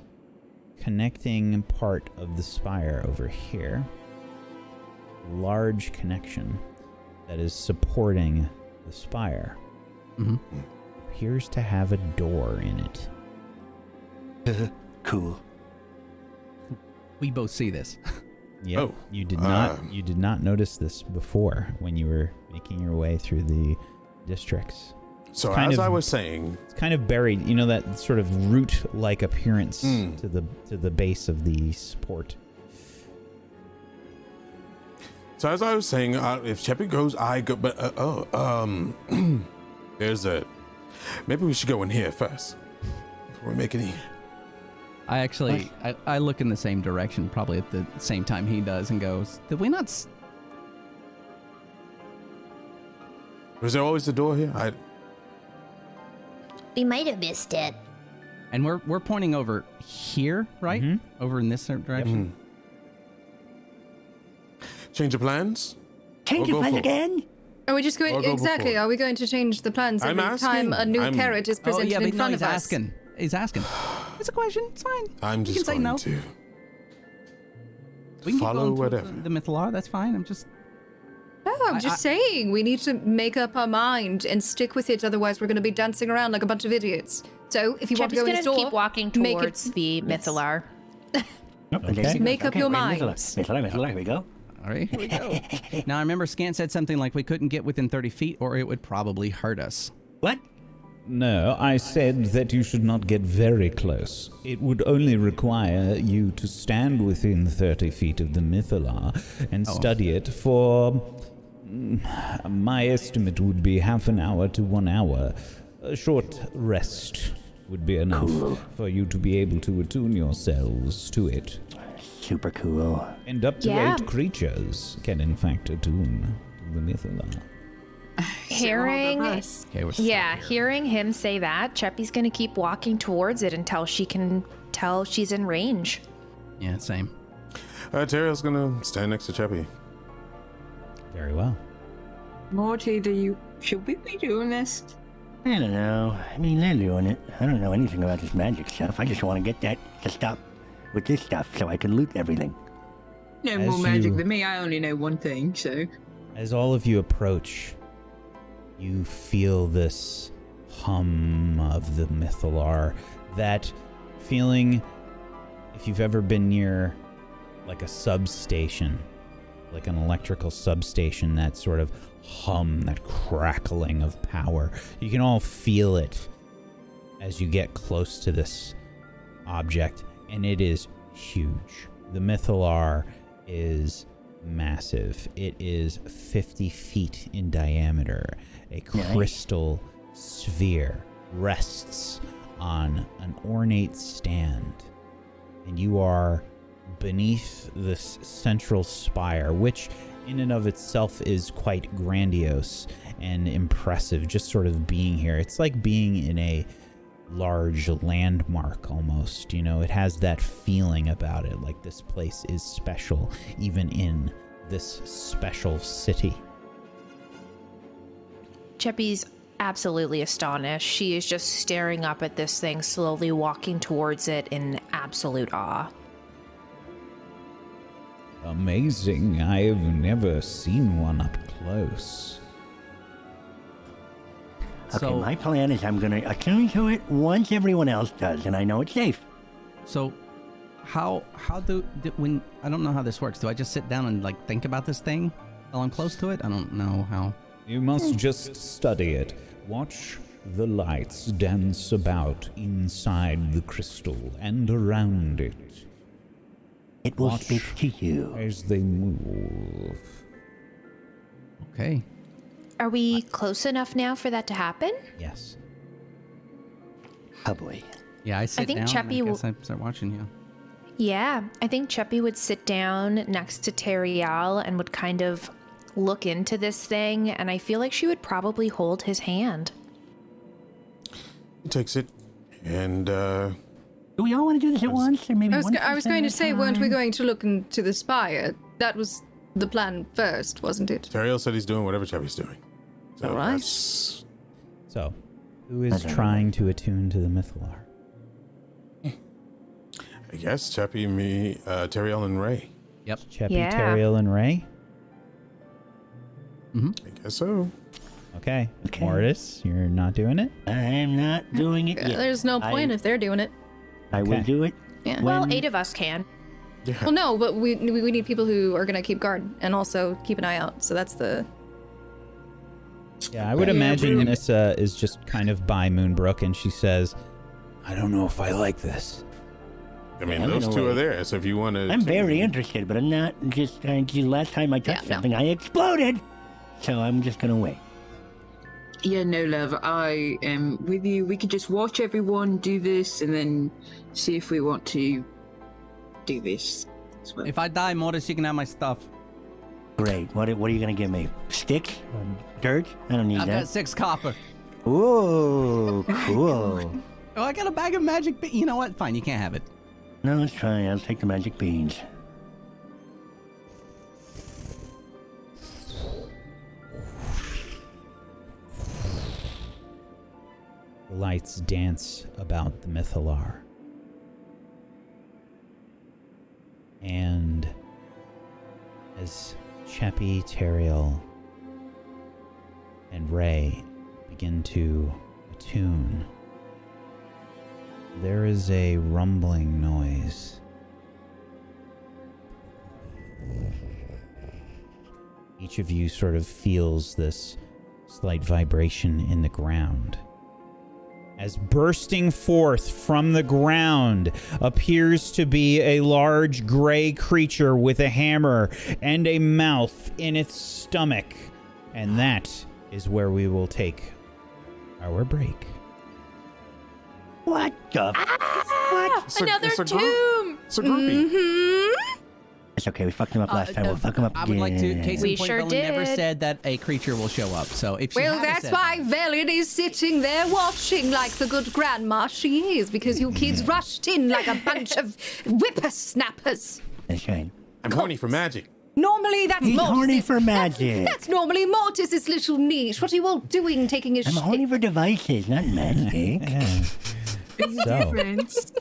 F: connecting part of the spire over here large connection that is supporting the spire
A: Mhm.
F: appears to have a door in it.
D: Cool.
A: we both see this.
F: Yeah,
G: Oh,
F: you did not
G: um.
F: you did not notice this before when you were making your way through the districts.
G: So
F: Kind
G: as
F: of-
G: I was saying,
F: It's kind of buried, you know that sort of root-like appearance
G: Hmm.
F: to the to the base of the support.
G: so as I was saying, uh, if Cheppy goes, I go. But uh, oh, um, there's a. Maybe we should go in here first. Before we make any
A: I actually, I, I look in the same direction, probably at the same time he does, and goes, "Did we not?" S-?
G: Was there always a door here? I,
C: We might have missed it.
A: And we're we're pointing over here, right? Over in this direction.
G: Hmm. change of plans?
D: Change
G: Or
D: your
G: go
D: plan
G: for-
D: again?
B: Are we just going
G: I'll go
B: exactly?
G: before.
B: Are we going to change the plans
G: I'm
B: every time
G: asking.
B: a new
G: I'm-
B: carrot is
A: Oh
B: presented
A: yeah, but
B: in
A: no,
B: front
A: he's
B: of us?
A: asking. He's asking. It's a question. It's fine.
G: I'm
A: You
G: just
A: can say
G: going
A: no.
G: to
A: We can
G: follow
A: keep going through
G: whatever.
A: the, the mythalar. That's fine. I'm just
B: No, I'm just saying we need to make up our mind and stick with it. Otherwise, we're going to be dancing around like a bunch of idiots. So, if you
E: Chip
B: want to
E: is
B: go in
E: gonna
B: this door,
E: keep walking
B: make it- Mm.
E: towards the Mythalar.
D: Nope, okay.
F: Okay.
B: Make up your
D: we're in
B: minds.
D: Mythalar, Mythalar, Mythalar, here we go.
A: all right. Here we go. now I remember Scant said something like we couldn't get within 30 feet, or it would probably hurt us.
D: What?
F: No, I said that you should not get very close. It would only require you to stand within 30 feet of the Mythalar and
D: Oh.
F: study it for. mm, My estimate would be half an hour to one hour. A short rest would be enough for you to be able to attune yourselves to it.
D: Super cool.
F: And up to
E: Yeah.
F: eight creatures can, in fact, attune to the Mythalar.
E: Hearing,
A: Okay, we're
E: yeah, hearing him say that, Cheppy's gonna keep walking towards it until she can tell she's in range.
A: yeah, same.
G: Uh, Terriel's gonna stand next to Chappie.
F: Very well.
H: Morty, do you should we be doing this?
D: I don't know. I mean, they're doing it. I don't know anything about this magic stuff. I just want to get that to stop with this stuff so I can loot everything.
H: No
F: As
H: more magic
F: you-
H: than me. I only know one thing, so
F: As all of you approach, you feel this hum of the Mythalar. That feeling, if you've ever been near like a substation, like an electrical substation, that sort of hum, that crackling of power, you can all feel it as you get close to this object, and it is huge. The Mythalar is massive. It is 50 feet in diameter. A crystal sphere rests on an ornate stand, and you are beneath this central spire, which in and of itself is quite grandiose and impressive just sort of being here. It's like being in a large landmark almost. You know, it has that feeling about it like this place is special, even in this special city.
E: Cheppy's absolutely astonished. She is just staring up at this thing, slowly walking towards it in absolute awe.
F: Amazing. I have never seen one up close.
D: Okay,
A: So-
D: my plan is I'm going to attune to it once everyone else does, and I know it's safe.
A: So, how how do, do when I don't know how this works. Do I just sit down and like think about this thing while I'm close to it? I don't know how.
F: You must just study it. Watch the lights dance about inside the crystal and around it
D: It will
F: Watch.
D: speak to you.
F: as they move.
A: Okay.
E: Are we close enough now for that to happen?
F: Yes.
D: Oh boy.
A: Yeah, I sit
E: think
A: down.
E: Chappie
A: and I
E: will-
A: guess I start watching you.
E: Yeah, I think Cheppy would sit down next to Teriel and would kind of look into this thing, and I feel like she would probably hold his hand.
G: He takes it and uh,
D: Do we all want to do this at once, or maybe
B: I was,
D: one
B: go- I was
D: person
B: going
D: at
B: to
D: a
B: say, weren't we
D: time?
B: going to look into the spire? That was the plan first, wasn't it?
G: Terriel said he's doing whatever Chappie's doing. So
B: All right.
G: that's-
F: So, who is
D: Okay.
F: trying to attune to the Mythalar?
G: I guess Chappie, me, uh, Terriel, and Ray.
A: Yep.
F: Cheppy,
E: Yeah.
F: Teriel, and Ray?
G: I guess so.
F: Okay.
D: Mm-hmm. Okay.
F: Mortis, you're not doing it?
D: I'm not doing it
B: Yeah,
D: yet.
B: There's no point
D: I,
B: if they're doing it.
D: I will
F: Okay.
D: do it.
B: Yeah.
E: Well,
D: when-
E: eight of us can.
G: Yeah.
B: Well, no, but we we we need people who are going to keep guard and also keep an eye out. So that's the
F: Yeah, I would imagine Nissa is just kind of by Moonbrook and she says, I don't know if I like this.
G: I mean,
D: Yeah, I'm
G: those
D: gonna
G: two are
D: wait.
G: there. So if you want to,
D: I'm very interested, but I'm not just. I, the last time I touched
B: Yeah, no.
D: something, I exploded. So I'm just gonna wait.
H: Yeah, no, love. I am with you. We could just watch everyone do this and then see if we want to do this as well.
A: If I die, Mortis, you can have my stuff.
D: Great. What, are- what are you going to give me? Sticks? Um, Dirt? I don't need
A: I've got
D: that.
A: six copper.
D: Ooh, cool.
A: Oh, I got a bag of magic. Be- you know what? Fine, you can't have it.
D: no, let's try it. I'll take the magic beans.
F: The lights dance about the Mythalar. And as Chappie, Teriel, and Ray begin to attune, there is a rumbling noise. Each of you sort of feels this slight vibration in the ground as bursting forth from the ground appears to be a large gray creature with a hammer and a mouth in its stomach. And that is where we will take our break.
D: What the?
G: It's a-
I: Another
G: it's a group.
I: tomb. Mm-hmm.
G: It's a groupie.
D: It's okay. We fucked him up last time.
A: no,
D: we'll fuck him up
A: I
D: again.
A: would like to. Case
E: We
A: in point,
E: sure
A: Velen never
E: did.
A: said that a creature will show up. So if she
B: Well,
A: had've
B: that's
A: said
B: why
A: that-
B: Velen is sitting there watching like the good grandma she is, because you kids rushed in like a bunch of whippersnappers.
D: That's right.
G: I'm horny for magic.
B: Normally, that's
D: He's
B: Mortis.
D: horny for magic.
B: That's, that's normally Mortis's little niche. What are you all doing taking his
D: I'm
B: shit?
D: horny for devices, not magic.
F: So
H: Friends.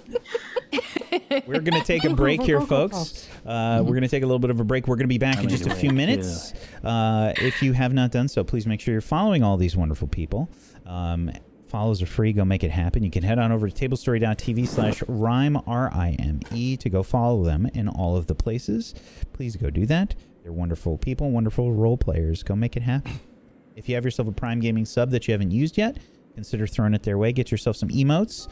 F: we're going to take a break here, folks. Uh, we're going to take a little bit of a break. We're going to be back in just a few minutes. Uh, if you have not done so, please make sure you're following all these wonderful people. Um, follows are free. Go make it happen. You can head on over to tablestory.tv slash rhyme, R-I-M-E, E, to go follow them in all of the places. Please go do that. They're wonderful people, wonderful role players. Go make it happen. If you have yourself a Prime Gaming sub that you haven't used yet, consider throwing it their way. Get yourself some emotes.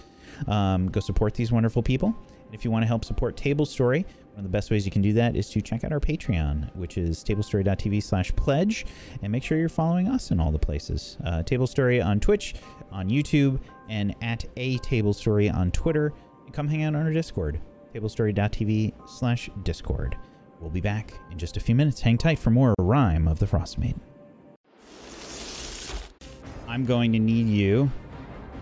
F: Um, go support these wonderful people. And if you want to help support Table Story, one of the best ways you can do that is to check out our Patreon, which is tablestory.tv slash pledge. And make sure you're following us in all the places. Uh, Table Story on Twitch, on YouTube, and at A Table Story on Twitter. And come hang out on our Discord, tablestory.tv slash Discord. We'll be back in just a few minutes. Hang tight for more Rhyme of the Frost Maiden. I'm going to need you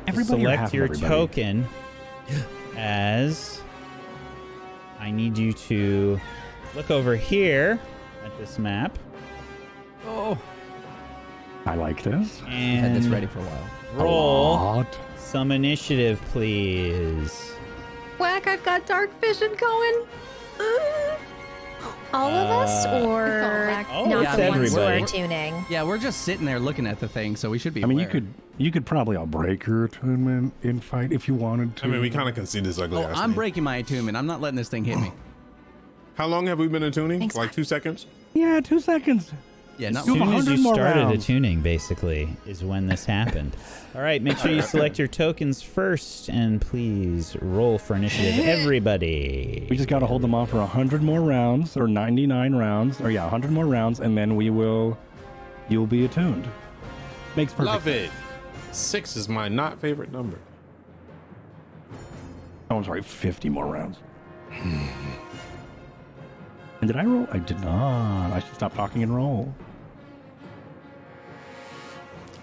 F: to
J: Everybody or half
F: select
J: of
F: your
J: everybody?
F: token as I need you to look over here at this map
A: Oh,
J: I like this.
A: I've had
F: and
A: this ready for a while.
F: roll
J: What?
F: some initiative, please.
I: Whack! I've got dark vision going.
E: All of us
F: Uh,
E: or
I: It's
F: all back.
E: not
A: Oh,
E: the
A: yeah,
E: ones who are
A: everybody.
E: tuning?
A: Yeah, we're just sitting there looking at the thing, so we should be.
J: I mean, you
A: aware.
J: could you could probably all break your attunement in fight if you wanted to.
G: I mean, we kind of can see this ugly
A: Oh,
G: ass.
A: I'm
G: thing.
A: breaking my attunement. I'm not letting this thing hit me.
G: How long have we been attuning?
E: Thanks,
G: like
E: bye.
G: two seconds?
J: Yeah, two seconds.
A: Yeah, not
F: As
J: Do
A: long.
J: a
F: soon as you
J: hundred more
F: started
J: rounds.
F: attuning, basically, is when this happened. All right, make sure you select your tokens first, and please roll for initiative, everybody.
J: We just got to hold them off for 100 more rounds or 99 rounds or yeah, 100 more rounds and then we will you'll be attuned. Makes perfect.
G: Love it. Six is my not favorite number.
J: Oh, I'm sorry, 50 more rounds. and did I roll? I did not. I should stop talking and roll.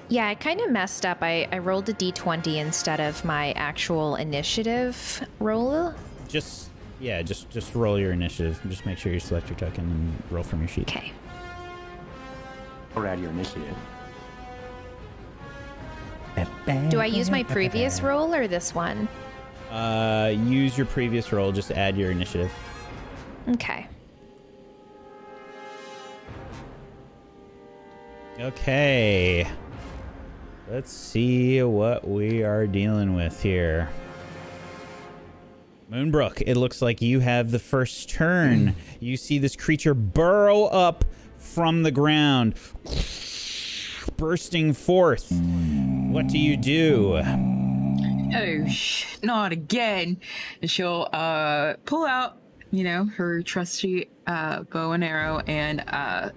E: Yeah, I kind of messed up. I, I rolled a d20 instead of my actual initiative roll.
F: just yeah, just just roll your initiative. Just make sure you select your token and roll from your sheet.
E: Okay.
J: Or add your initiative.
E: Do I use my previous roll or this one?
F: Uh, use your previous roll. Just add your initiative.
E: Okay.
F: Okay. Let's see what we are dealing with here. Moonbrook, it looks like you have the first turn. You see this creature burrow up from the ground, bursting forth. What do you do?
H: oh, sh- not again. And she'll uh, pull out, you know, her trusty uh, bow and arrow and uh,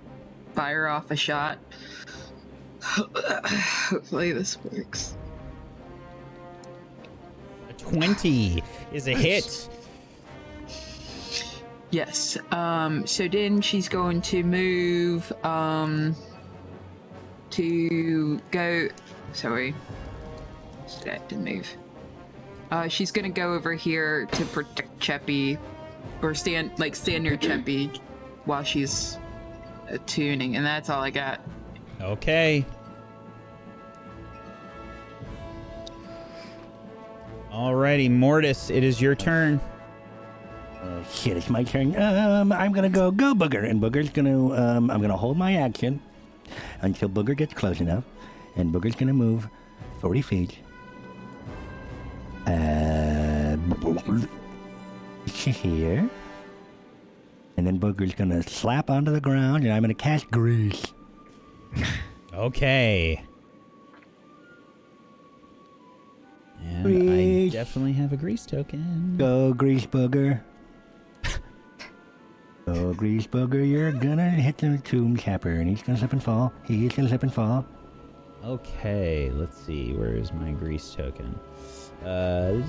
H: fire off a shot. Hopefully this works.
F: A 20 is a hit.
H: Yes. Um, so then she's going to move um, to go. Sorry. That didn't move. Uh, she's gonna go over here to protect Cheppy, or stand like stand near Cheppy while she's attuning, and that's all I got.
F: Okay. Alrighty, Mortis, it is your turn.
D: Oh shit, it's my turn. Um, I'm gonna go go Booger, and Booger's gonna um, I'm gonna hold my action until Booger gets close enough, and Booger's gonna move 40 feet. Uh, to here, and then Booger's gonna slap onto the ground, and I'm gonna cast Grease.
F: Okay. And I
D: Grease.
F: definitely have a grease token.
D: Go Grease Booger. Go Grease Booger, you're gonna hit the tomb chopper, and he's gonna slip and fall. He's gonna slip and fall.
F: Okay, let's see. Where is my grease token? Uh,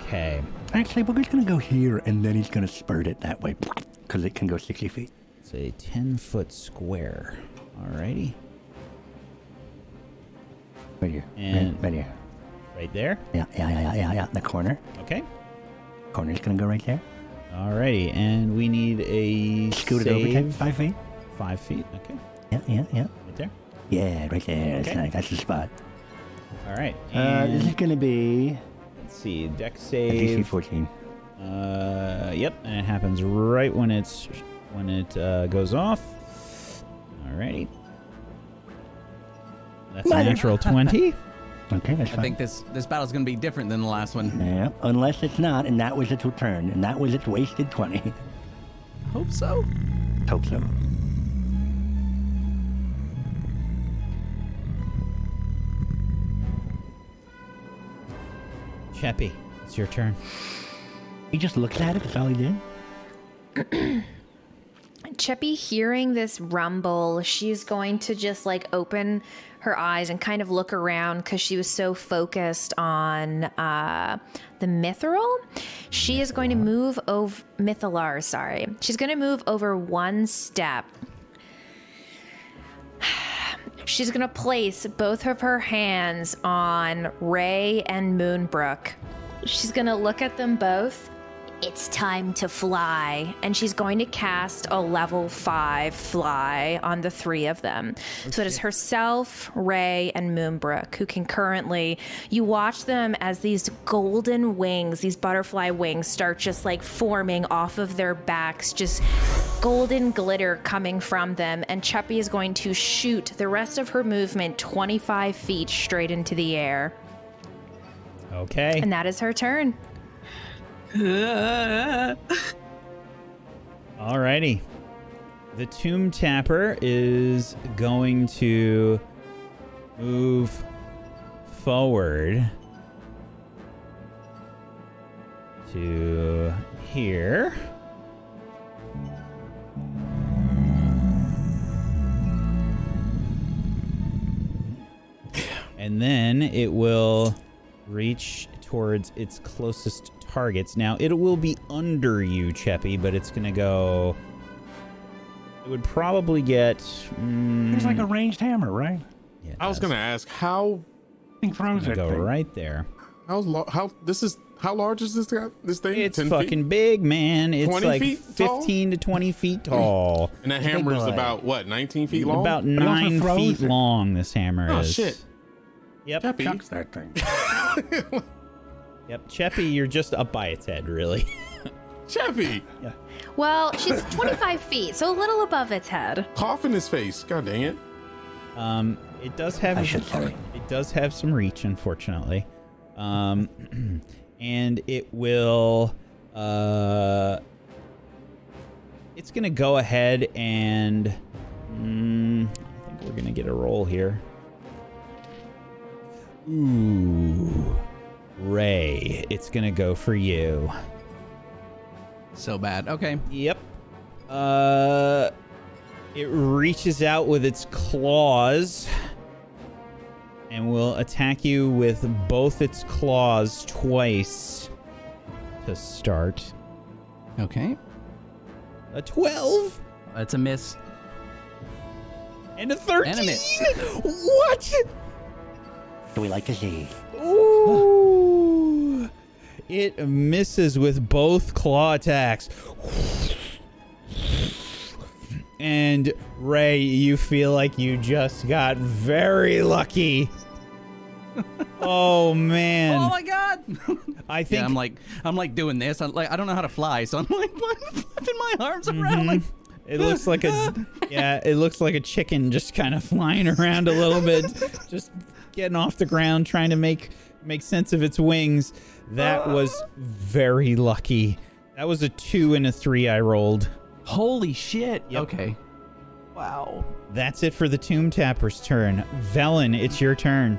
F: okay,
D: Actually, Booger's gonna go here, and then he's gonna spurt it that way, because it can go 60 feet.
F: it's a 10 foot square. Alrighty.
D: Right here.
F: And-
D: right, right here.
F: Right there.
D: Yeah, yeah, yeah, yeah, yeah, yeah. The corner.
F: Okay.
D: Corner's gonna go right there.
F: Alrighty, and we need a
D: Scoot it over
F: save.
D: 10, five feet.
F: Five feet. Okay,
D: Yeah, yeah, yeah.
F: right there.
D: Yeah, right there. That's
F: Okay.
D: nice. That's the spot.
F: Alright,
D: Uh, this
F: and
D: is gonna be
F: let's see. Deck
D: a DC
F: save.
D: 14.
F: Uh, yep, and it happens right when it's when it uh, goes off. Alrighty. That's a natural twenty.
D: Okay, that's fine.
A: I think this this battle's gonna be different than the last one.
D: Yeah, unless it's not, and that was its return, and that was its wasted 20.
A: Hope so.
D: Hope so.
F: Cheppy, it's your turn.
D: He just looked at it, that's all he did.
E: Cheppy, hearing this rumble, she's going to just like open her eyes and kind of look around because she was so focused on uh, the mithril. She is going to move over Mythalar, sorry. She's going to move over one step. She's going to place both of her hands on Ray and Moonbrook. She's going to look at them both it's time to fly. And she's going to cast a level five fly on the three of them. so it is herself, Ray, and Moonbrook who can currently, you watch them as these golden wings, these butterfly wings, start just like forming off of their backs, just golden glitter coming from them. And Cheppy is going to shoot the rest of her movement 25 feet straight into the air.
F: Okay.
E: And that is her turn.
F: Alrighty. The Tomb Tapper is going to move forward to here. And then it will reach towards its closest targets. Now, it will be under you, Cheppy, but it's going to go. It would probably get. mm,
J: It's like a ranged hammer, right?
F: yeah, it
G: I was
F: does.
G: gonna ask how
J: I think throws
F: It's
J: that
F: gonna go
J: thing.
F: right there.
G: how lo- how this is how large is this guy, this thing?
F: It's
G: 10 feet?
F: fucking big, man. It's
G: 20
F: like
G: feet tall?
F: 15 to 20 feet tall.
G: And that hammer is
D: boy.
G: about what, 19 feet long?
F: About
J: also
F: nine
J: throws
F: feet
J: it.
F: long, this hammer
G: oh
F: is.
G: shit.
F: Yep.
G: Happy.
J: Chucks that thing.
F: Yep. Cheppy, you're just up by its head, really.
G: Chappy,
E: Well, she's 25 feet, so a little above its head.
G: cough in his face. God dang it.
F: Um, it does have
D: I should hurry.
F: It does have some reach, unfortunately. Um, and it will. Uh, it's going to go ahead and. Mm, I think we're going to get a roll here. Ooh. Ray, it's going to go for you.
A: So bad. Okay.
F: Yep. Uh, it reaches out with its claws and will attack you with both its claws twice to start.
A: Okay.
F: A 12
A: That's a miss.
F: and a 13.
A: And a miss.
F: What?
D: Do we like to see?
F: Ooh. It misses with both claw attacks. And Ray, you feel like you just got very lucky. oh man.
A: Oh my god!
F: I think
A: yeah, I'm like, I'm like doing this. I'm like, I don't know how to fly, so I'm like flipping my arms
F: Mm,
A: around. Like,
F: Mm-hmm. It looks like a yeah, it looks like a chicken just kind of flying around a little bit, just getting off the ground trying to make make sense of its wings. That was very lucky. That was a 2 and a 3 I rolled.
A: holy shit! Okay.
F: That's it for the Tomb Tapper's turn. Velen, it's your turn.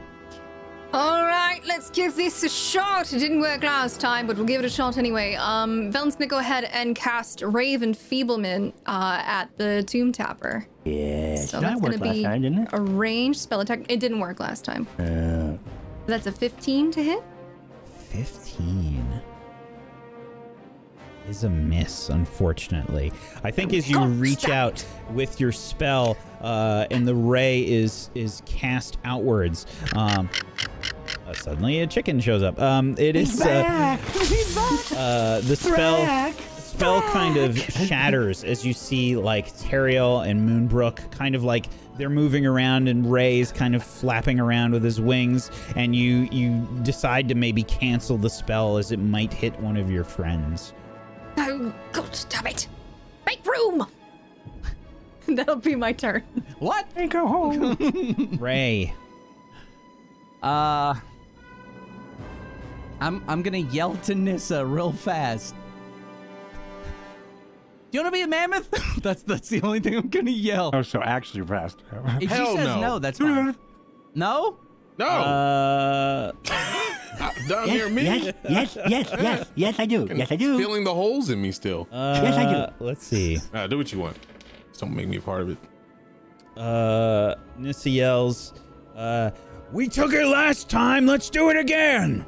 B: All right, let's give this a shot. It didn't work last time, but we'll give it a shot anyway. Um, Velen's gonna go ahead and cast Rave Enfeeblement uh, at the Tomb Tapper.
D: Yeah, it's
B: So
D: not
B: that's
D: worked
B: gonna
D: last
B: be
D: time, didn't it?
B: a ranged spell attack. It didn't work last time.
D: Uh,
B: That's a 15 to hit.
F: 15 is a miss unfortunately i think as you reach out with your spell uh, and the ray is is cast outwards um, uh, suddenly a chicken shows up um, it is uh, uh, the spell spell kind of shatters as you see like Teriel and Moonbrook kind of like they're moving around and Ray's kind of flapping around with his wings and you you decide to maybe cancel the spell as it might hit one of your friends.
B: Oh, God, stop it. Make room! That'll be my turn.
A: What?
J: Hey, go home.
F: Ray.
A: Uh, I'm I'm gonna yell to Nissa real fast. Do you want to be a mammoth? that's that's the only thing I'm gonna yell.
J: oh, so actually fast.
A: If she
G: Hell
A: says
G: no.
A: no, that's fine. No?
G: No,
F: Uh
G: down near me.
D: yes, yes, yes, yes, yes, I do. Yes, I do.
G: Feeling the holes in me still.
D: yes, I do.
F: uh, let's see.
G: Ah, do what you want. Just don't make me a part of it.
F: Uh Nissa yells, uh we took it last time, let's do it again.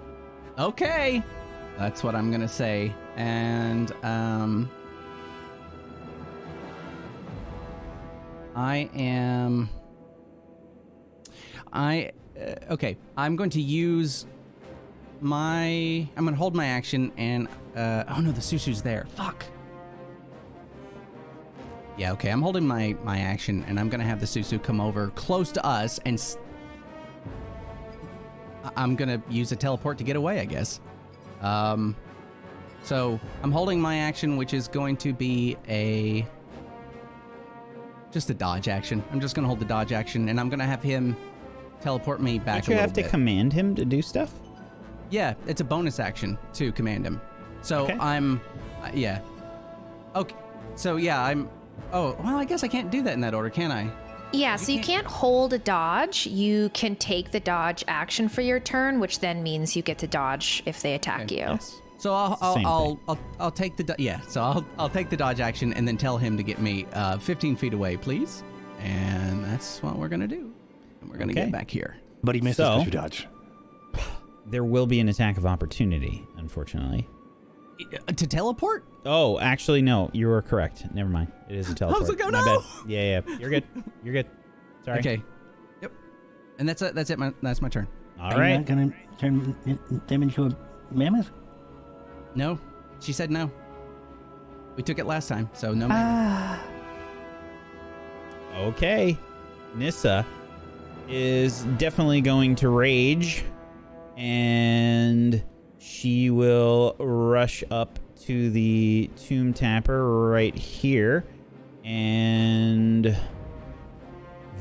A: Okay. That's what I'm gonna say. And um I am I uh, okay, I'm going to use my I'm going to hold my action and uh oh no, the susu's there. Fuck. Yeah, okay. I'm holding my my action and I'm going to have the susu come over close to us and s- I- I'm gonna use a teleport to get away, I guess. Um, so I'm holding my action, which is going to be a just a dodge action. I'm just gonna hold the dodge action, and I'm gonna have him teleport me back a
F: Don't you
A: little
F: have to
A: bit.
F: command him to do stuff?
A: yeah, it's a bonus action to command him. So
F: Okay.
A: I'm, uh, yeah. Okay. So yeah, I'm. Oh well, I guess I can't do that in that order, can I?
E: Yeah, so you can't hold a dodge. You can take the dodge action for your turn, which then means you get to dodge if they attack you.
A: So I'll
F: the
A: I'll,
F: same
A: I'll,
F: thing.
A: I'll I'll take the do- yeah. So I'll I'll take the dodge action and then tell him to get me uh, 15 feet away, please. And that's what we're gonna do. And we're gonna
F: Okay.
A: get back here.
J: But he misses
F: So-
J: because you dodge.
F: There will be an attack of opportunity, unfortunately.
A: Uh, To teleport?
F: Oh, actually, no. You were correct. Never mind. It is a teleport.
A: like, oh,
F: My
A: no!
F: bad. Yeah, yeah. You're good. You're good. Sorry.
A: Okay. Yep. And that's it. That's it. My, that's my turn.
F: All
D: Are you not
F: right.
D: gonna turn them into a mammoth?
A: No, she said no. We took it last time, so no. matter.
H: Uh,
F: Okay. Nissa is definitely going to rage, and she will rush up to the tomb tapper right here, and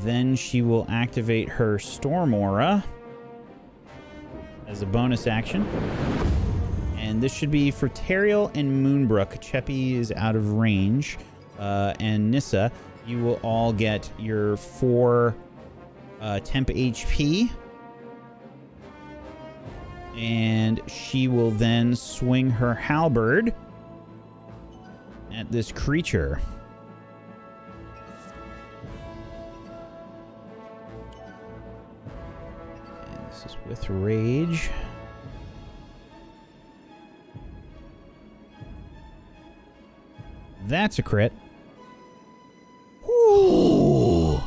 F: then she will activate her storm aura as a bonus action. And this should be for Teriel and Moonbrook. Cheppy is out of range. Uh, and Nissa, you will all get your four uh, temp HP. And she will then swing her halberd at this creature. This is with rage. That's a crit. Ooh.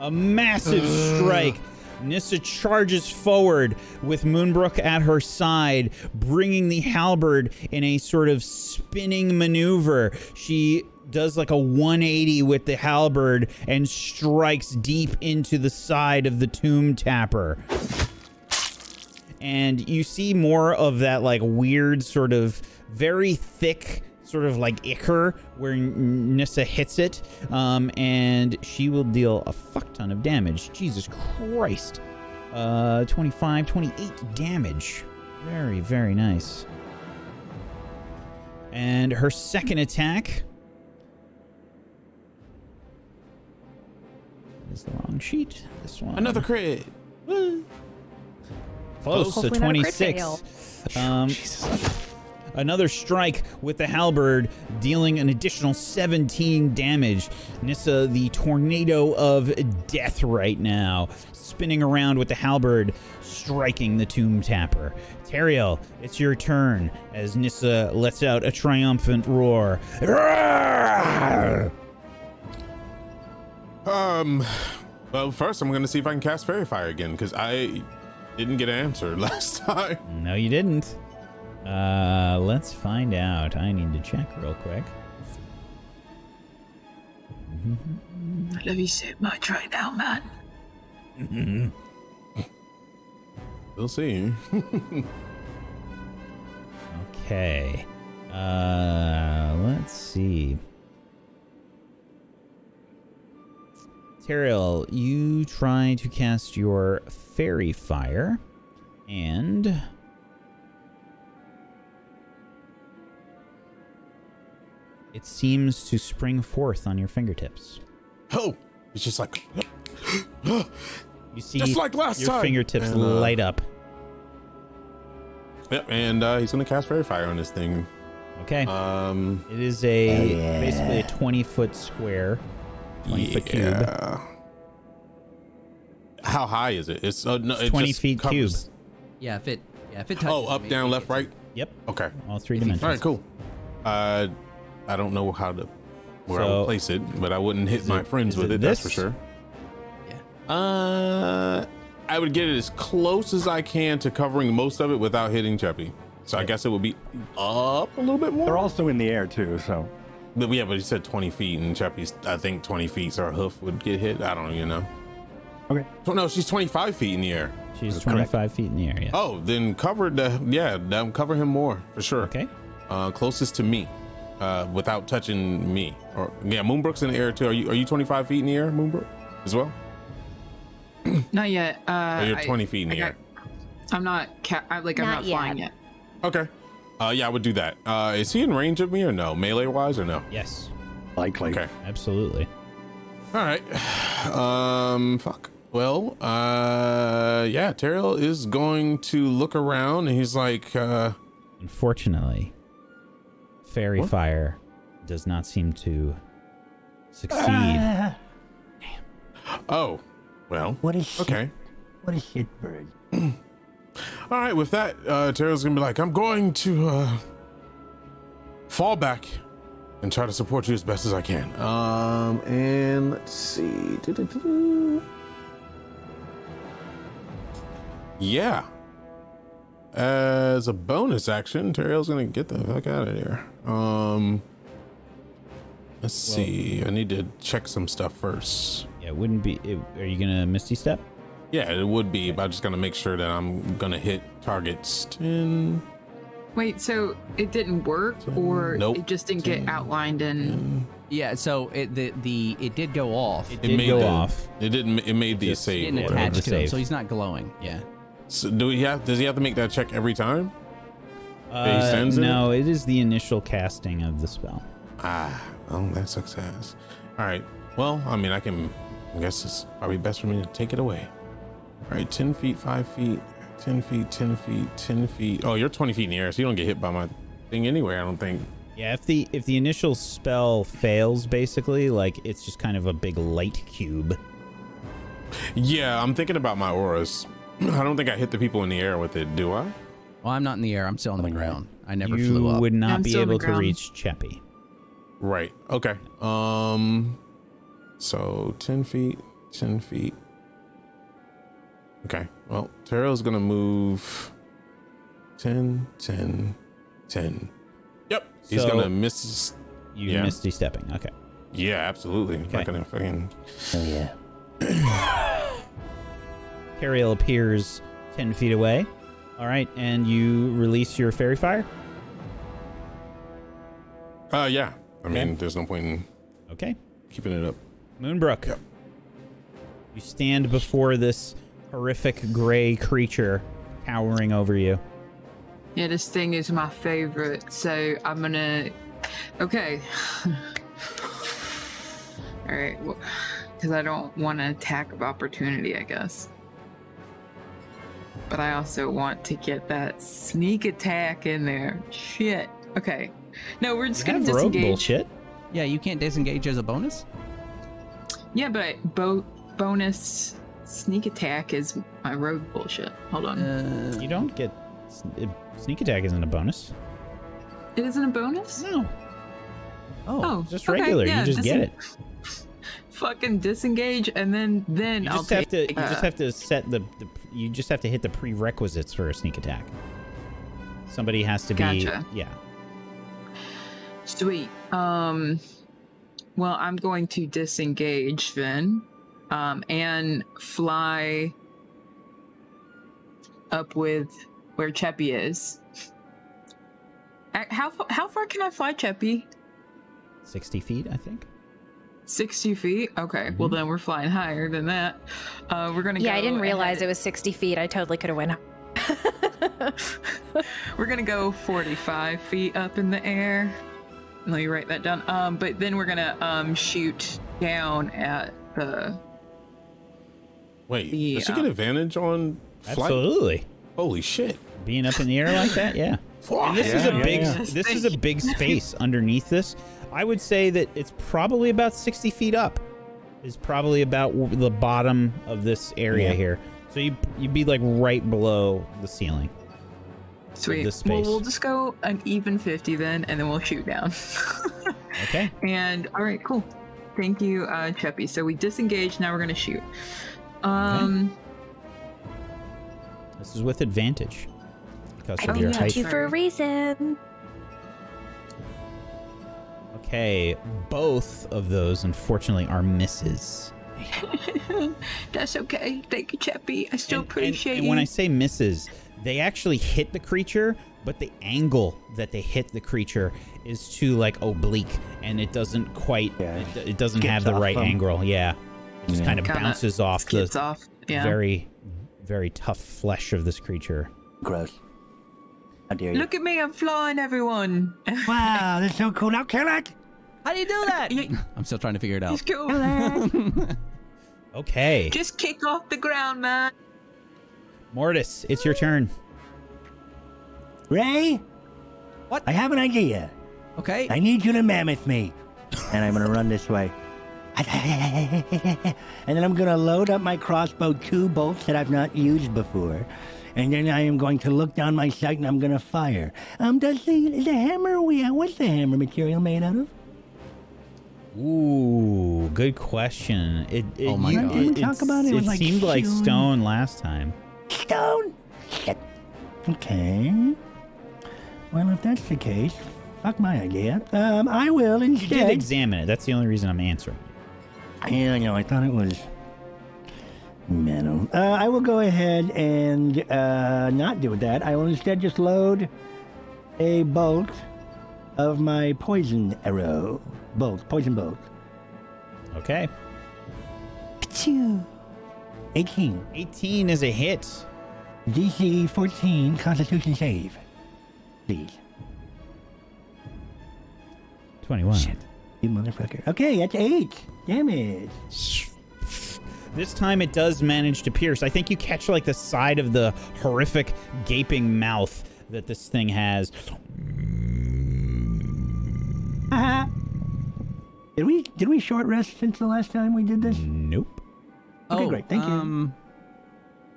F: A massive strike. Nissa charges forward with Moonbrook at her side, bringing the halberd in a sort of spinning maneuver. She does like a 180 with the halberd and strikes deep into the side of the tomb tapper and you see more of that like weird sort of very thick sort of like ichor where N- Nissa hits it um, and she will deal a fuck ton of damage Jesus Christ uh, 25 28 damage very very nice and her second attack is the wrong sheet this one
G: Another crit.
F: close to
E: Hopefully not a crit
F: 26. Um, another strike with the halberd, dealing an additional 17 damage. Nissa, the tornado of death right now, spinning around with the halberd, striking the tomb tapper. Teriel, it's your turn as Nissa lets out a triumphant roar. Roar!
G: Um, well, first I'm gonna see if I can cast Fairy Fire again because I didn't get an answer last time.
F: No, you didn't. Uh, let's find out. I need to check real quick. Mm-hmm.
H: Mm, I love you so much right now, man.
F: Mm-hmm.
G: We'll see.
F: Okay. Uh, let's see. Teriel, you try to cast your fairy fire, and it seems to spring forth on your fingertips.
G: Oh, it's just like
F: You see,
G: Just like last
F: your
G: time!
F: fingertips
G: And, uh,
F: light up.
G: yep, and uh, he's gonna cast Fairy Fire on this thing.
F: Okay,
G: Um,
F: it is a basically a twenty foot square, twenty foot cube.
G: Oh, yeah. How high is it? It's uh, no, it
F: 20
G: just
F: feet
G: covers-
A: Yeah, if it yeah if it touches.
G: Oh, up,
A: me,
G: down,
A: it
G: left,
A: gets me.
G: right.
F: Yep,
G: Okay.
F: all three
G: All
F: dimensions.
G: right, cool. Uh, I don't know how to where I
F: So-
G: would place it, but I wouldn't hit my
F: it-
G: friends
F: is
G: with
F: it
G: it. That's for
F: this?
G: sure. Yeah. Uh, I would get it as close as I can to covering most of it without hitting Cheppy. So I guess it would be up a little bit more.
J: They're also in the air too, so
G: But yeah, but he said 20 feet, and Cheppy's, I think 20 feet, so her hoof would get hit. I don't even know.
J: Okay.
G: So, no, she's 25 feet in the air.
F: She's
G: Correct.
F: twenty five feet in the air. Yeah.
G: Oh, then cover the, yeah, then cover him more for sure.
F: Okay.
G: Uh, closest to me, uh, without touching me. Or yeah, Moonbrook's in the air too. Are you are you 25 feet in the air, Moonbrook, as well?
H: Not yet. Uh,
G: or Oh, you're
H: I-
G: 20 feet in
H: I
G: the
H: got-
G: air.
H: I'm not. Ca- I'm like. I'm
C: Not
H: not flying
C: yet.
H: yet.
G: Okay. Uh, yeah, I would do that. Uh, is he in range of me or no? Melee wise or no?
F: Yes,
J: likely.
G: Okay.
F: absolutely.
G: All right. Um. Fuck. Well. Uh. Yeah. Terrell is going to look around, and he's like, uh,
F: Unfortunately, fairy fire does not seem to succeed.
D: Ah,
G: "Oh, well.
D: what is shit?
G: Okay.
D: What a shit bird.
G: All right. With that, uh, Terrell's gonna be like, I'm going to uh, fall back and try to support you as best as I can. Um. And let's see. Do-do-do-do. Yeah. As a bonus action, Terrell's gonna get the fuck out of here. Um. Let's see. I need to check some stuff first.
F: Yeah, it wouldn't be. It, are you gonna misty step?
G: Yeah, it would be, but I just gotta make sure that I'm gonna hit targets. 10,
H: Wait. So it didn't work, or
G: Nope.
H: it just didn't get outlined in.
A: Yeah, so it the, the it did go off.
F: It
A: It
F: did
G: made
F: go
G: the-
F: off.
G: It didn't. It made the
F: just
G: save.
A: didn't
G: or
F: it
G: whatever.
A: attach to
F: the
A: him,
F: save.
A: so he's not glowing. Yeah.
G: So do we have? Does he have to make that check every time?
F: Uh,
G: sends it?
F: no, it is the initial casting of the spell.
G: Ah, oh, that's success. All right. Well, I mean, I can. I guess it's probably best for me to take it away. All right, ten feet, five feet, ten feet, ten feet, ten feet. Oh, you're twenty feet in the air, so you don't get hit by my thing anyway. I don't think.
F: Yeah, if the if the initial spell fails, basically, like it's just kind of a big light cube.
G: Yeah, I'm thinking about my auras. I don't think I hit the people in the air with it, do I?
A: Well, I'm not in the air. I'm still on the ground. I never
F: you
A: flew up.
F: would not
H: I'm
F: be
H: still on the
F: able to
H: ground.
F: reach Cheppy.
G: Right. Okay. Um. So ten feet. Ten feet. Okay. Well, Terrell's gonna move. 10, 10, 10. Yep. He's
F: So-
G: gonna miss.
F: You
G: Yeah.
F: misty stepping. Okay.
G: Yeah, absolutely.
F: Okay.
G: Not gonna fucking.
D: Oh yeah.
F: Cariel appears 10 feet away. All right, and you release your fairy fire.
G: Uh, yeah. I mean,
F: Okay.
G: there's no point in
F: Okay.
G: keeping it up.
F: Moonbrook.
G: Yep.
F: You stand before this horrific gray creature towering over you.
H: Yeah, this thing is my favorite, so I'm gonna. Okay. All right, because I don't want an attack of opportunity, I guess. But I also want to get that sneak attack in there. Shit. Okay. No, we're just gonna
F: Have rogue
H: disengage.
F: bullshit.
A: Yeah, you can't disengage as a bonus.
H: Yeah, but bo- bonus sneak attack is my rogue bullshit. Hold
A: Uh,
H: on.
F: You don't get sn- sneak attack isn't a bonus.
H: it isn't a bonus.
F: No,
H: Oh,
F: just
H: okay,
F: regular.
H: yeah,
F: you just get
H: disen-
F: it.
H: Fucking disengage, and then then
F: You
H: I'll
F: just have to.
H: take,
F: You just
H: uh,
F: have to set the, the. You just have to hit the prerequisites for a sneak attack. Somebody has to be.
H: Gotcha.
F: Yeah.
H: Sweet. Um, well, I'm going to disengage then, um, and fly up with where Cheppy is. Uh, How fa- how far can I fly, Cheppy?
F: Sixty feet, I think.
H: Sixty feet. Okay. Well,
F: Mm-hmm.
H: then we're flying higher than that. Uh, we're gonna.
E: Yeah, I
H: go
E: didn't
H: and-
E: realize it was 60 feet. I totally could have went.
H: We're gonna go 45 feet up in the air. Let me write that down. Um, but then we're gonna um shoot down at the.
G: Wait,
H: Yeah.
G: does she get advantage on flight?
F: Absolutely.
G: Holy shit.
F: Being up in the air like that, yeah. And this is a
G: Yeah,
F: big.
J: yeah.
F: This is a big space underneath this. I would say that it's probably about sixty feet up. Is probably about w- the bottom of this area
D: Yeah.
F: here. So you you'd be like right below the ceiling.
H: Sweet.
F: This
H: Well,
F: space.
H: we'll just go an even 50 then, and then we'll shoot down.
F: Okay.
H: and all right, cool. Thank you, uh, Cheppy. So we disengage. Now we're gonna shoot. Um,
F: This is with advantage because of
H: Oh,
F: your
H: yeah.
F: height.
H: Two for a
E: reason.
F: Okay, both of those unfortunately are misses.
H: that's okay. Thank you, Cheppy. I still
F: And- and-
H: appreciate
F: and,
H: you.
F: when I say misses, they actually hit the creature, but the angle that they hit the creature is too like oblique, and it doesn't quite.
D: Yeah.
F: It, it doesn't
D: Skips
F: have the
D: off
F: right
D: them.
F: angle. Yeah, it just
D: Yeah.
F: kind of
H: Kinda
F: bounces off the
H: Skips off. Yeah.
F: very, very tough flesh of this creature.
D: Gross. How dare you?
H: Look at me. I'm flying, everyone.
D: Wow, that's so cool. Now kill it.
A: How do you do that?
H: You-
A: I'm still trying to figure it out.
H: Just go.
F: Okay,
H: Just kick off the ground, man.
F: Mortis, it's your turn.
D: Ray?
A: What?
D: I have an idea.
A: Okay.
D: I need you to mammoth me. And I'm going to run this way. and then I'm going to load up my crossbow, two bolts that I've not used before. And then I am going to look down my sight and I'm going to fire. Um, does the, the hammer, we, uh, what's the hammer material made out of?
F: Ooh, good question. It, it,
A: Oh my
F: you-
A: God.
D: Didn't we
F: it-
D: talk about it? It
F: It
D: was like
F: seemed like
D: stone.
F: stone last time.
D: Stone? Shit. Okay. Well, if that's the case, fuck my idea. Um, I will
F: You did
D: instead.
F: examine it. That's the only reason I'm answering.
D: Yeah, no, I thought it was metal. Uh, I will go ahead and uh, not do that. I will instead just load a bolt of my poison arrow. Bolt, poison bolt.
F: Okay.
D: Pachoo. 18.
F: 18 is a hit.
D: DC 14 Constitution save. Please.
F: 21.
D: You motherfucker. Okay, that's 8 damage.
F: This time it does manage to pierce. I think you catch like the side of the horrific gaping mouth that this thing has.
D: Haha. Did we did we short rest since the last time we did this?
F: Nope.
D: Okay, great. Thank you.
A: um, Oh,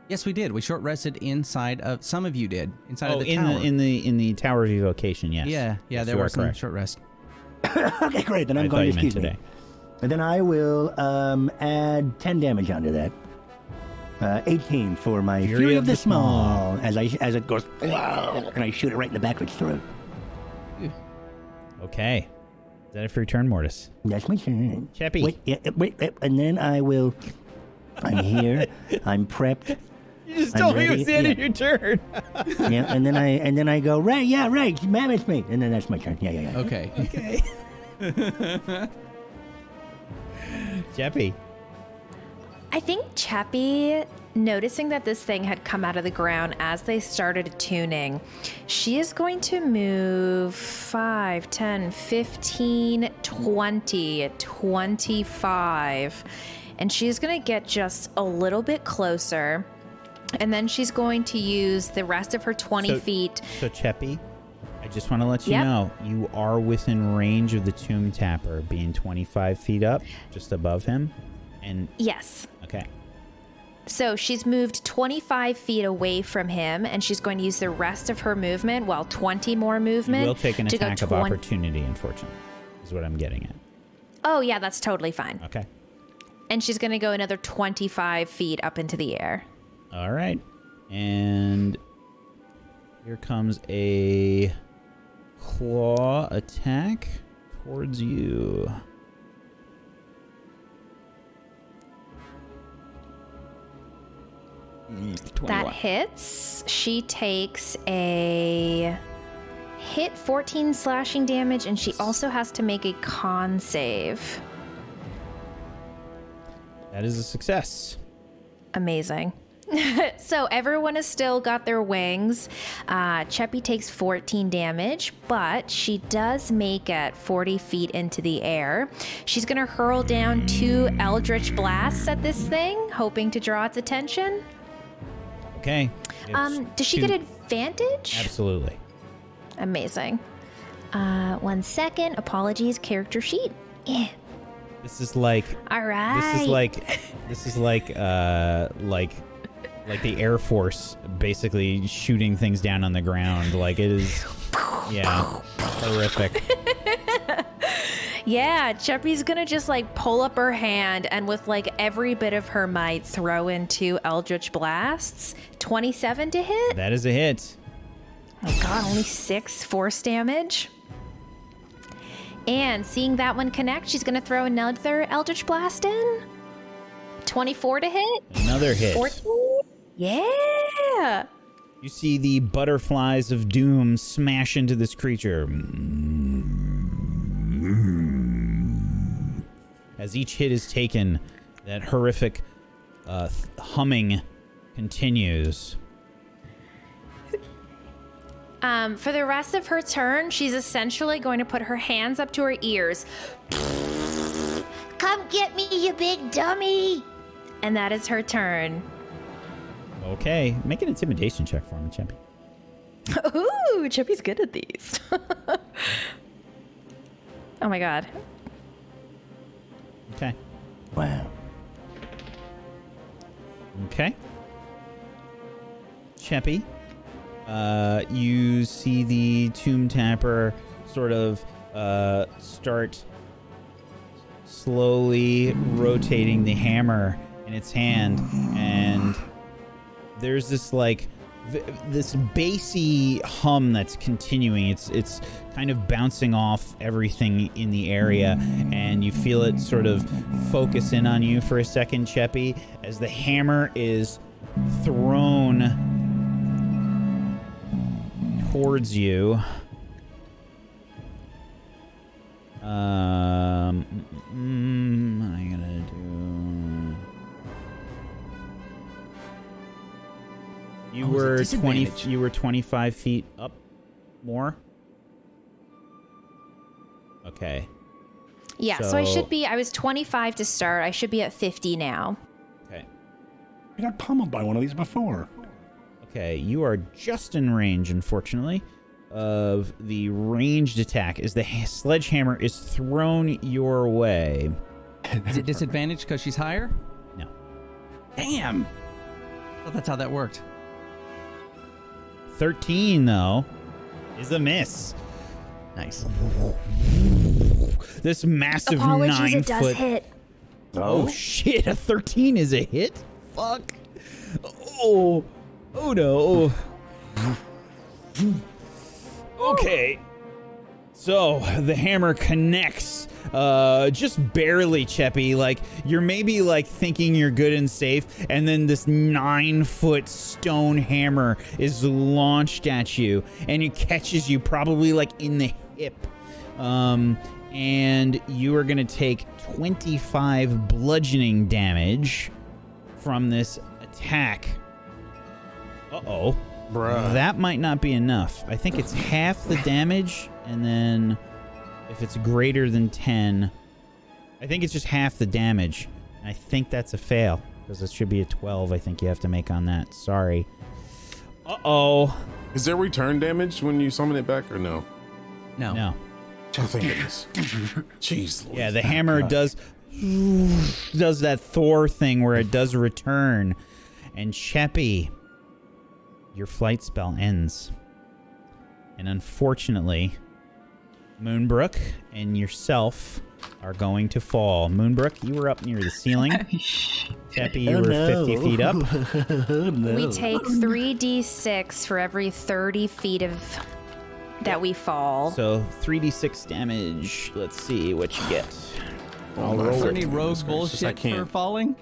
A: Yes, we did. We short rested inside of. Some of you did inside
F: Oh,
A: of the
F: in
A: tower.
F: the in the in the tower view location. Yes.
A: Yeah, yeah.
F: Yes,
A: there
F: you are
A: was some
F: correct.
A: short rest.
D: okay, great. Then I'm
F: I thought
D: going
F: you
D: to
F: meant
D: excuse me.
F: today.
D: And then I will um, add 10 damage onto that. Uh, 18 for my Fury, of the, small. As I as it goes, and I shoot it right in the back of its throat.
F: Okay. Is that it for your turn, Mortis?
D: That's my turn.
F: Chappy.
D: Wait, yeah, uh, wait, uh, and then I will. I'm here. I'm prepped.
F: You
D: just I'm told me it ready- was the end of yeah.
F: your turn.
D: Yeah, and then I and then I go right. Yeah, right. Mammoth me. And then that's my turn. Yeah, yeah, yeah.
A: Okay.
F: okay. Chappy.
E: I think Chappie, noticing that this thing had come out of the ground as they started tuning, she is going to move 5, 10, 15, 20, 25. And she's going to get just a little bit closer. And then she's going to use the rest of her 20
F: So-
E: feet.
F: So Cheppy, I just want to let you
E: Yep.
F: know you are within range of the tomb tapper, being 25 feet up, just above him, and
E: Yes.
F: okay.
E: So she's moved 25 feet away from him, and she's going to use the rest of her movement, well, 20 more
F: You
E: movement.
F: will take an
E: to go
F: attack of
E: 20
F: opportunity, unfortunately, is what I'm getting at.
E: Oh, yeah, that's totally fine.
F: Okay.
E: And she's going to go another 25 feet up into the air.
F: All right. And here comes a claw attack towards you. Mm, 21.
E: That hits. She takes a hit 14 slashing damage, and she also has to make a con save.
F: That is a success.
E: Amazing. so everyone has still got their wings. Uh, Cheppy takes 14 damage, but she does make it 40 feet into the air. She's going to hurl down two Eldritch blasts at this thing, hoping to draw its attention.
F: Okay.
E: Um, does she get advantage?
F: Absolutely.
E: Amazing. Uh, one second. Apologies, character sheet. Eh. Yeah.
F: This is like
E: All right.
F: this is like this is like uh like like the Air Force basically shooting things down on the ground. Like it is Yeah. Horrific.
E: Yeah, Cheppy's gonna just like pull up her hand and with like every bit of her might throw in two Eldritch Blasts. 27 to hit.
F: That is a hit.
E: Oh god, only six force damage. And seeing that one connect, she's gonna throw another Eldritch Blast in. 24 to hit.
F: Another hit.
E: 14. Yeah.
F: You see the butterflies of doom smash into this creature. As each hit is taken, that horrific uh, th- humming continues.
E: Um, for the rest of her turn, she's essentially going to put her hands up to her ears,
C: Come get me, you big dummy!
E: and that is her turn.
F: Okay, make an intimidation check for me, champion.
E: Ooh, Chippy's good at these. oh my god.
F: Okay.
D: Wow.
F: Okay. Cheppy, uh, you see the tomb tapper sort of uh, start slowly rotating the hammer in its hand, and there's this like v- this bassy hum that's continuing. It's it's kind of bouncing off everything in the area, and you feel it sort of focus in on you for a second, Cheppy, as the hammer is thrown towards you. Um, mm, what am I gonna do? You
A: Oh, is it
F: were twenty.
A: disadvantage?
F: You were twenty-five feet up, more. Okay.
E: Yeah, so, I
F: So-
E: should be I was 25 to start. I should be at 50 now.
F: Okay.
J: I got pummeled by one of these before.
F: Okay. You are just in range, unfortunately, of the ranged attack as the ha- sledgehammer is thrown your way.
A: Is it disadvantage because she's higher?
F: No.
A: Damn. thought that's how that worked.
F: 13, though, is a miss.
A: Nice.
F: This massive
C: Apologies,
F: nine
C: it does
F: foot.
C: hit.
F: Oh, shit. A 13 is a hit? Fuck. Oh. Oh, no. Okay. So the hammer connects uh, just barely, Cheppy. Like you're maybe like thinking you're good and safe, and then this nine foot stone hammer is launched at you, and it catches you probably like in the hip. Um, and you are gonna take 25 bludgeoning damage from this attack. Uh oh.
G: Bruh.
F: That might not be enough. I think it's half the damage, and then if it's greater than 10, I think it's just half the damage. And I think that's a fail, because it should be a 12, I think you have to make on that. Sorry. Uh oh.
G: Is there return damage when you summon it back or no?
A: No.
F: No.
G: Oh, thank goodness. Jeez. Louise.
F: Yeah, the hammer does does that Thor thing where it does return. And Cheppy, your flight spell ends. And unfortunately, Moonbrook and yourself are going to fall. Moonbrook, you were up near the ceiling. Cheppy, you
D: Oh,
F: were
D: no.
F: 50 feet up.
D: Oh, no.
E: We take 3d6 for every 30 feet of that we fall.
F: So 3d6 damage. Let's see what you get.
G: Oh, my
A: Is there any
G: fucking
A: rogue
G: goodness gracious, I
A: bullshit for
G: can't,
A: falling?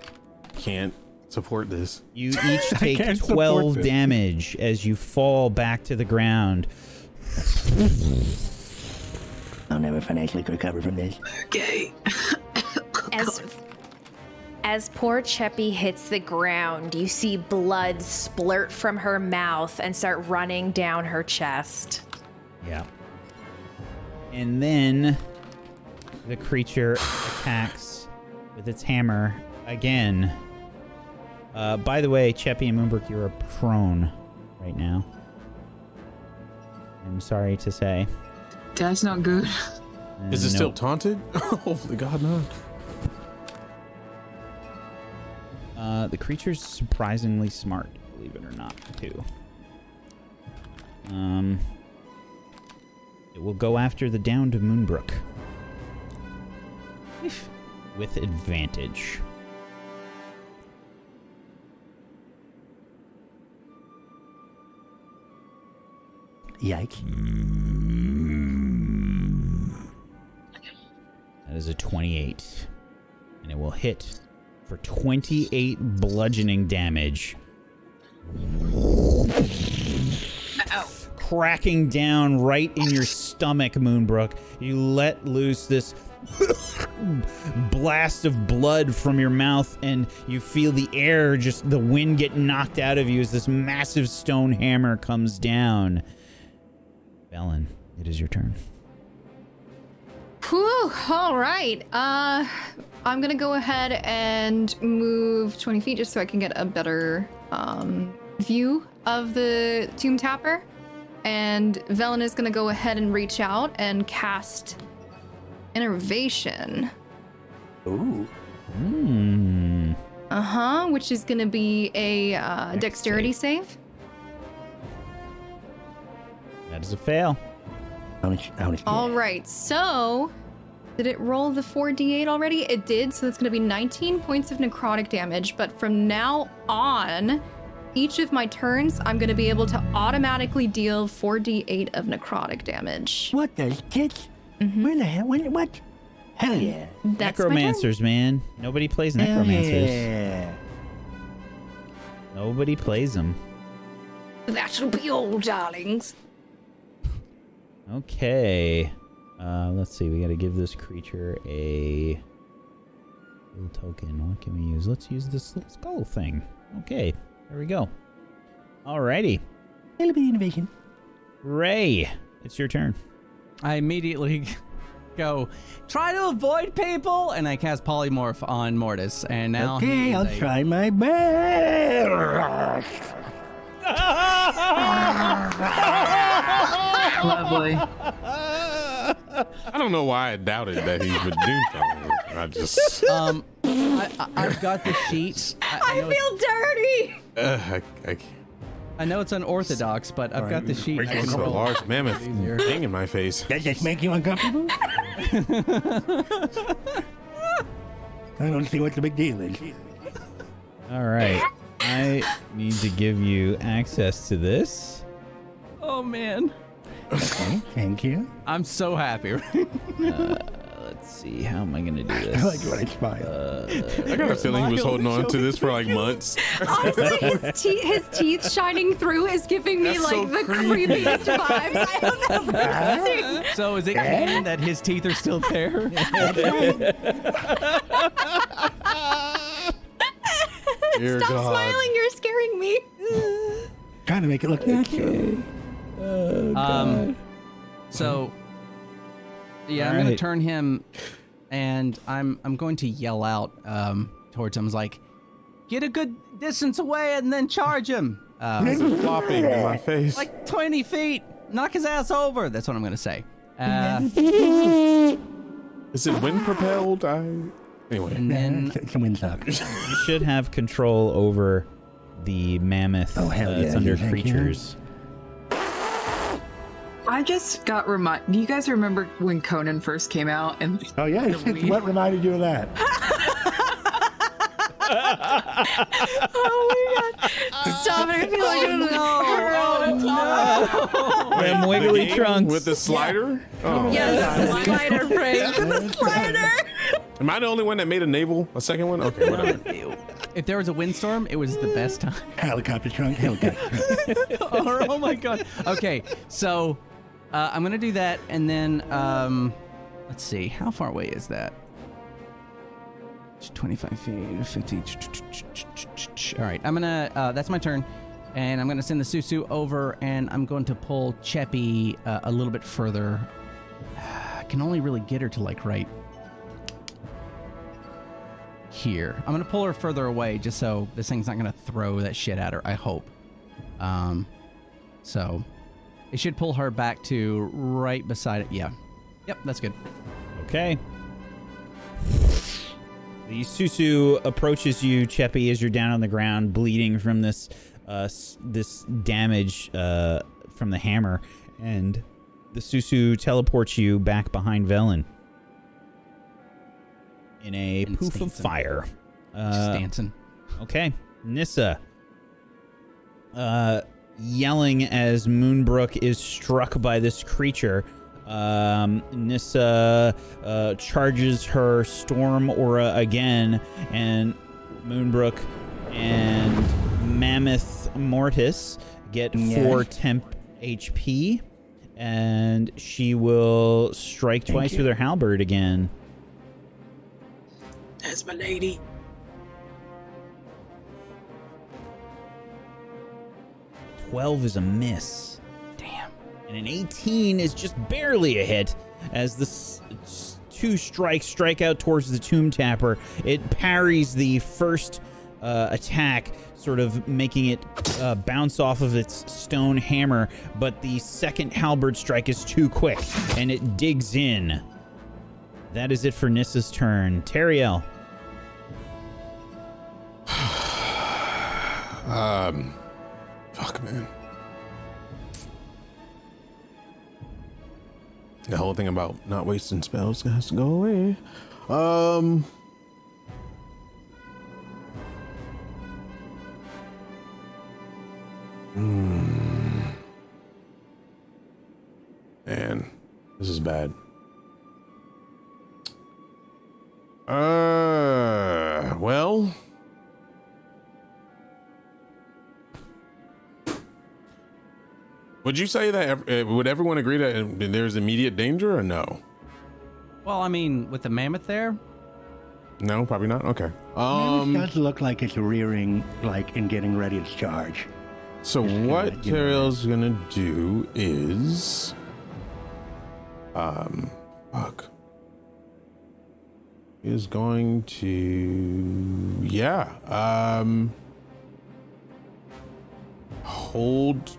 G: can't support this.
F: You each
J: can't
F: take
J: support
F: 12
J: this.
F: damage as you fall back to the ground.
D: I'll never financially recover from this.
H: Okay.
E: As as poor Cheppy hits the ground, you see blood splurt from her mouth and start running down her chest.
F: Yeah. And then the creature attacks with its hammer again. Uh, by the way, Cheppy and Moonbrook, you are prone right now. I'm sorry to say.
H: That's not good.
G: Is it
F: No.
G: still taunted? Hopefully, God, not.
F: Uh, the creature's surprisingly smart, believe it or not, too. Um, it will go after the downed Moonbrook. With advantage.
D: Yikes.
F: That is a 28. And it will hit for 28 bludgeoning damage. Cracking down right in your stomach, Moonbrook. You let loose this blast of blood from your mouth, and you feel the air, just the wind get knocked out of you as this massive stone hammer comes down. Velen, it is your turn.
I: Whew, all right. Uh, I'm gonna go ahead and move 20 feet just so I can get a better um, view of the tomb tapper. And Velen is gonna go ahead and reach out and cast Innervation.
D: Ooh.
F: Hmm.
I: Uh huh. Which is gonna be a uh, dexterity save.
F: That is a fail.
D: How much? How much?
I: All right. So, did it roll the 4d8 already? It did. So that's going to be 19 points of necrotic damage. But from now on, each of my turns, I'm going to be able to automatically deal 4d8 of necrotic damage.
D: What the tits? Where the hell? When, what? Hell Mm-hmm. yeah.
I: That's my turn.
F: necromancers, man. Nobody plays
D: Hell
F: necromancers.
D: yeah.
F: Nobody plays them.
B: That'll be all, darlings.
F: Okay. Uh, let's see. We got to give this creature a little token. What can we use? Let's use this little skull thing. Okay. There we go. Alrighty.
D: Little bit of innovation.
F: Ray, it's your turn.
A: I immediately go try to avoid people, and I cast polymorph on Mortis, and now
D: okay,
A: he's
D: I'll
A: a-
D: try my best.
H: Lovely.
G: I don't know why I doubted that he would do something. I just.
A: Um, I, I, I've got the sheet. I, I know it's-
I: dirty.
G: Uh, I, I,
A: I know it's unorthodox, but I've got the sheet. I
G: I've
A: can
G: got a
A: roll.
G: large mammoth thing in my face.
D: Does this make you uncomfortable? I don't see what the big deal is.
F: All right. I need to give you access to this.
A: Oh man,
D: Thank you.
A: I'm so happy.
F: Uh, Let's see. How am I going to do
D: I
F: this? Uh,
D: like when I smile.
G: I got a feeling he was holding on to this for like months.
I: Honestly, his, te- his teeth shining through is giving me
G: That's
I: like
G: so
I: the
G: creepy.
I: creepiest vibes I have ever seen.
A: so is it canon that his teeth are still there?
G: Dear
I: Stop
G: God.
I: smiling, you're scaring me.
D: Trying to make it look natural.
A: Um, so yeah, I'm gonna
F: Alright.
A: turn him, and I'm I'm going to yell out um, towards him. I was like, get a good distance away and then charge him. Um,
G: Flopping in my face.
A: like 20 feet. Knock his ass over. That's what I'm gonna say. Uh,
G: Is it wind propelled? I. Anyway.
A: and then
D: It's a windsock.
F: You should have control over the mammoth
D: Oh, hell
F: uh,
D: yeah,
F: thunder
D: you think
F: creatures.
H: I just got remind. Do you guys remember when Conan first came out? And
D: Oh yeah, it's, it's what reminded you of that?
E: Oh
I: Stop it! I feel like I'm
C: Oh,
I: no,
F: Them wiggly
G: Game
F: trunks.
G: With the slider? Oh.
I: Yes, the spider frame.
G: Am I the only one that made a navel? A second one? Okay, whatever.
A: if there was a windstorm, it was the best time.
D: Helicopter trunk, helicopter trunk.
A: oh, oh my god. Okay, so uh, I'm gonna do that, and then um, let's see, how far away is that? 25 feet, 50. All right, I'm gonna. Uh, that's my turn, and I'm gonna send the Susu over, and I'm going to pull Cheppy uh, a little bit further. I can only really get her to like right here. I'm gonna pull her further away, just so this thing's not gonna throw that shit at her. I hope. Um, so it should pull her back to right beside it. Yeah. Yep, that's good.
F: Okay. The Susu approaches you, Cheppy, as you're down on the ground, bleeding from this uh, s- this damage uh, from the hammer, and the Susu teleports you back behind Velen in a
A: And
F: poof of
A: Stanson.
F: fire.
A: Just
F: Uh,
A: dancing.
F: Okay, Nissa. Uh, yelling as Moonbrook is struck by this creature. Um, Nissa uh, charges her storm aura again, and Moonbrook and Mammoth Mortis get four temp HP, and she will strike twice with her halberd again.
H: that's my lady.
F: Twelve is a miss.
A: Damn.
F: and an 18 is just barely a hit as the s- s- two strikes strike out towards the tomb tapper it parries the first uh, attack sort of making it uh, bounce off of its stone hammer but the second halberd strike is too quick and it digs in that is it for nissa's turn teriel
G: Um, fuck, man. The whole thing about not wasting spells has to go away. Um. Hmm. Man, this is bad. Uh, well, Would you say that ev- uh, would everyone agree that uh, there's immediate danger or no?
A: Well, I mean, with the mammoth there,
G: No, probably not. Okay.
D: It
G: Um.
D: does look like it's rearing, like, and getting ready to charge.
G: So
D: gonna
G: what
D: let you know
G: Teriel's gonna do is, um, fuck, is going to yeah um hold.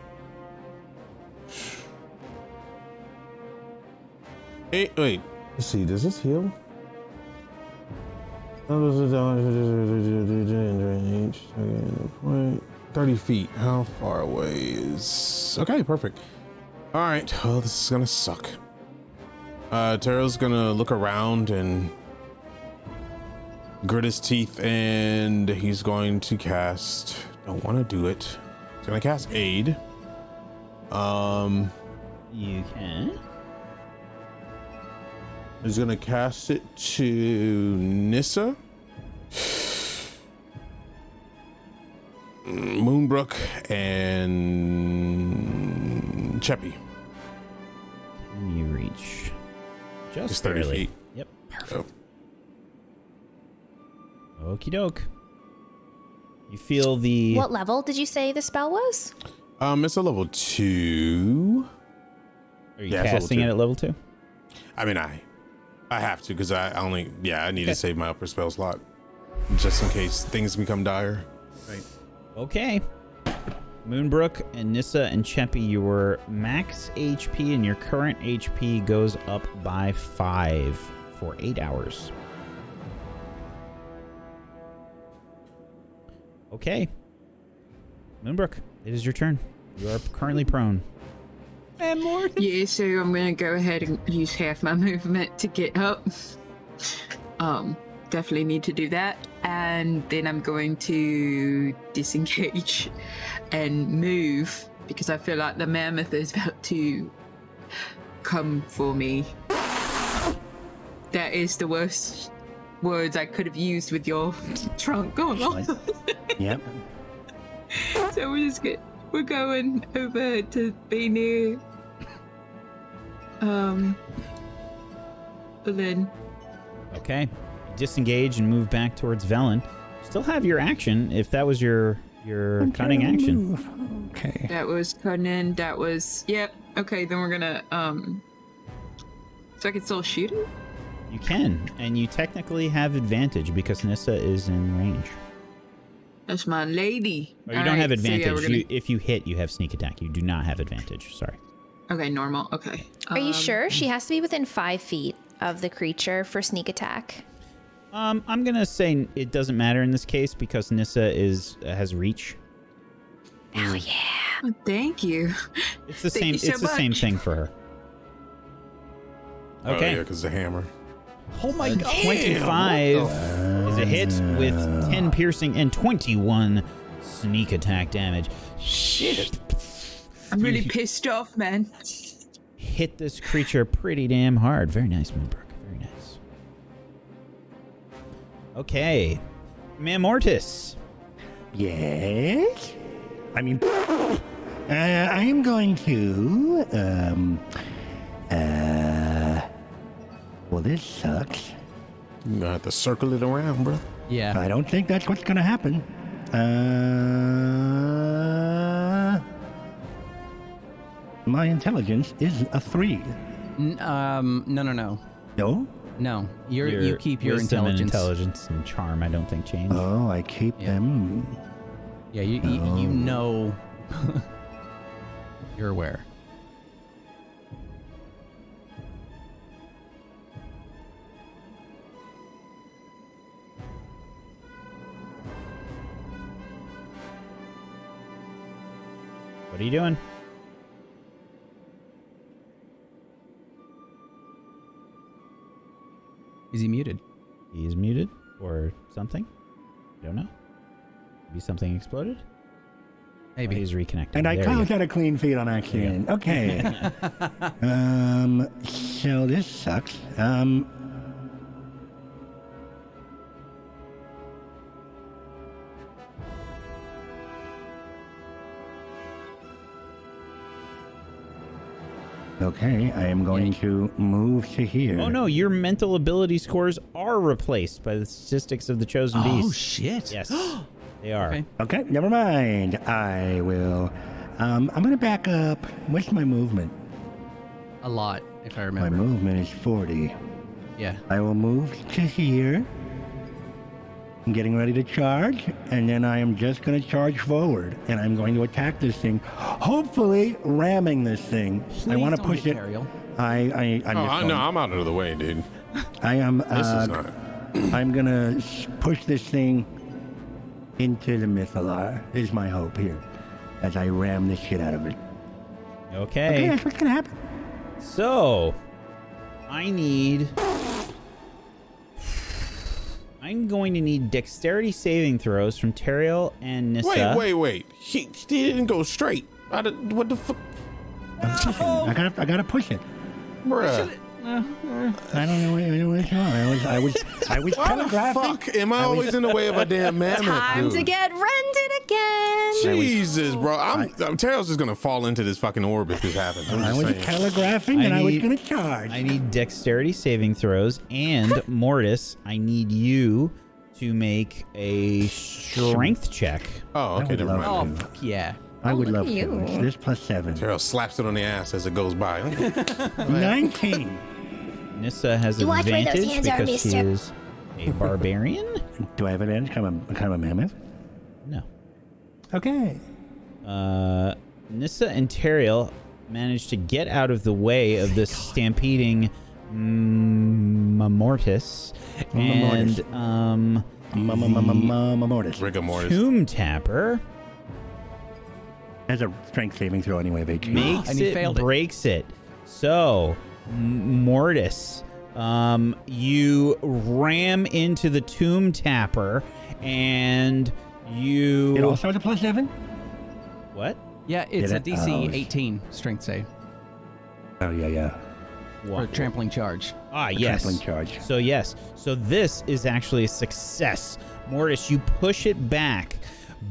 G: Hey, wait. Let's see. Does this heal? 30 feet. How far away is. Okay, perfect. All right. Oh, this is going to suck. Uh, Taro's going to look around and grit his teeth, and he's going to cast. Don't want to do it. He's going to cast Aid. Um,
F: You can.
G: he's going to cast it to Nissa. Moonbrook and Cheppy.
F: Can you reach? Just
G: It's 30
F: barely. Oh.
G: feet.
F: Yep.
G: So,
F: Okie doke. You feel the
E: What level did you say the spell was?
G: um, it's a level two.
F: are you
G: Yeah, it's level
F: casting
G: two.
F: it at level two?
G: I mean, I, I have to because I only yeah I need to save my upper spell slot just in case things become dire.
F: Okay. Moonbrook and Nissa and Cheppy, your max HP and your current HP goes up by five for eight hours. Okay. Moonbrook, it is your turn. You are currently prone.
H: Yeah, so I'm gonna go ahead and use half my movement to get up. Um, definitely need to do that. And then I'm going to disengage and move because I feel like the mammoth is about to come for me. That is the worst words I could have used with your trunk. Go along.
M: Yep.
H: So we're just get, we're going over to be near um Berlin.
F: Okay. You disengage and move back towards Velen. Still have your action if that was your your cunning action.
M: Okay.
H: That was Conan, that was yep, okay, then we're gonna um So I can still shoot him?
F: You can, and you technically have advantage because Nissa is in range.
H: That's my lady.
F: Or Oh, you don't
H: Alright,
F: have
H: so yeah,
F: advantage.
H: we're
F: you, if you hit, you have sneak attack. You do not have advantage. Sorry.
H: gonna- okay, normal, okay.
E: Are you
H: Um,
E: sure? She has to be within five feet of the creature for sneak attack.
F: Um, I'm gonna say it doesn't matter in this case because Nissa is has reach. Mm.
H: Oh, Thank you.
F: It's the
H: Thank
F: same.
H: you so
F: it's the same
H: much.
F: thing for her.
G: Oh yeah,
F: Okay.
G: because the hammer.
F: Oh, my god. Twenty-five is a hit with ten piercing and twenty-one sneak attack damage. Shit.
H: I'm really pissed off, man.
F: Hit this creature pretty damn hard. Very nice, Moonbrook. Very nice. Okay. Mamortis.
M: Yes. I mean, uh, I am going to. Um. Uh. Well, this sucks.
G: You're gonna have to circle it around, bro.
A: Yeah.
M: I don't think that's what's gonna happen. Uh. My intelligence is a three.
A: N- um. No. No. No.
M: No.
A: No. You're, you keep your
F: wisdom
A: intelligence.
F: And intelligence and charm, I don't think, change.
M: Oh, I keep
A: Yeah.
M: them.
A: Yeah. You. You,
M: Oh.
A: you know. you're aware.
F: What are you doing?
A: Is he muted?
F: He's muted or something? Don't know. Maybe something exploded? Oh,
A: Maybe.
F: he's reconnected.
M: And I
F: There you
M: called
F: go.
M: out a clean feed on accident. Okay. um. So this sucks. Um. Okay, I am going to move to here.
F: Oh no, your mental ability scores are replaced by the statistics of the chosen beast.
A: Oh shit.
F: Yes. they are.
A: Okay.
M: Okay, never mind. I will. Um, I'm gonna back up. What's my movement?
A: A lot, if I
M: My
A: remember.
M: movement is 40.
A: Yeah.
M: I will move to here. I'm getting ready to charge, and then I am just going to charge forward, and I'm going to attack this thing. Hopefully, ramming this thing. I
A: Please
M: want to
A: don't
M: push
A: hit
M: it.
A: Ariel.
M: I, I, I'm
G: Oh,
M: just
G: I,
M: going-
G: no, I'm out of the way, dude.
M: I am.
G: This
M: uh,
G: is not.
M: I'm gonna s- push this thing
D: into the Mythalar, is my hope here, as I ram this shit out of it. Okay,
F: Okay.
D: that's what's gonna happen.
F: So, I need. I'm going to need dexterity saving throws from Teriel and Nissa.
G: Wait, wait, wait. He, he didn't go straight. I did, what the fuck?
F: Oh,
D: I gotta, I gotta push it.
G: Bruh.
D: I don't know what, I don't know what's wrong. I was, I was, I was
G: Why the
D: telegraphing.
G: fuck am I always in the way of a damn mammoth?
I: Time to
G: dude?
I: get rented again.
G: Jesus, bro. I'm, I'm Terrell's just gonna fall into this fucking orb if this happens. I'm
D: I
G: just
D: was
G: saying.
D: telegraphing, and
F: I
D: I was
F: need-
D: gonna charge.
F: I need dexterity saving throws, and Mortis, I need you to make a strength check.
G: Oh, okay,
D: would
G: never
D: love
G: mind.
A: Fuck yeah.
D: I would love
I: at
D: to.
I: you.
D: This plus seven.
G: Terrell slaps it on the ass as it goes by.
D: Nineteen.
F: Nissa has
C: You watch where those
F: advantage
C: hands are,
F: because she
C: mister.
F: is a barbarian.
D: Do I have an edge? Kind of, a- kind of a mammoth.
F: no.
D: Okay.
F: Uh, Nissa and Teriel managed to get out of the way
D: Oh
F: of this stampeding mm, Mortis,
D: Mamortis.
F: and um,
D: Mama, mama, mama, mortis.
G: Rigor mortis.
F: Tomb Tapper
D: That's a strength saving throw anyway of 18.
F: makes
A: And he
F: it,
A: failed it.
F: breaks it. So, M- Mortis, um, you ram into the Tomb Tapper, and you
D: It also has a plus seven?
F: what?
A: Yeah, it's
D: Did
A: a
D: it?
A: DC
D: Oh.
A: 18 strength save
D: Oh, yeah, yeah.
A: for trampling charge.
F: Ah,
D: A
F: yes.
D: Trampling charge.
F: So yes, so this is actually a success. Mortis, you push it back,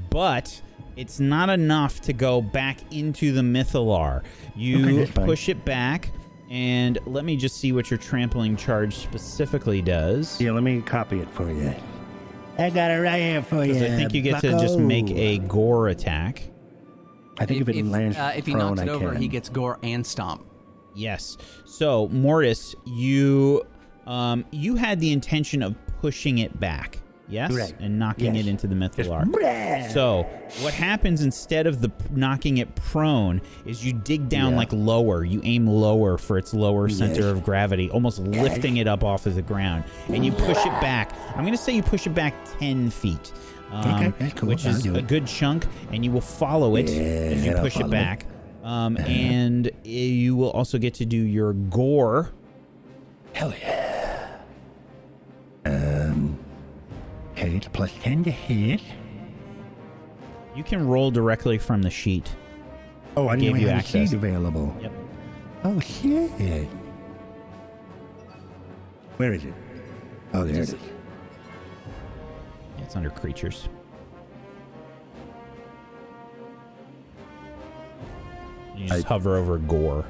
F: but it's not enough to go back into the Mythalar.
D: Okay,
F: You
D: that's fine.
F: push it back, and let me just see what your trampling charge specifically does.
D: Yeah, let me copy it for you. I got it right here for you.
F: 'Cause I think you get to just
D: bucko.
F: make a gore attack.
D: Uh, I think if, it lands
A: uh, if he
D: prone,
A: knocks it
D: I
A: over,
D: can.
A: he gets gore and stomp.
F: Yes. So Mortis, you um, you had the intention of pushing it back, yes,
D: Right.
F: and knocking
D: Yes.
F: it into the Mythalar.
D: Bleh!
F: So what happens instead of the p- knocking it prone is you dig down
D: Yeah.
F: like lower. You aim lower for its lower center
D: Yes.
F: of gravity, almost lifting it up off of the ground, and you push it back. I'm gonna say you push it back ten feet, um,
D: Okay, that's cool.
F: which
D: I'll
F: is
D: do
F: a
D: it.
F: good chunk, and you will follow it as you
D: Yeah, I'll
F: push
D: follow
F: it
D: it.
F: back. Um, and i- you will also get to do your gore.
D: Hell yeah. Um. Okay, it's a plus 10 to hit.
F: You can roll directly from the sheet.
D: Oh, I
F: Gave
D: didn't
F: you
D: even have a
F: access.
D: sheet available.
F: Yep.
D: Oh, shit. Where is it? Oh, there it is.
F: It's under creatures. You just
D: I-
F: hover over gore.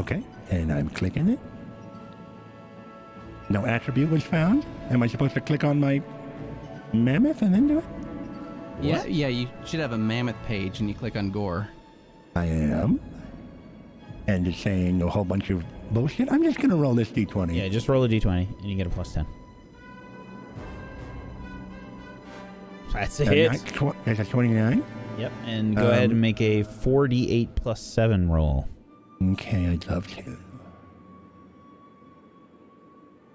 D: Okay, and I'm clicking it. No attribute was found. Am I supposed to click on my mammoth and then do it?
A: Yeah, yeah, you should have a mammoth page and you click on gore.
D: I am. And it's saying a whole bunch of bullshit. I'm just gonna roll this d20.
F: Yeah, just roll a d20 and you get a plus 10. That's a
D: A
F: hit.
D: nine- tw- That's a 29.
F: Yep, and go ahead
D: Um,
F: and make a 4d8 plus 7 roll.
D: Okay, I'd love to.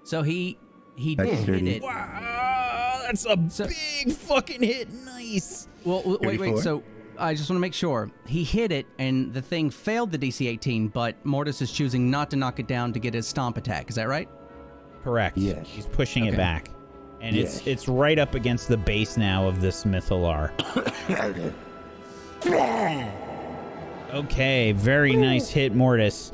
A: So he he
D: That's
A: did
D: dirty.
A: it.
F: Wow, Ah, that's a
A: So-
F: big fucking hit. Nice.
A: Well, w- wait, wait.
D: 34?
A: So I just want to make sure he hit it, and the thing failed the DC 18. But Mortis is choosing not to knock it down to get his stomp attack. Is that right?
F: Correct.
D: Yes.
F: He's pushing
A: Okay.
F: it back. And
D: Yes.
F: it's it's right up against the base now of this Mythalar. Okay, very nice hit, Mortis.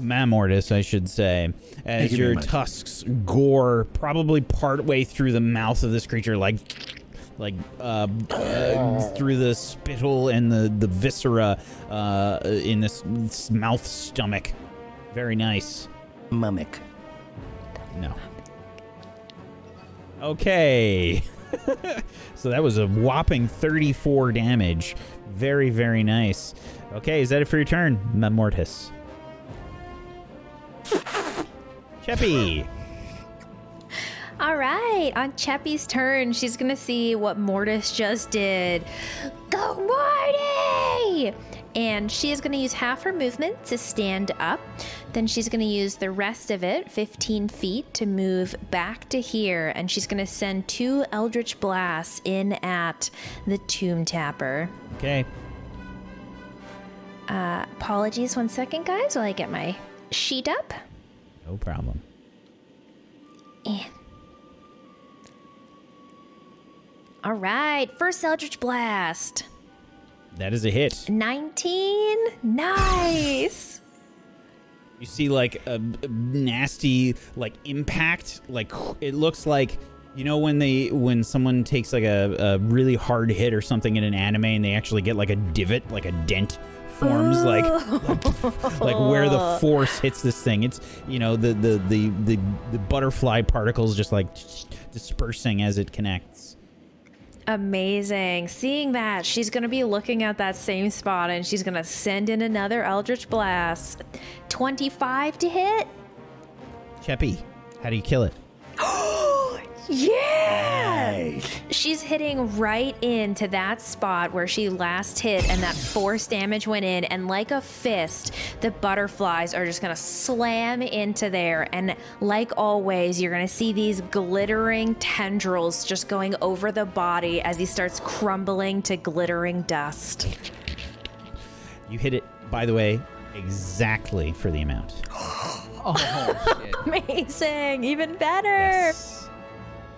F: Mamortis, I should say,
D: Thank
F: as
D: you very
F: your
D: much.
F: tusks gore probably partway through the mouth of this creature, like, like uh, uh, through the spittle and the the viscera uh, in this, this mouth stomach. Very nice.
D: Mummic.
F: No. Okay. so that was a whopping 34 damage. Very, very nice. Okay, is that it for your turn, Memortis? Cheppy.
E: All right, on Chappie's turn, she's gonna see what Mortis just did. Go, Morty! And she is going to use half her movement to stand up. Then she's going to use the rest of it, 15 feet, to move back to here. And she's going to send two Eldritch Blasts in at the Tomb Tapper.
F: Okay.
E: Uh, apologies, one second, guys, while I get my sheet up.
F: No problem.
E: And. All right, first Eldritch Blast.
F: That is a hit.
E: 19. Nice.
F: You see like a, a nasty like impact. Like it looks like you know when they when someone takes like a, a really hard hit or something in an anime and they actually get like a divot, like a dent forms like like where the force hits this thing. It's you know the the the the, the butterfly particles just like dispersing as it connects.
E: Amazing. Seeing that, she's going to be looking at that same spot and she's going to send in another Eldritch Blast. 25 to hit.
F: Cheppy, how do you kill it?
E: Yeah! She's hitting right into that spot where she last hit, and that force damage went in. And like a fist, the butterflies are just gonna slam into there. And like always, you're gonna see these glittering tendrils just going over the body as he starts crumbling to glittering dust.
F: You hit it, by the way, exactly for the amount.
A: Oh, shit.
E: Amazing! Even better!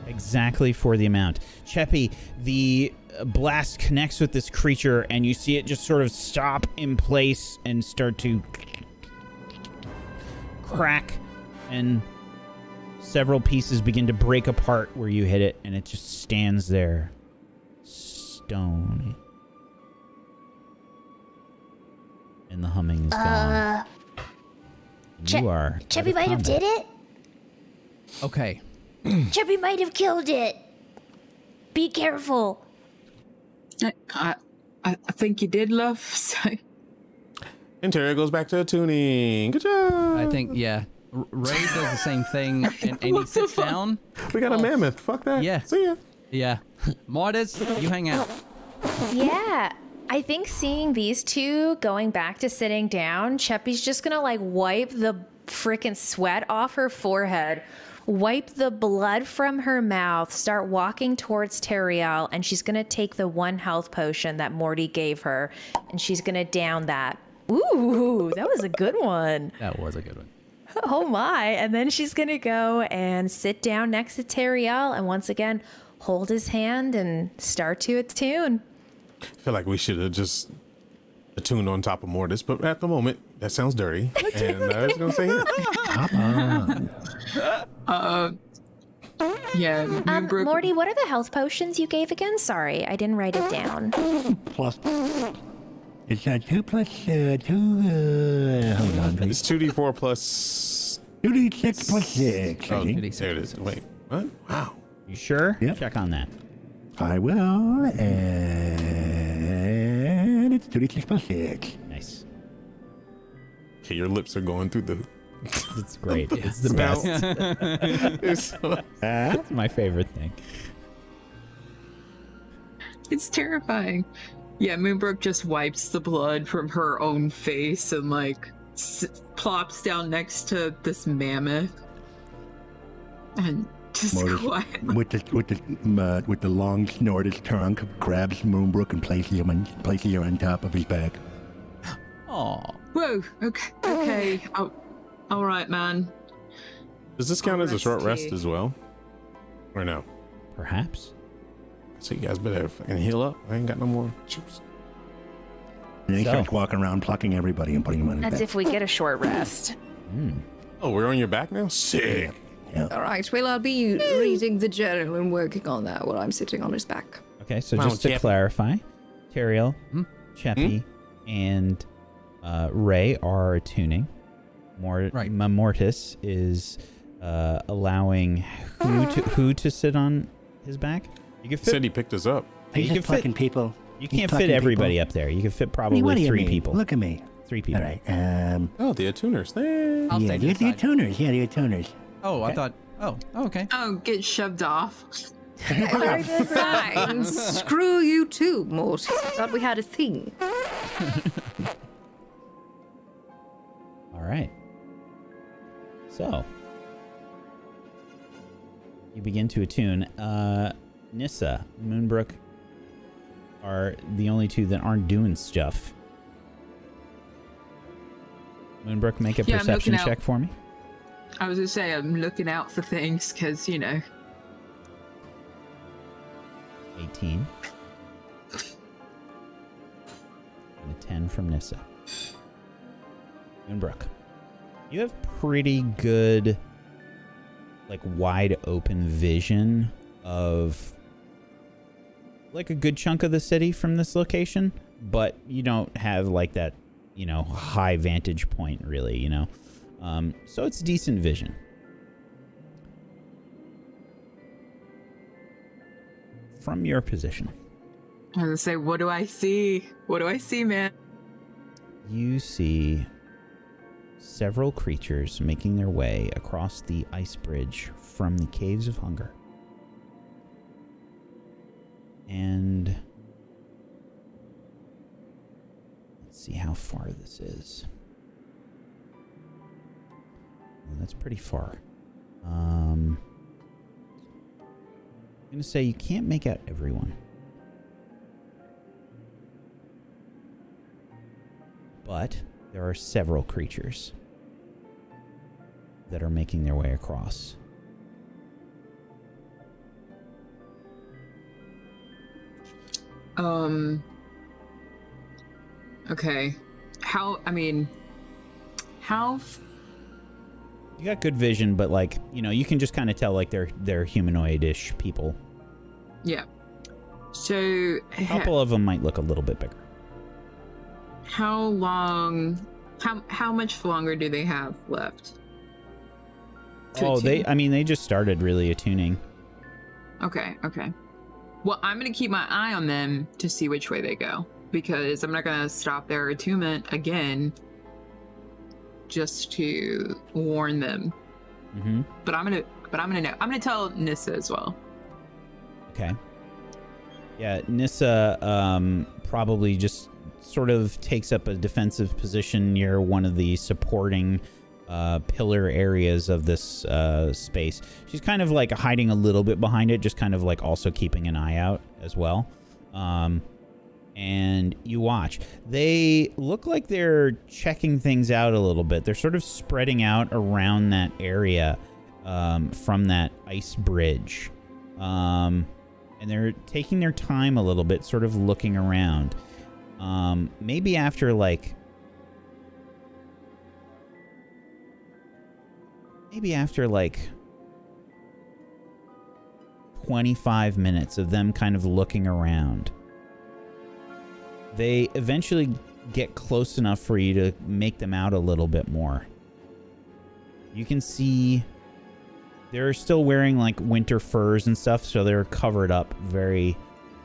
F: exactly for the amount. Cheppy, the uh, blast connects with this creature, and you see it just sort of stop in place and start to crack, and several pieces begin to break apart where you hit it, and it just stands there, stone. And the humming is gone.
C: Uh, Che-
F: You are.
C: Cheppy might have did it.
A: Okay.
C: Cheppy might have killed it. Be careful.
H: I, I, I think you did, love. So
G: And Terry goes back to tuning. Good job.
A: I think yeah. R- Ray does the same thing, and, and he
H: What the
A: sits
H: fuck?
A: down. Oh.
G: we got a mammoth. Fuck that.
A: Yeah.
G: See ya.
A: Yeah. Mortis, you hang out.
E: Yeah. I think seeing these two going back to sitting down, Cheppy's just gonna like wipe the freaking sweat off her forehead, wipe the blood from her mouth, start walking towards Teriel, and she's gonna take the one health potion that Morty gave her, and she's gonna down that. Ooh, that was a good one.
A: That was a good one.
E: Oh my. And then she's going to go and sit down next to Teriel and once again hold his hand and start to attune.
G: I feel like we should have just attuned on top of Mortis, but at the moment, that sounds dirty. and I was going to say, yeah.
H: Uh, yeah,
E: Um,
H: Moonbrook-
E: Morty, what are the health potions you gave again? Sorry, I didn't write it down.
D: Plus, it's uh, two plus uh, two. Uh, hold on,
G: it's
D: please.
G: 2d4 plus.
D: Two D six plus uh, six. I
G: Oh,
D: think.
G: there it is. Wait, what? Wow.
F: You sure?
D: Yep.
F: Check on that.
D: I will, and it's two D six plus six.
F: Nice.
G: Okay, your lips are going through the
F: It's great. It's the
G: smell.
F: best.
G: It's like-
F: It's my favorite thing.
H: it's terrifying. Yeah, Moonbrook just wipes the blood from her own face and like s- plops down next to this mammoth
C: Um,
H: and just
D: Mortis,
H: quietly.
D: with the with the um, uh, with the long snort, his trunk grabs Moonbrook and places him on places her on top of his back.
A: Oh,
H: Whoa. Okay. Okay. Oh, all right, man.
G: Does this count as a short rest
H: Rescue.
G: as well? Or no?
F: Perhaps.
G: So you guys better fucking heal up. I ain't got no more juice.
D: And then he
F: So.
D: starts walking around, plucking everybody and putting them on his
E: That's
D: back.
E: if we get a short rest.
G: Oh, we're on your back now? Sick.
B: All right, well, I'll be reading the journal and working on that while I'm sitting on his back.
F: Okay, so
G: Mount
F: just to
G: Cheppy.
F: clarify, Teriel,
D: Hmm?
F: Cheppy, and uh, Ray are attuning. Mor-
A: Right.
F: Ma- Mortis is uh, allowing who to who to sit on his back. You can
G: He said
F: fit.
G: he picked us up.
F: You
D: He's
F: can
D: just fucking
F: fit.
D: people.
F: You
D: He's
F: can't
D: fucking
F: fit
D: people.
F: everybody up there. You can fit probably
D: what do you
F: three
D: mean?
F: people.
D: Look at me.
F: three people.
D: All right. Um.
G: Oh, the attuners. There.
A: I'll
D: yeah,
A: stay to
D: the,
A: the
D: the
A: side.
D: attuners. Yeah, the attuners.
A: Oh, I thought. Oh, oh, okay.
H: Oh, get shoved off.
B: Fine, screw you too, Morty. Thought we had a thing.
F: All right. So you begin to attune. Uh, Nissa, Moonbrook are the only two that aren't doing stuff. Moonbrook, make a
H: Yeah, I'm
F: perception
H: looking out.
F: check for me.
H: I was gonna say I'm looking out for things because you know.
F: 18. And a 10 from Nissa. And Brooke. You have pretty good, like, wide open vision of, like, a good chunk of the city from this location, but you don't have, like, that, you know, high vantage point, really, you know? Um, so it's decent vision. From your position.
H: I was gonna say, what do I see? What do I see, man?
F: you see several creatures making their way across the ice bridge from the caves of hunger. And let's see how far this is. Well, that's pretty far. Um, I'm going to say you can't make out everyone. but there are several creatures that are making their way across.
H: Um. Okay. How? I mean, how? f-
F: You got good vision, but like you know, you can just kind of tell like they're they're humanoid-ish people.
H: Yeah. So
F: A couple of them might look a little bit bigger.
H: how long? How how much longer do they have left? To
F: Oh, they
H: attune?
F: I mean they just started really attuning.
H: Okay. Okay. Well, I'm gonna keep my eye on them to see which way they go because I'm not gonna stop their attunement again, just to warn them.
F: Mm-hmm.
H: But I'm gonna. But I'm gonna know. I'm gonna tell Nissa as well.
F: Okay. Yeah, Nissa um, probably just sort of takes up a defensive position near one of the supporting uh, pillar areas of this uh, space. She's kind of like hiding a little bit behind it, just kind of like also keeping an eye out as well. Um, and you watch. They look like they're checking things out a little bit. They're sort of spreading out around that area um, from that ice bridge. Um, and they're taking their time a little bit, sort of looking around. Um, maybe after like. Maybe after like 25 minutes of them kind of looking around, they eventually get close enough for you to make them out a little bit more. You can see they're still wearing like winter furs and stuff, so they're covered up very,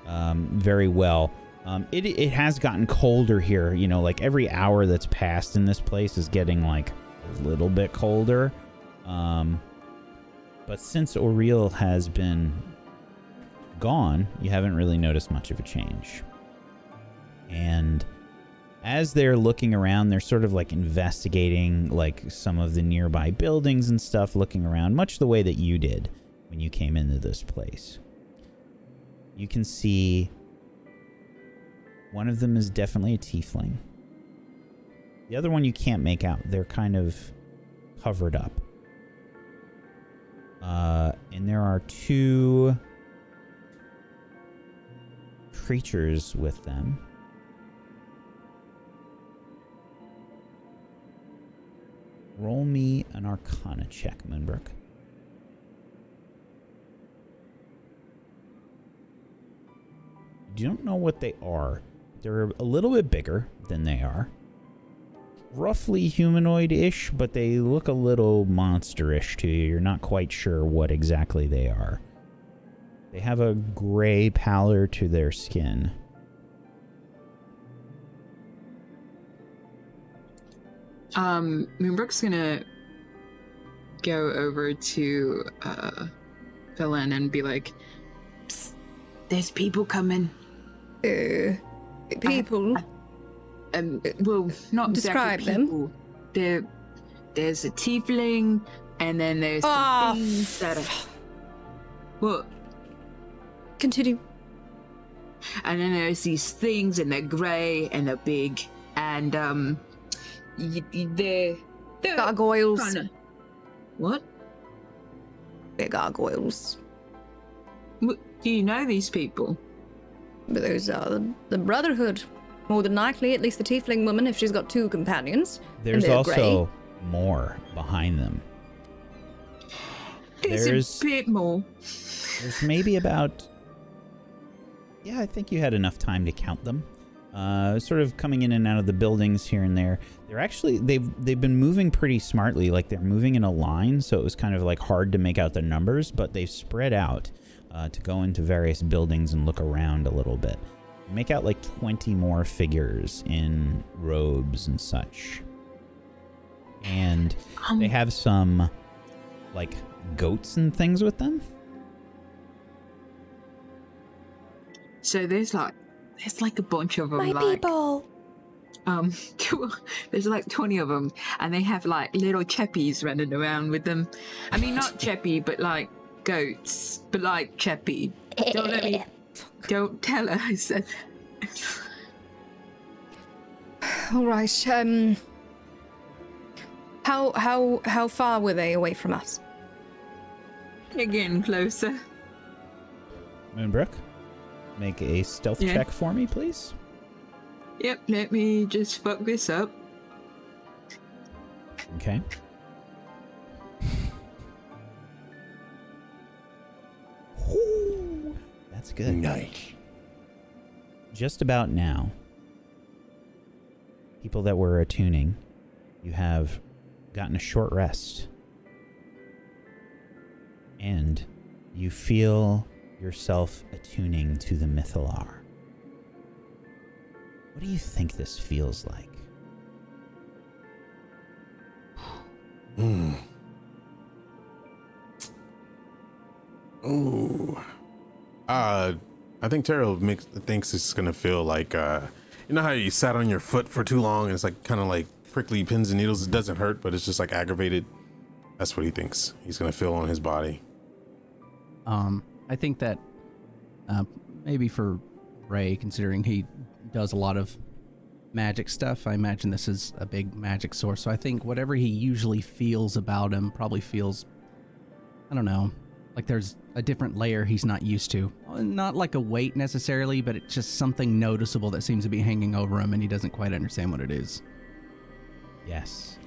F: um, very well. Um, it it has gotten colder here. You know, like every hour that's passed in this place is getting like a little bit colder. Um, but since Oriel has been gone, you haven't really noticed much of a change. And as they're looking around, they're sort of like investigating like some of the nearby buildings and stuff, looking around, much the way that you did when you came into this place. You can see one of them is definitely a tiefling. The other one you can't make out. They're kind of covered up. Uh, and there are two creatures with them. Roll me an Arcana check, Moonbrook. You don't know what they are. They're a little bit bigger than they are. Roughly humanoid ish, but they look a little monsterish to you. You're not quite sure what exactly they are. They have a gray pallor to their skin.
H: Um, Moonbrook's gonna go over to uh, Velen and be like, "Psst, "There's people coming." Uh,
B: Uh, people.
H: Um, well, not exactly
B: Describe them.
H: people. They're there's a tiefling, and then there's
I: Ah,
H: some things that are. What?
I: Continue.
H: and then there's these things and they're gray and they're big and um y- y- they're, they're
I: Gargoyles.
H: kinda- what
I: They're gargoyles.
H: Wh- do you know these people
I: But those are the, the Brotherhood. More than likely, at least the Tiefling woman, if she's got two companions. and
F: There's
I: they're
F: also more behind them.
H: there's,
F: There's-
H: a bit more
F: There's maybe about. Yeah, I think you had enough time to count them. Uh, sort of coming in and out of the buildings here and there. They're actually they've they've been moving pretty smartly. Like they're moving in a line, so it was kind of like hard to make out their numbers. But they've spread out uh, to go into various buildings and look around a little bit. Make out like 20 more figures in robes and such. And they have some like goats and things with them.
H: so there's like there's like a bunch of them
E: My
H: like
E: people.
H: um there's like 20 of them and they have like little cheppies running around with them i mean not cheppy but like goats but like cheppy don't let me don't tell her i said
I: All right. Um. How how how far were they away from us?
H: again closer
F: Moonbrook, make a stealth
H: Yeah.
F: check for me, please.
H: Yep, let me just fuck this up.
F: Okay. Ooh, That's good.
D: Nice.
F: Just about now, people that were attuning, you have gotten a short rest. And you feel yourself attuning to the Mythalar. What do you think this feels like?
G: Hmm. Ooh. Uh, I think Terrell makes, thinks it's gonna feel like uh, you know how you sat on your foot for too long and it's like kind of like prickly pins and needles. It doesn't hurt, but it's just like aggravated. That's what he thinks he's gonna feel on his body.
A: Um, I think that uh, maybe for Ray, considering he does a lot of magic stuff, I imagine this is a big magic source. So I think whatever he usually feels about him probably feels, I don't know, like there's a different layer he's not used to. Not like a weight necessarily, but it's just something noticeable that seems to be hanging over him and he doesn't quite understand what it is.
F: Yes.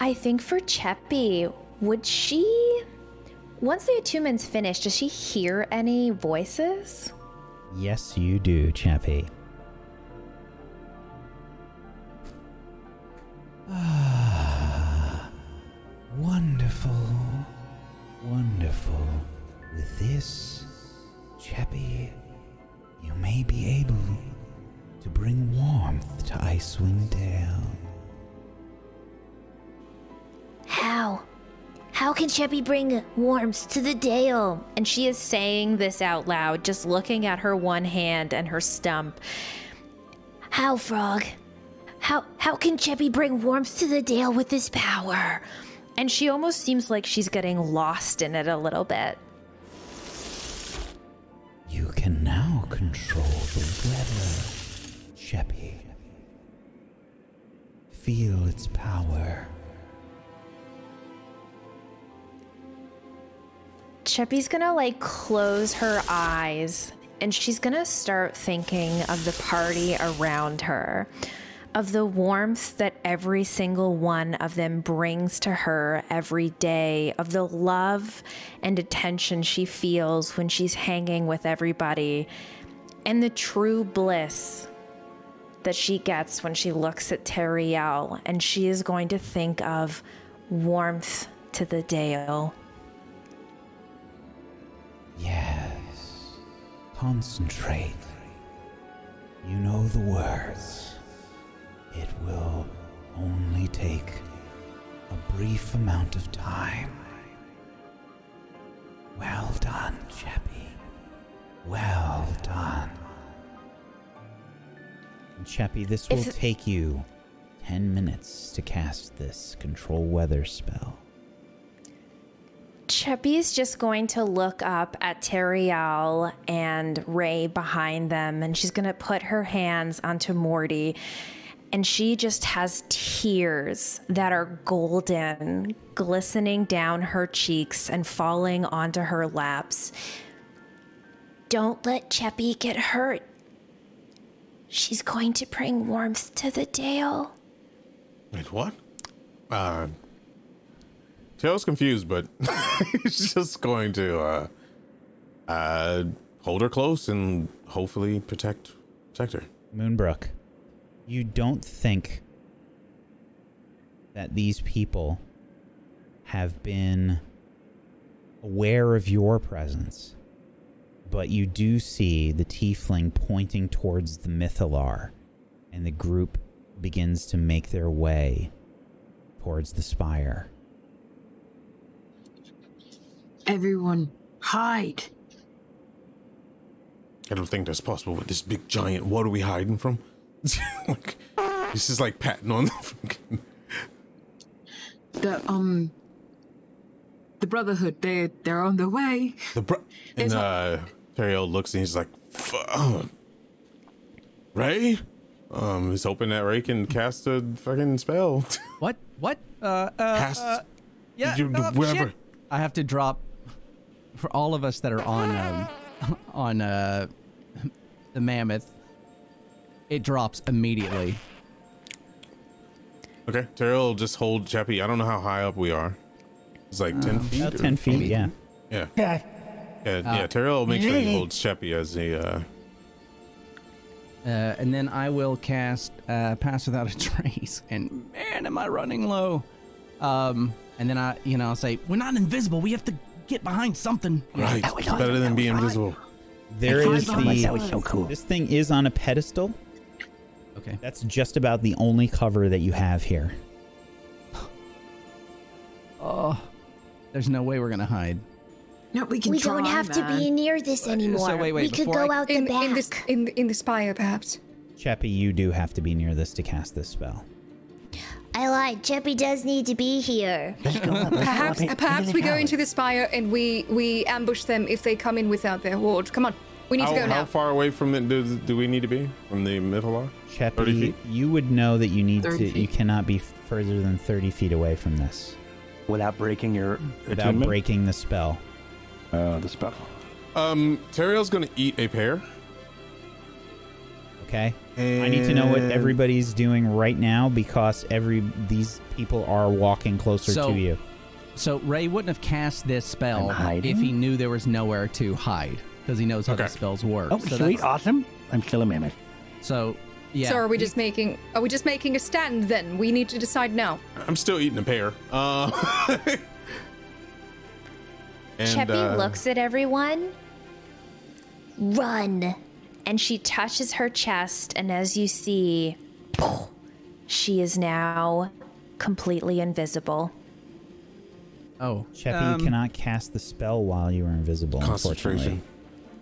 E: I think for Cheppy, would she. Once the attunement's finished, does she hear any voices?
F: Yes, you do, Chappie. wonderful, wonderful. With this, Chappie, you may be able to bring warmth to Icewind Dale.
C: How? How can Cheppy bring warmth to the Dale?
E: And she is saying this out loud, just looking at her one hand and her stump.
C: How, Frog? How how can Cheppy bring warmth to the Dale with his power?
E: And she almost seems like she's getting lost in it a little bit.
F: You can now control the weather, Sheppy. Feel its power.
E: Cheppy's gonna like close her eyes and she's gonna start thinking of the party around her, of the warmth that every single one of them brings to her every day, of the love and attention she feels when she's hanging with everybody, and the true bliss that she gets when she looks at Teriel. And she is going to think of warmth to the Dale.
F: Yes. Concentrate. You know the words. It will only take a brief amount of time. Well done, Chappie. Well done. And Chappie, this will
E: If-
F: take you 10 minutes to cast this control weather spell.
E: Chubby's just going to look up at Teriel and Ray behind them, and she's going to put her hands onto Morty. And she just has tears that are golden, glistening down her cheeks and falling onto her laps.
C: Don't let Cheppy get hurt. She's going to bring warmth to the Dale.
G: Wait, what? Uh, Tail's confused, but she's just going to uh, uh, hold her close and hopefully protect protect her.
F: Moonbrook, you don't think that these people have been aware of your presence, but you do see the tiefling pointing towards the Mythalar, and the group begins to make their way towards the spire.
H: Everyone, hide.
G: I don't think that's possible with this big giant. What are we hiding from? like, this is like patting on the.
H: The um, the Brotherhood. They they're on their way.
G: The bro- and uh, Perio looks and he's like, "F- oh, Ray? Um, he's hoping that Ray can cast a fucking spell.
A: What? What? Uh, uh,
G: Cast.
A: uh, yeah,
G: You-
A: oh,
G: wherever.
A: shit. I have to drop for all of us that are on um, on uh, the mammoth. It drops immediately.
G: okay, Terrell will just hold Chappie. I don't know how high up we are. It's like 10 feet?
F: Uh, About
G: or-
F: 10 feet, yeah. Uh,
G: Yeah.
D: Yeah.
G: Yeah, yeah Terrell will make sure he holds Chappie as he. Uh,
A: Uh, and then I will cast uh, Pass Without a Trace. And man, am I running low. Um, and then I, you know, I'll say, we're not invisible. We have to get behind something.
G: right. It's better than being invisible.
F: There
D: Thank
F: is
D: you so much,
F: the
D: that was so cool.
F: This thing is on a pedestal.
A: Okay.
F: That's just about the only cover that you have here.
A: Oh, there's no way we're going to hide.
H: No, we can.
C: We
H: try,
C: don't have to be
H: man.
C: near this anymore.
A: wait, wait,
C: we could
A: before
C: go
A: I-
C: out
B: In,
C: the back.
B: in, this, in, in the spire, perhaps.
F: Chappie, you do have to be near this to cast this spell.
C: I lied. Cheppy does need to be here.
D: Let's go up. Let's
B: Perhaps,
D: go up in-
B: perhaps
D: into
B: we
D: the
B: go
D: tower.
B: into the spire and we we ambush them if they come in without their ward. Come on, we need
A: Oh,
G: How,
B: to go
G: how
B: now.
G: far away from it do, do we need to be? From the Mythalar? 30
F: Chappie,
G: feet?
F: you would know that you need
H: 30
F: to. You
H: feet.
F: cannot be further than thirty feet away from this
D: without breaking your
F: without
D: attunement?
F: breaking the spell.
D: uh, the spell.
G: Um, Terrell's gonna eat a pear.
F: Okay. I need to know what
G: And-
F: everybody's doing right now because every these people are walking closer
A: So-
F: to you.
A: So Ray wouldn't have cast this spell
D: I'm hiding?
A: if he knew there was nowhere to hide because he knows how the
G: Okay.
A: spells work.
D: Oh,
A: so
D: sweet,
A: that's-
D: awesome. I'm still a mammoth.
A: So, yeah.
B: So are we just making are we just making a stand then? We need to decide now.
G: I'm still eating a pear. Uh, and,
E: Cheppy
G: uh,
E: looks at everyone
C: Run.
E: and she touches her chest, and as you see, she is now completely invisible.
A: oh,
F: Chappie,
A: um,
F: you cannot cast the spell while you are invisible. Unfortunately,
G: Concentration.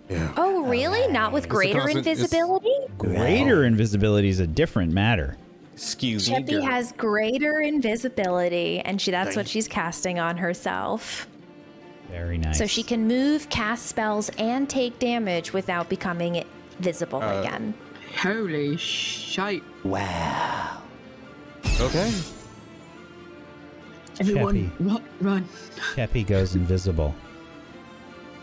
G: Yeah.
E: Oh, really? Not with greater
G: constant- it's-
E: invisibility?
F: greater invisibility is a different matter.
G: Excuse me.
E: Cheppy
G: girl.
E: has greater invisibility, and she that's what she's casting on herself.
F: Very nice.
E: So she can move, cast spells, and take damage without becoming visible
G: Uh,
E: again.
H: Holy shite!
D: Wow.
G: Okay.
H: Everyone, run, run!
F: Chappie goes invisible.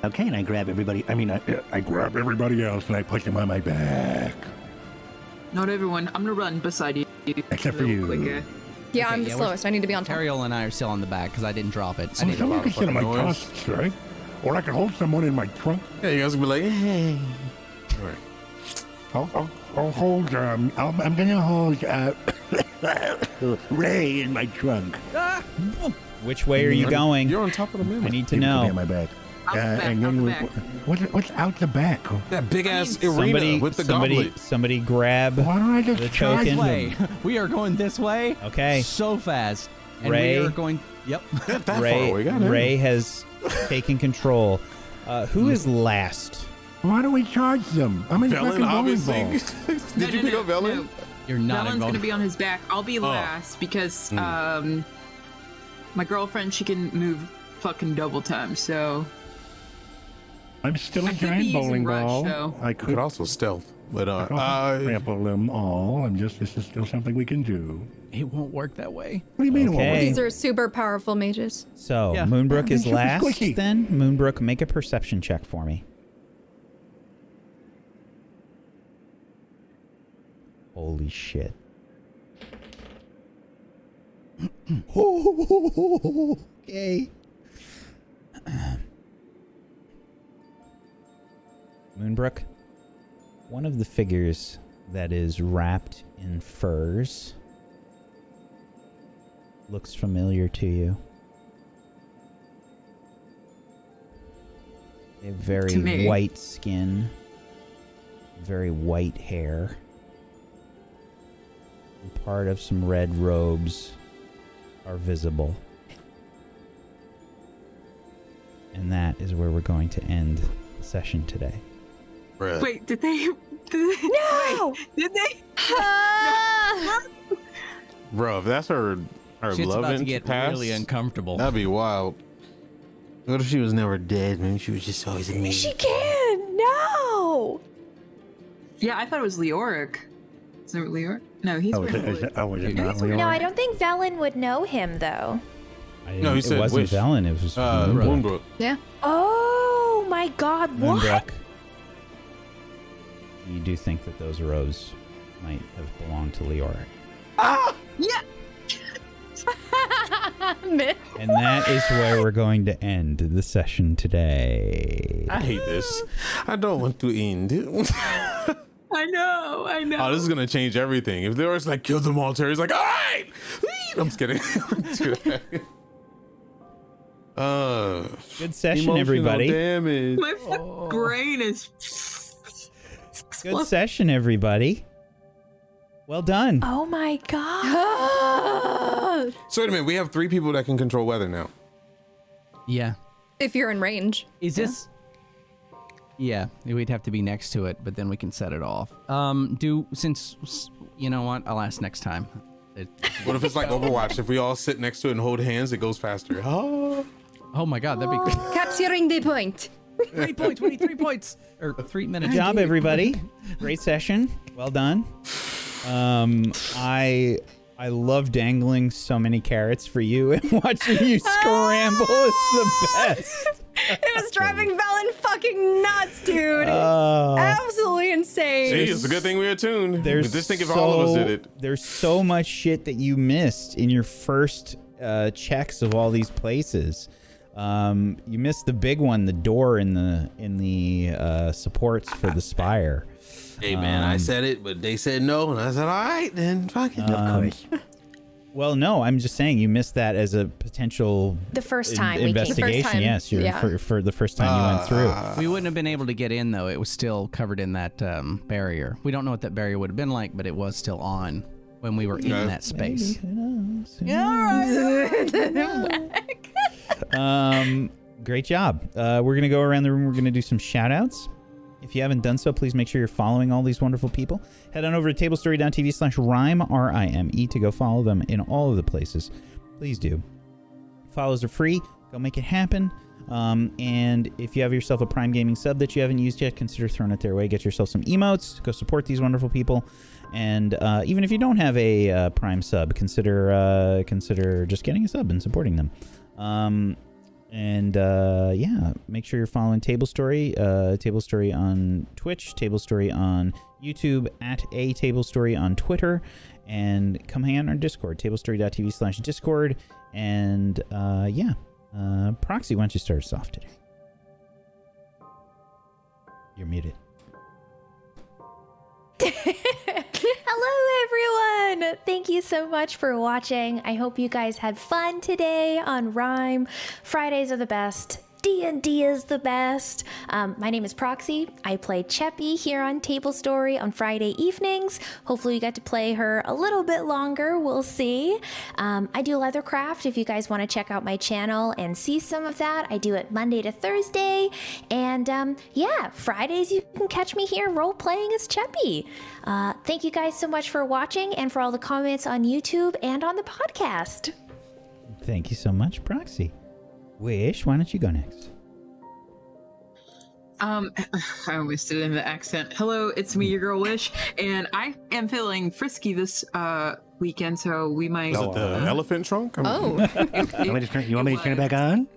D: Okay, and I grab everybody. I mean, I, I grab everybody else and I push them on my back.
H: Not everyone. I'm gonna run beside you.
D: Except for
H: A
D: you.
H: little quicker.
B: Yeah,
A: Okay,
B: I'm the
A: yeah, we're-
B: slowest. I need to be on time.
A: Ariel and I are still on the back because I didn't drop it. I
G: Oh,
A: need
G: yeah.
A: to
G: someone can sit on my
M: toss,
G: tusks,
M: right? Or I could hold someone in my trunk.
G: Yeah, you guys will be like, hey. All right.
M: I'll, I'll, I'll hold, um, I'll, I'm gonna hold, uh,
D: Ray in my trunk.
F: Which way are you going?
G: You're on top of the
F: I
G: moon.
F: need to
M: Give it me
F: know.
M: my bag.
H: Out the back,
M: and
H: out
M: then
H: the
M: we,
H: back.
M: what's, what's out the back?
G: That big ass arena
F: Somebody,
G: with the
F: somebody,
G: goblet.
F: somebody grab.
M: Why don't I
F: The
M: just charge
F: token.
M: them?
A: way. We are going this way.
F: Okay.
A: So fast. And
F: Ray.
A: we are going. Yep.
G: Not that
F: Ray,
G: far away. God damn.
F: Ray has taken control. Uh, who is last?
M: Why don't we charge them? I'm in
G: Velen,
M: fucking
G: obviously.
M: volleyball.
G: Did you pick up Oh. Velen?
A: You're not
H: Valen's
A: involved.
H: gonna be on his back. I'll be last because
G: Hmm.
H: um, my girlfriend she can move fucking double time. So
M: I'm still a
H: could be
M: giant
H: using
M: bowling
H: rush,
M: ball.
H: though.
M: I
G: You
M: could
G: could also stealth, but uh,
M: I could
G: uh,
M: trample them all. I'm just. This is still something we can do.
A: it won't work that way.
M: What do you mean?
F: Okay.
I: These are super powerful mages.
F: So
A: Yeah.
F: Moonbrook is
M: Then she'll be
F: last.
M: squishy.
F: Then Moonbrook, make a perception check for me. Holy shit! okay. Moonbrook, one of the figures that is wrapped in furs looks familiar to you. A
H: To
F: very
H: me.
F: white skin, very white hair, and part of some red robes are visible. And that is where we're going to end the session today.
G: bruh.
H: wait, did they? Did they no. did they?
G: Bruh, if uh, that's her her
A: Shit's
G: love
A: about to
G: int
A: get
G: pass,
A: really uncomfortable.
G: that'd be wild. What if she was never dead? Maybe she was just always in me.
E: She can! No!
H: Yeah, I thought it was Leoric. Is it Leoric? No, he's.
M: Oh, is it, is
H: probably-
M: it, oh, is it not Leora?
E: No, I don't think Velen would know him, though.
F: I
G: No,
F: didn't-
G: he
F: it
G: said
F: wasn't
G: wish.
F: Valen, it was
G: Uh,
F: Moonbrook.
G: Moonbrook.
I: Yeah.
E: Oh my god, what?
F: Moonbrook. You do think that those robes might have belonged to Leoric.
H: Yeah.
F: And that is where we're going to end the session today.
G: I hate this. I don't want to end. oh,
H: I know. I know.
G: this is gonna change everything. If Leori's like kill them all, Terry's like, all right. I'm just kidding. uh,
F: Good session,
G: emotional
F: everybody.
G: Damage.
H: my fucking brain is.
F: Good session, everybody. Well done.
E: Oh my god.
G: So wait a minute. We have three people that can control weather now.
A: yeah.
I: If you're in range.
A: Is this? Yeah, we'd have to be next to it, but then we can set it off. Um, do since you know what? I'll ask next time. It,
G: What if it's like Overwatch? If we all sit next to it and hold hands, it goes faster. Oh,
A: oh my god, that'd be cool.
I: Capturing the point.
A: three points, twenty-three points, or three minutes.
F: Good job, everybody. Great session. Well done. Um, I I love dangling so many carrots for you and watching you scramble. It's the best.
I: It was driving Velen fucking nuts, dude.
F: Uh,
I: Absolutely insane.
G: Gee, it's a good thing we are tuned.
F: there's
G: Just think if
F: so,
G: all of us did it.
F: There's so much shit that you missed in your first uh, checks of all these places. Um, you missed the big one, the door in the in the uh, supports for the spire.
G: Hey man,
F: Um,
G: I said it, but they said no, and I said, all right, then fuck it.
D: Of course.
F: um, Well, no, I'm just saying you missed that as a potential
E: The first
F: in-
E: time we came.
F: investigation.
I: First time,
F: Yes, you're,
I: yeah.
F: for, for the first time you
G: Ah.
F: went through.
A: We wouldn't have been able to get in though. It was still covered in that um, barrier. We don't know what that barrier would have been like, but it was still on when we were
G: Yeah.
A: in that space.
F: um, great job. Uh, we're going to go around the room. We're going to do some shout outs. If you haven't done so, please make sure you're following all these wonderful people. Head on over to tablestory.tv slash rhyme, R I M E, to go follow them in all of the places. Please do. Follows are free. Go make it happen. Um, and if you have yourself a Prime Gaming sub that you haven't used yet, consider throwing it their way. Get yourself some emotes. Go support these wonderful people. And uh, even if you don't have a uh, Prime sub, consider uh, consider just getting a sub and supporting them. Um, and uh, yeah, make sure you're following Table Story, uh, Table Story on Twitch, Table Story on YouTube, at a Table Story on Twitter, and come hang out on our Discord, tablestory.tv slash Discord. And uh, yeah, uh, Proxy, why don't you start us off today? You're muted.
E: Hello, everyone. Thank you so much for watching. I hope you guys had fun today on Rhyme. Fridays are the best.
N: D&D is the best. Um, my name is Proxy. I play Cheppy here on Table Story on Friday evenings. Hopefully you got to play her a little bit longer. We'll see. Um, I do Leathercraft if you guys want to check out my channel and see some of that. I do it Monday to Thursday. And um, yeah, Fridays you can catch me here role playing as Cheppy. Uh, thank you guys so much for watching and for all the comments on YouTube and on the podcast.
F: Thank you so much, Proxy. Wish, why don't you go next?
H: Um, I always did it in the accent. Hello, it's me, your girl Wish, and I am feeling frisky this uh weekend, so we might.
G: Is it the elephant trunk?
H: Oh.
D: you want me to turn, you want me to turn it back on?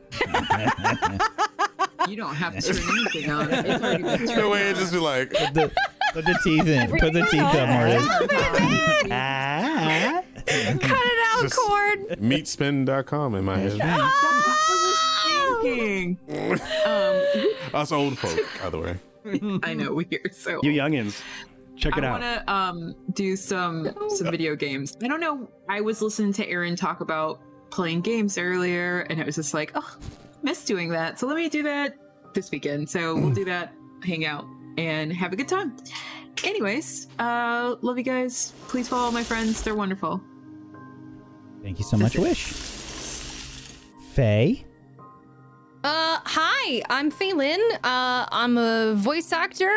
H: you don't have to turn anything on. It's already been
G: No way, it just be like.
F: Put the, put the teeth in. Put the teeth Ah. on, Morty.
G: Cut it out, cord. Meatspin.com in my head.
H: thinking. um,
G: Us old folk, by the way.
H: I know we are so.
J: You youngins, check it
H: I
J: out.
H: want to um do some some video games. I don't know. I was listening to Aaron talk about playing games earlier, and it was just like, oh, miss doing that. So let me do that this weekend. So we'll do that, hang out, and have a good time. Anyways, uh, love you guys. Please follow my friends; they're wonderful.
F: Thank you so much, Wish. Faye.
I: Uh, hi, I'm Faye Lin. Uh, I'm a voice actor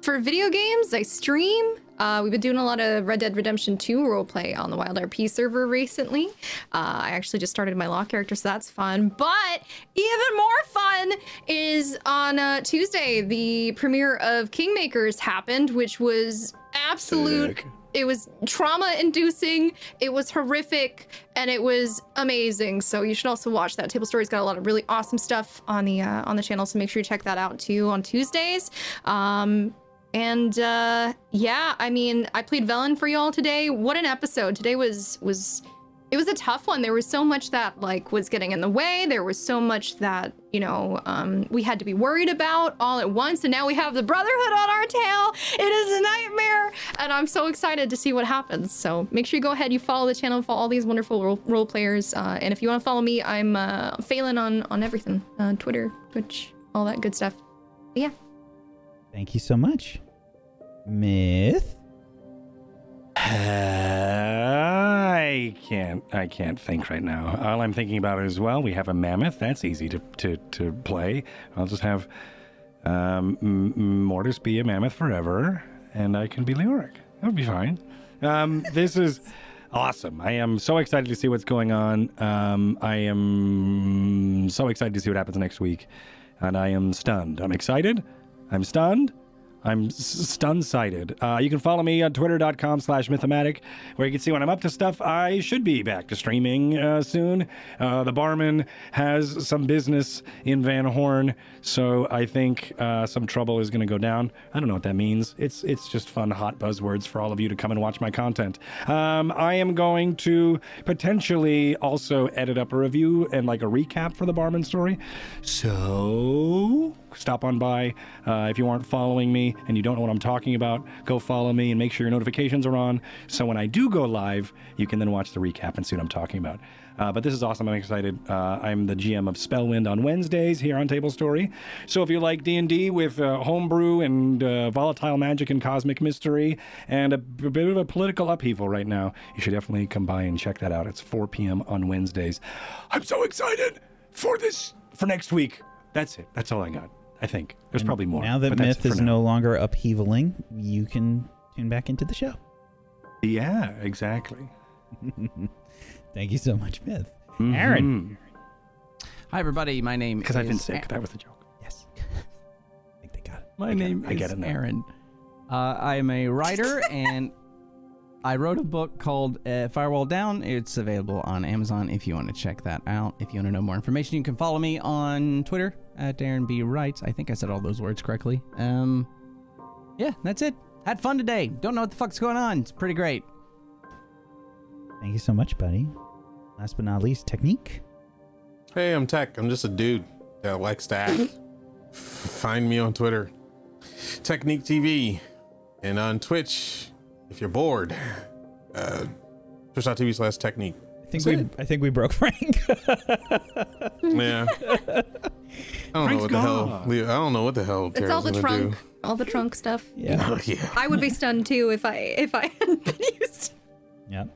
I: for video games. I stream. Uh, we've been doing a lot of Red Dead Redemption 2 roleplay on the Wild RP server recently. Uh, I actually just started my law character, so that's fun. But even more fun is on uh, Tuesday, the premiere of Kingmakers happened, which was absolute. It was trauma inducing, it was horrific, and it was amazing. So you should also watch that. Table Story's got a lot of really awesome stuff on the uh, on the channel, so make sure you check that out too on Tuesdays. Um, and uh, yeah, I mean, I played Velen for y'all today. What an episode! Today was was it was a tough one. There was so much that like was getting in the way. There was so much that you know um, we had to be worried about all at once, and now we have the Brotherhood on our tail. It is a nightmare, and I'm so excited to see what happens. So make sure you go ahead, you follow the channel, follow all these wonderful role, role players, uh, and if you want to follow me, I'm uh, Phelan on on everything, uh, Twitter, Twitch, all that good stuff. But yeah.
F: Thank you so much. Myth.
J: I can't. I can't think right now. All I'm thinking about is well, we have a mammoth. That's easy to to, to play. I'll just have um, M- M- Mortis be a mammoth forever, and I can be Leoric. That would be fine. Um, this is awesome. I am so excited to see what's going on. Um, I am so excited to see what happens next week, and I am stunned. I'm excited. I'm stunned. I'm s- stun sighted. Uh, you can follow me on twitter.com slash mythomatic, where you can see when I'm up to stuff. I should be back to streaming uh, soon. Uh, the barman has some business in Van Horn, so I think uh, some trouble is going to go down. I don't know what that means. It's, it's just fun, hot buzzwords for all of you to come and watch my content. Um, I am going to potentially also edit up a review and like a recap for the barman story. So stop on by. Uh, if you aren't following me and you don't know what I'm talking about, go follow me and make sure your notifications are on. So when I do go live, you can then watch the recap and see what I'm talking about. Uh, but this is awesome. I'm excited. Uh, I'm the GM of Spellwind on Wednesdays here on Table Story. So if you like D&D with uh, homebrew and uh, volatile magic and cosmic mystery and a b- bit of a political upheaval right now, you should definitely come by and check that out. It's 4 p.m. on Wednesdays. I'm so excited for this for next week. That's it. That's all I got. I think there's probably more.
F: Now that
J: but that's
F: Myth
J: it for
F: is no longer upheavaling, you can tune back into the show.
J: Yeah, exactly.
F: Thank you so much, Myth.
J: Mm-hmm.
F: Aaron.
A: Hi, everybody. My name
J: Because I've been
A: is
J: sick. That was the joke.
F: Yes.
A: My
J: I get it.
A: name
J: I get
A: is
J: it now.
A: Aaron. Uh, I am a writer, and I wrote a book called uh, Firewall Down. It's available on Amazon if you want to check that out. If you want to know more information, you can follow me on Twitter at Aaron B. Writes. I think I said all those words correctly. Um, yeah, that's it. Had fun today. Don't know what the fuck's going on. It's pretty great.
F: Thank you so much, buddy. Last but not least, Technique.
G: Hey, I'm Tech. I'm just a dude that likes to act. F- Find me on Twitter, Technique TV, and on Twitch. If you're bored, uh, twitch.tv slash technique.
F: I think we I think we broke Frank.
G: Yeah. I don't
M: Frank's
G: know what the hell.
M: gone.
G: Leo, I don't know what the hell.
B: It's all
G: Tara's
B: the
G: gonna
B: trunk,
G: do.
B: all the trunk stuff.
G: Yeah. yeah.
B: I would be stunned too if I if I hadn't been used.
F: Yep.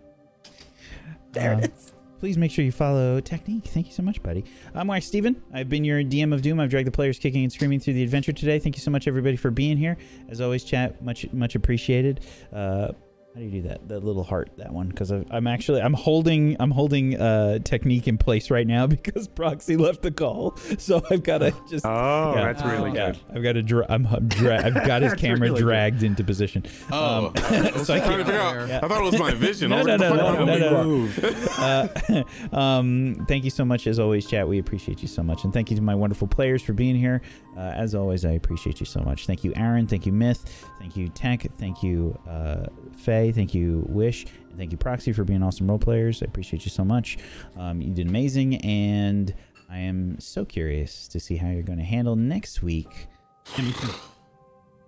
F: There it is. Uh, Please make sure you follow technique. Thank you so much, buddy. I'm Mark Steven. I've been your DM of Doom. I've dragged the players kicking and screaming through the adventure today. Thank you so much, everybody, for being here. As always, chat much much appreciated. Uh, how do you do that? That little heart, that one, because I'm actually I'm holding I'm holding uh, technique in place right now because Proxy left the call, so I've got to just.
J: Oh, that's really
F: yeah,
J: good.
F: I've got to. Dra- I'm, i dra- I've got his
J: That's
F: camera
J: really good.
F: dragged into position.
G: Oh,
F: Um,
G: I was
F: so I
G: trying to
F: can't-
G: figure out- I thought it was my vision. I
F: no,
G: was
F: no,
G: like,
F: no,
G: what the
F: no,
G: fuck
F: no,
G: am I
F: no. Uh, um, thank you so much, as always, chat. We appreciate you so much, and thank you to my wonderful players for being here. Uh, as always, I appreciate you so much. Thank you, Aaron. Thank you, Myth. Thank you, Tech. Thank you, uh, Faye. Thank you, Wish. And thank you, Proxy, for being awesome role players. I appreciate you so much. Um, you did amazing, and I am so curious to see how you're going to handle next week.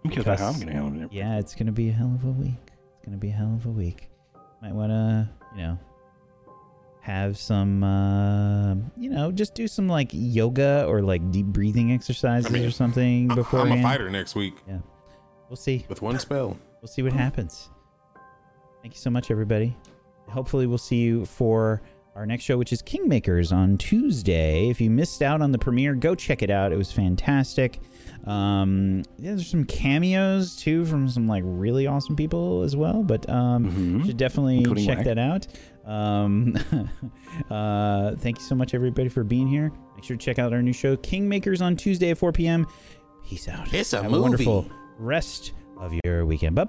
J: I'm curious about how I'm gonna handle it.
F: Yeah, it's gonna be a hell of a week. It's gonna be a hell of a week. Might wanna, you know, have some, uh, you know, just do some like yoga or like deep breathing exercises or something before.
G: I'm a fighter next week.
F: Yeah. We'll see.
G: With one spell.
F: We'll see what happens. Thank you so much, everybody. Hopefully, we'll see you for our next show, which is Kingmakers on Tuesday. If you missed out on the premiere, go check it out. It was fantastic. Um, yeah, there's some cameos too from some like really awesome people as well, but um, you should definitely
J: Including
F: check
J: Wack.
F: that out. Um, uh, thank you so much, everybody, for being here. Make sure to check out our new show, Kingmakers, on Tuesday at 4 p.m. Peace out.
G: It's a
F: Have
G: movie.
F: a wonderful rest of your weekend. Bye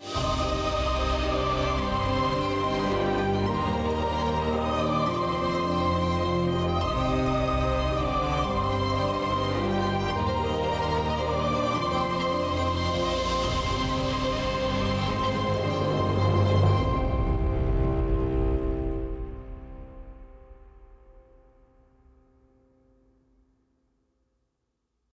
F: bye.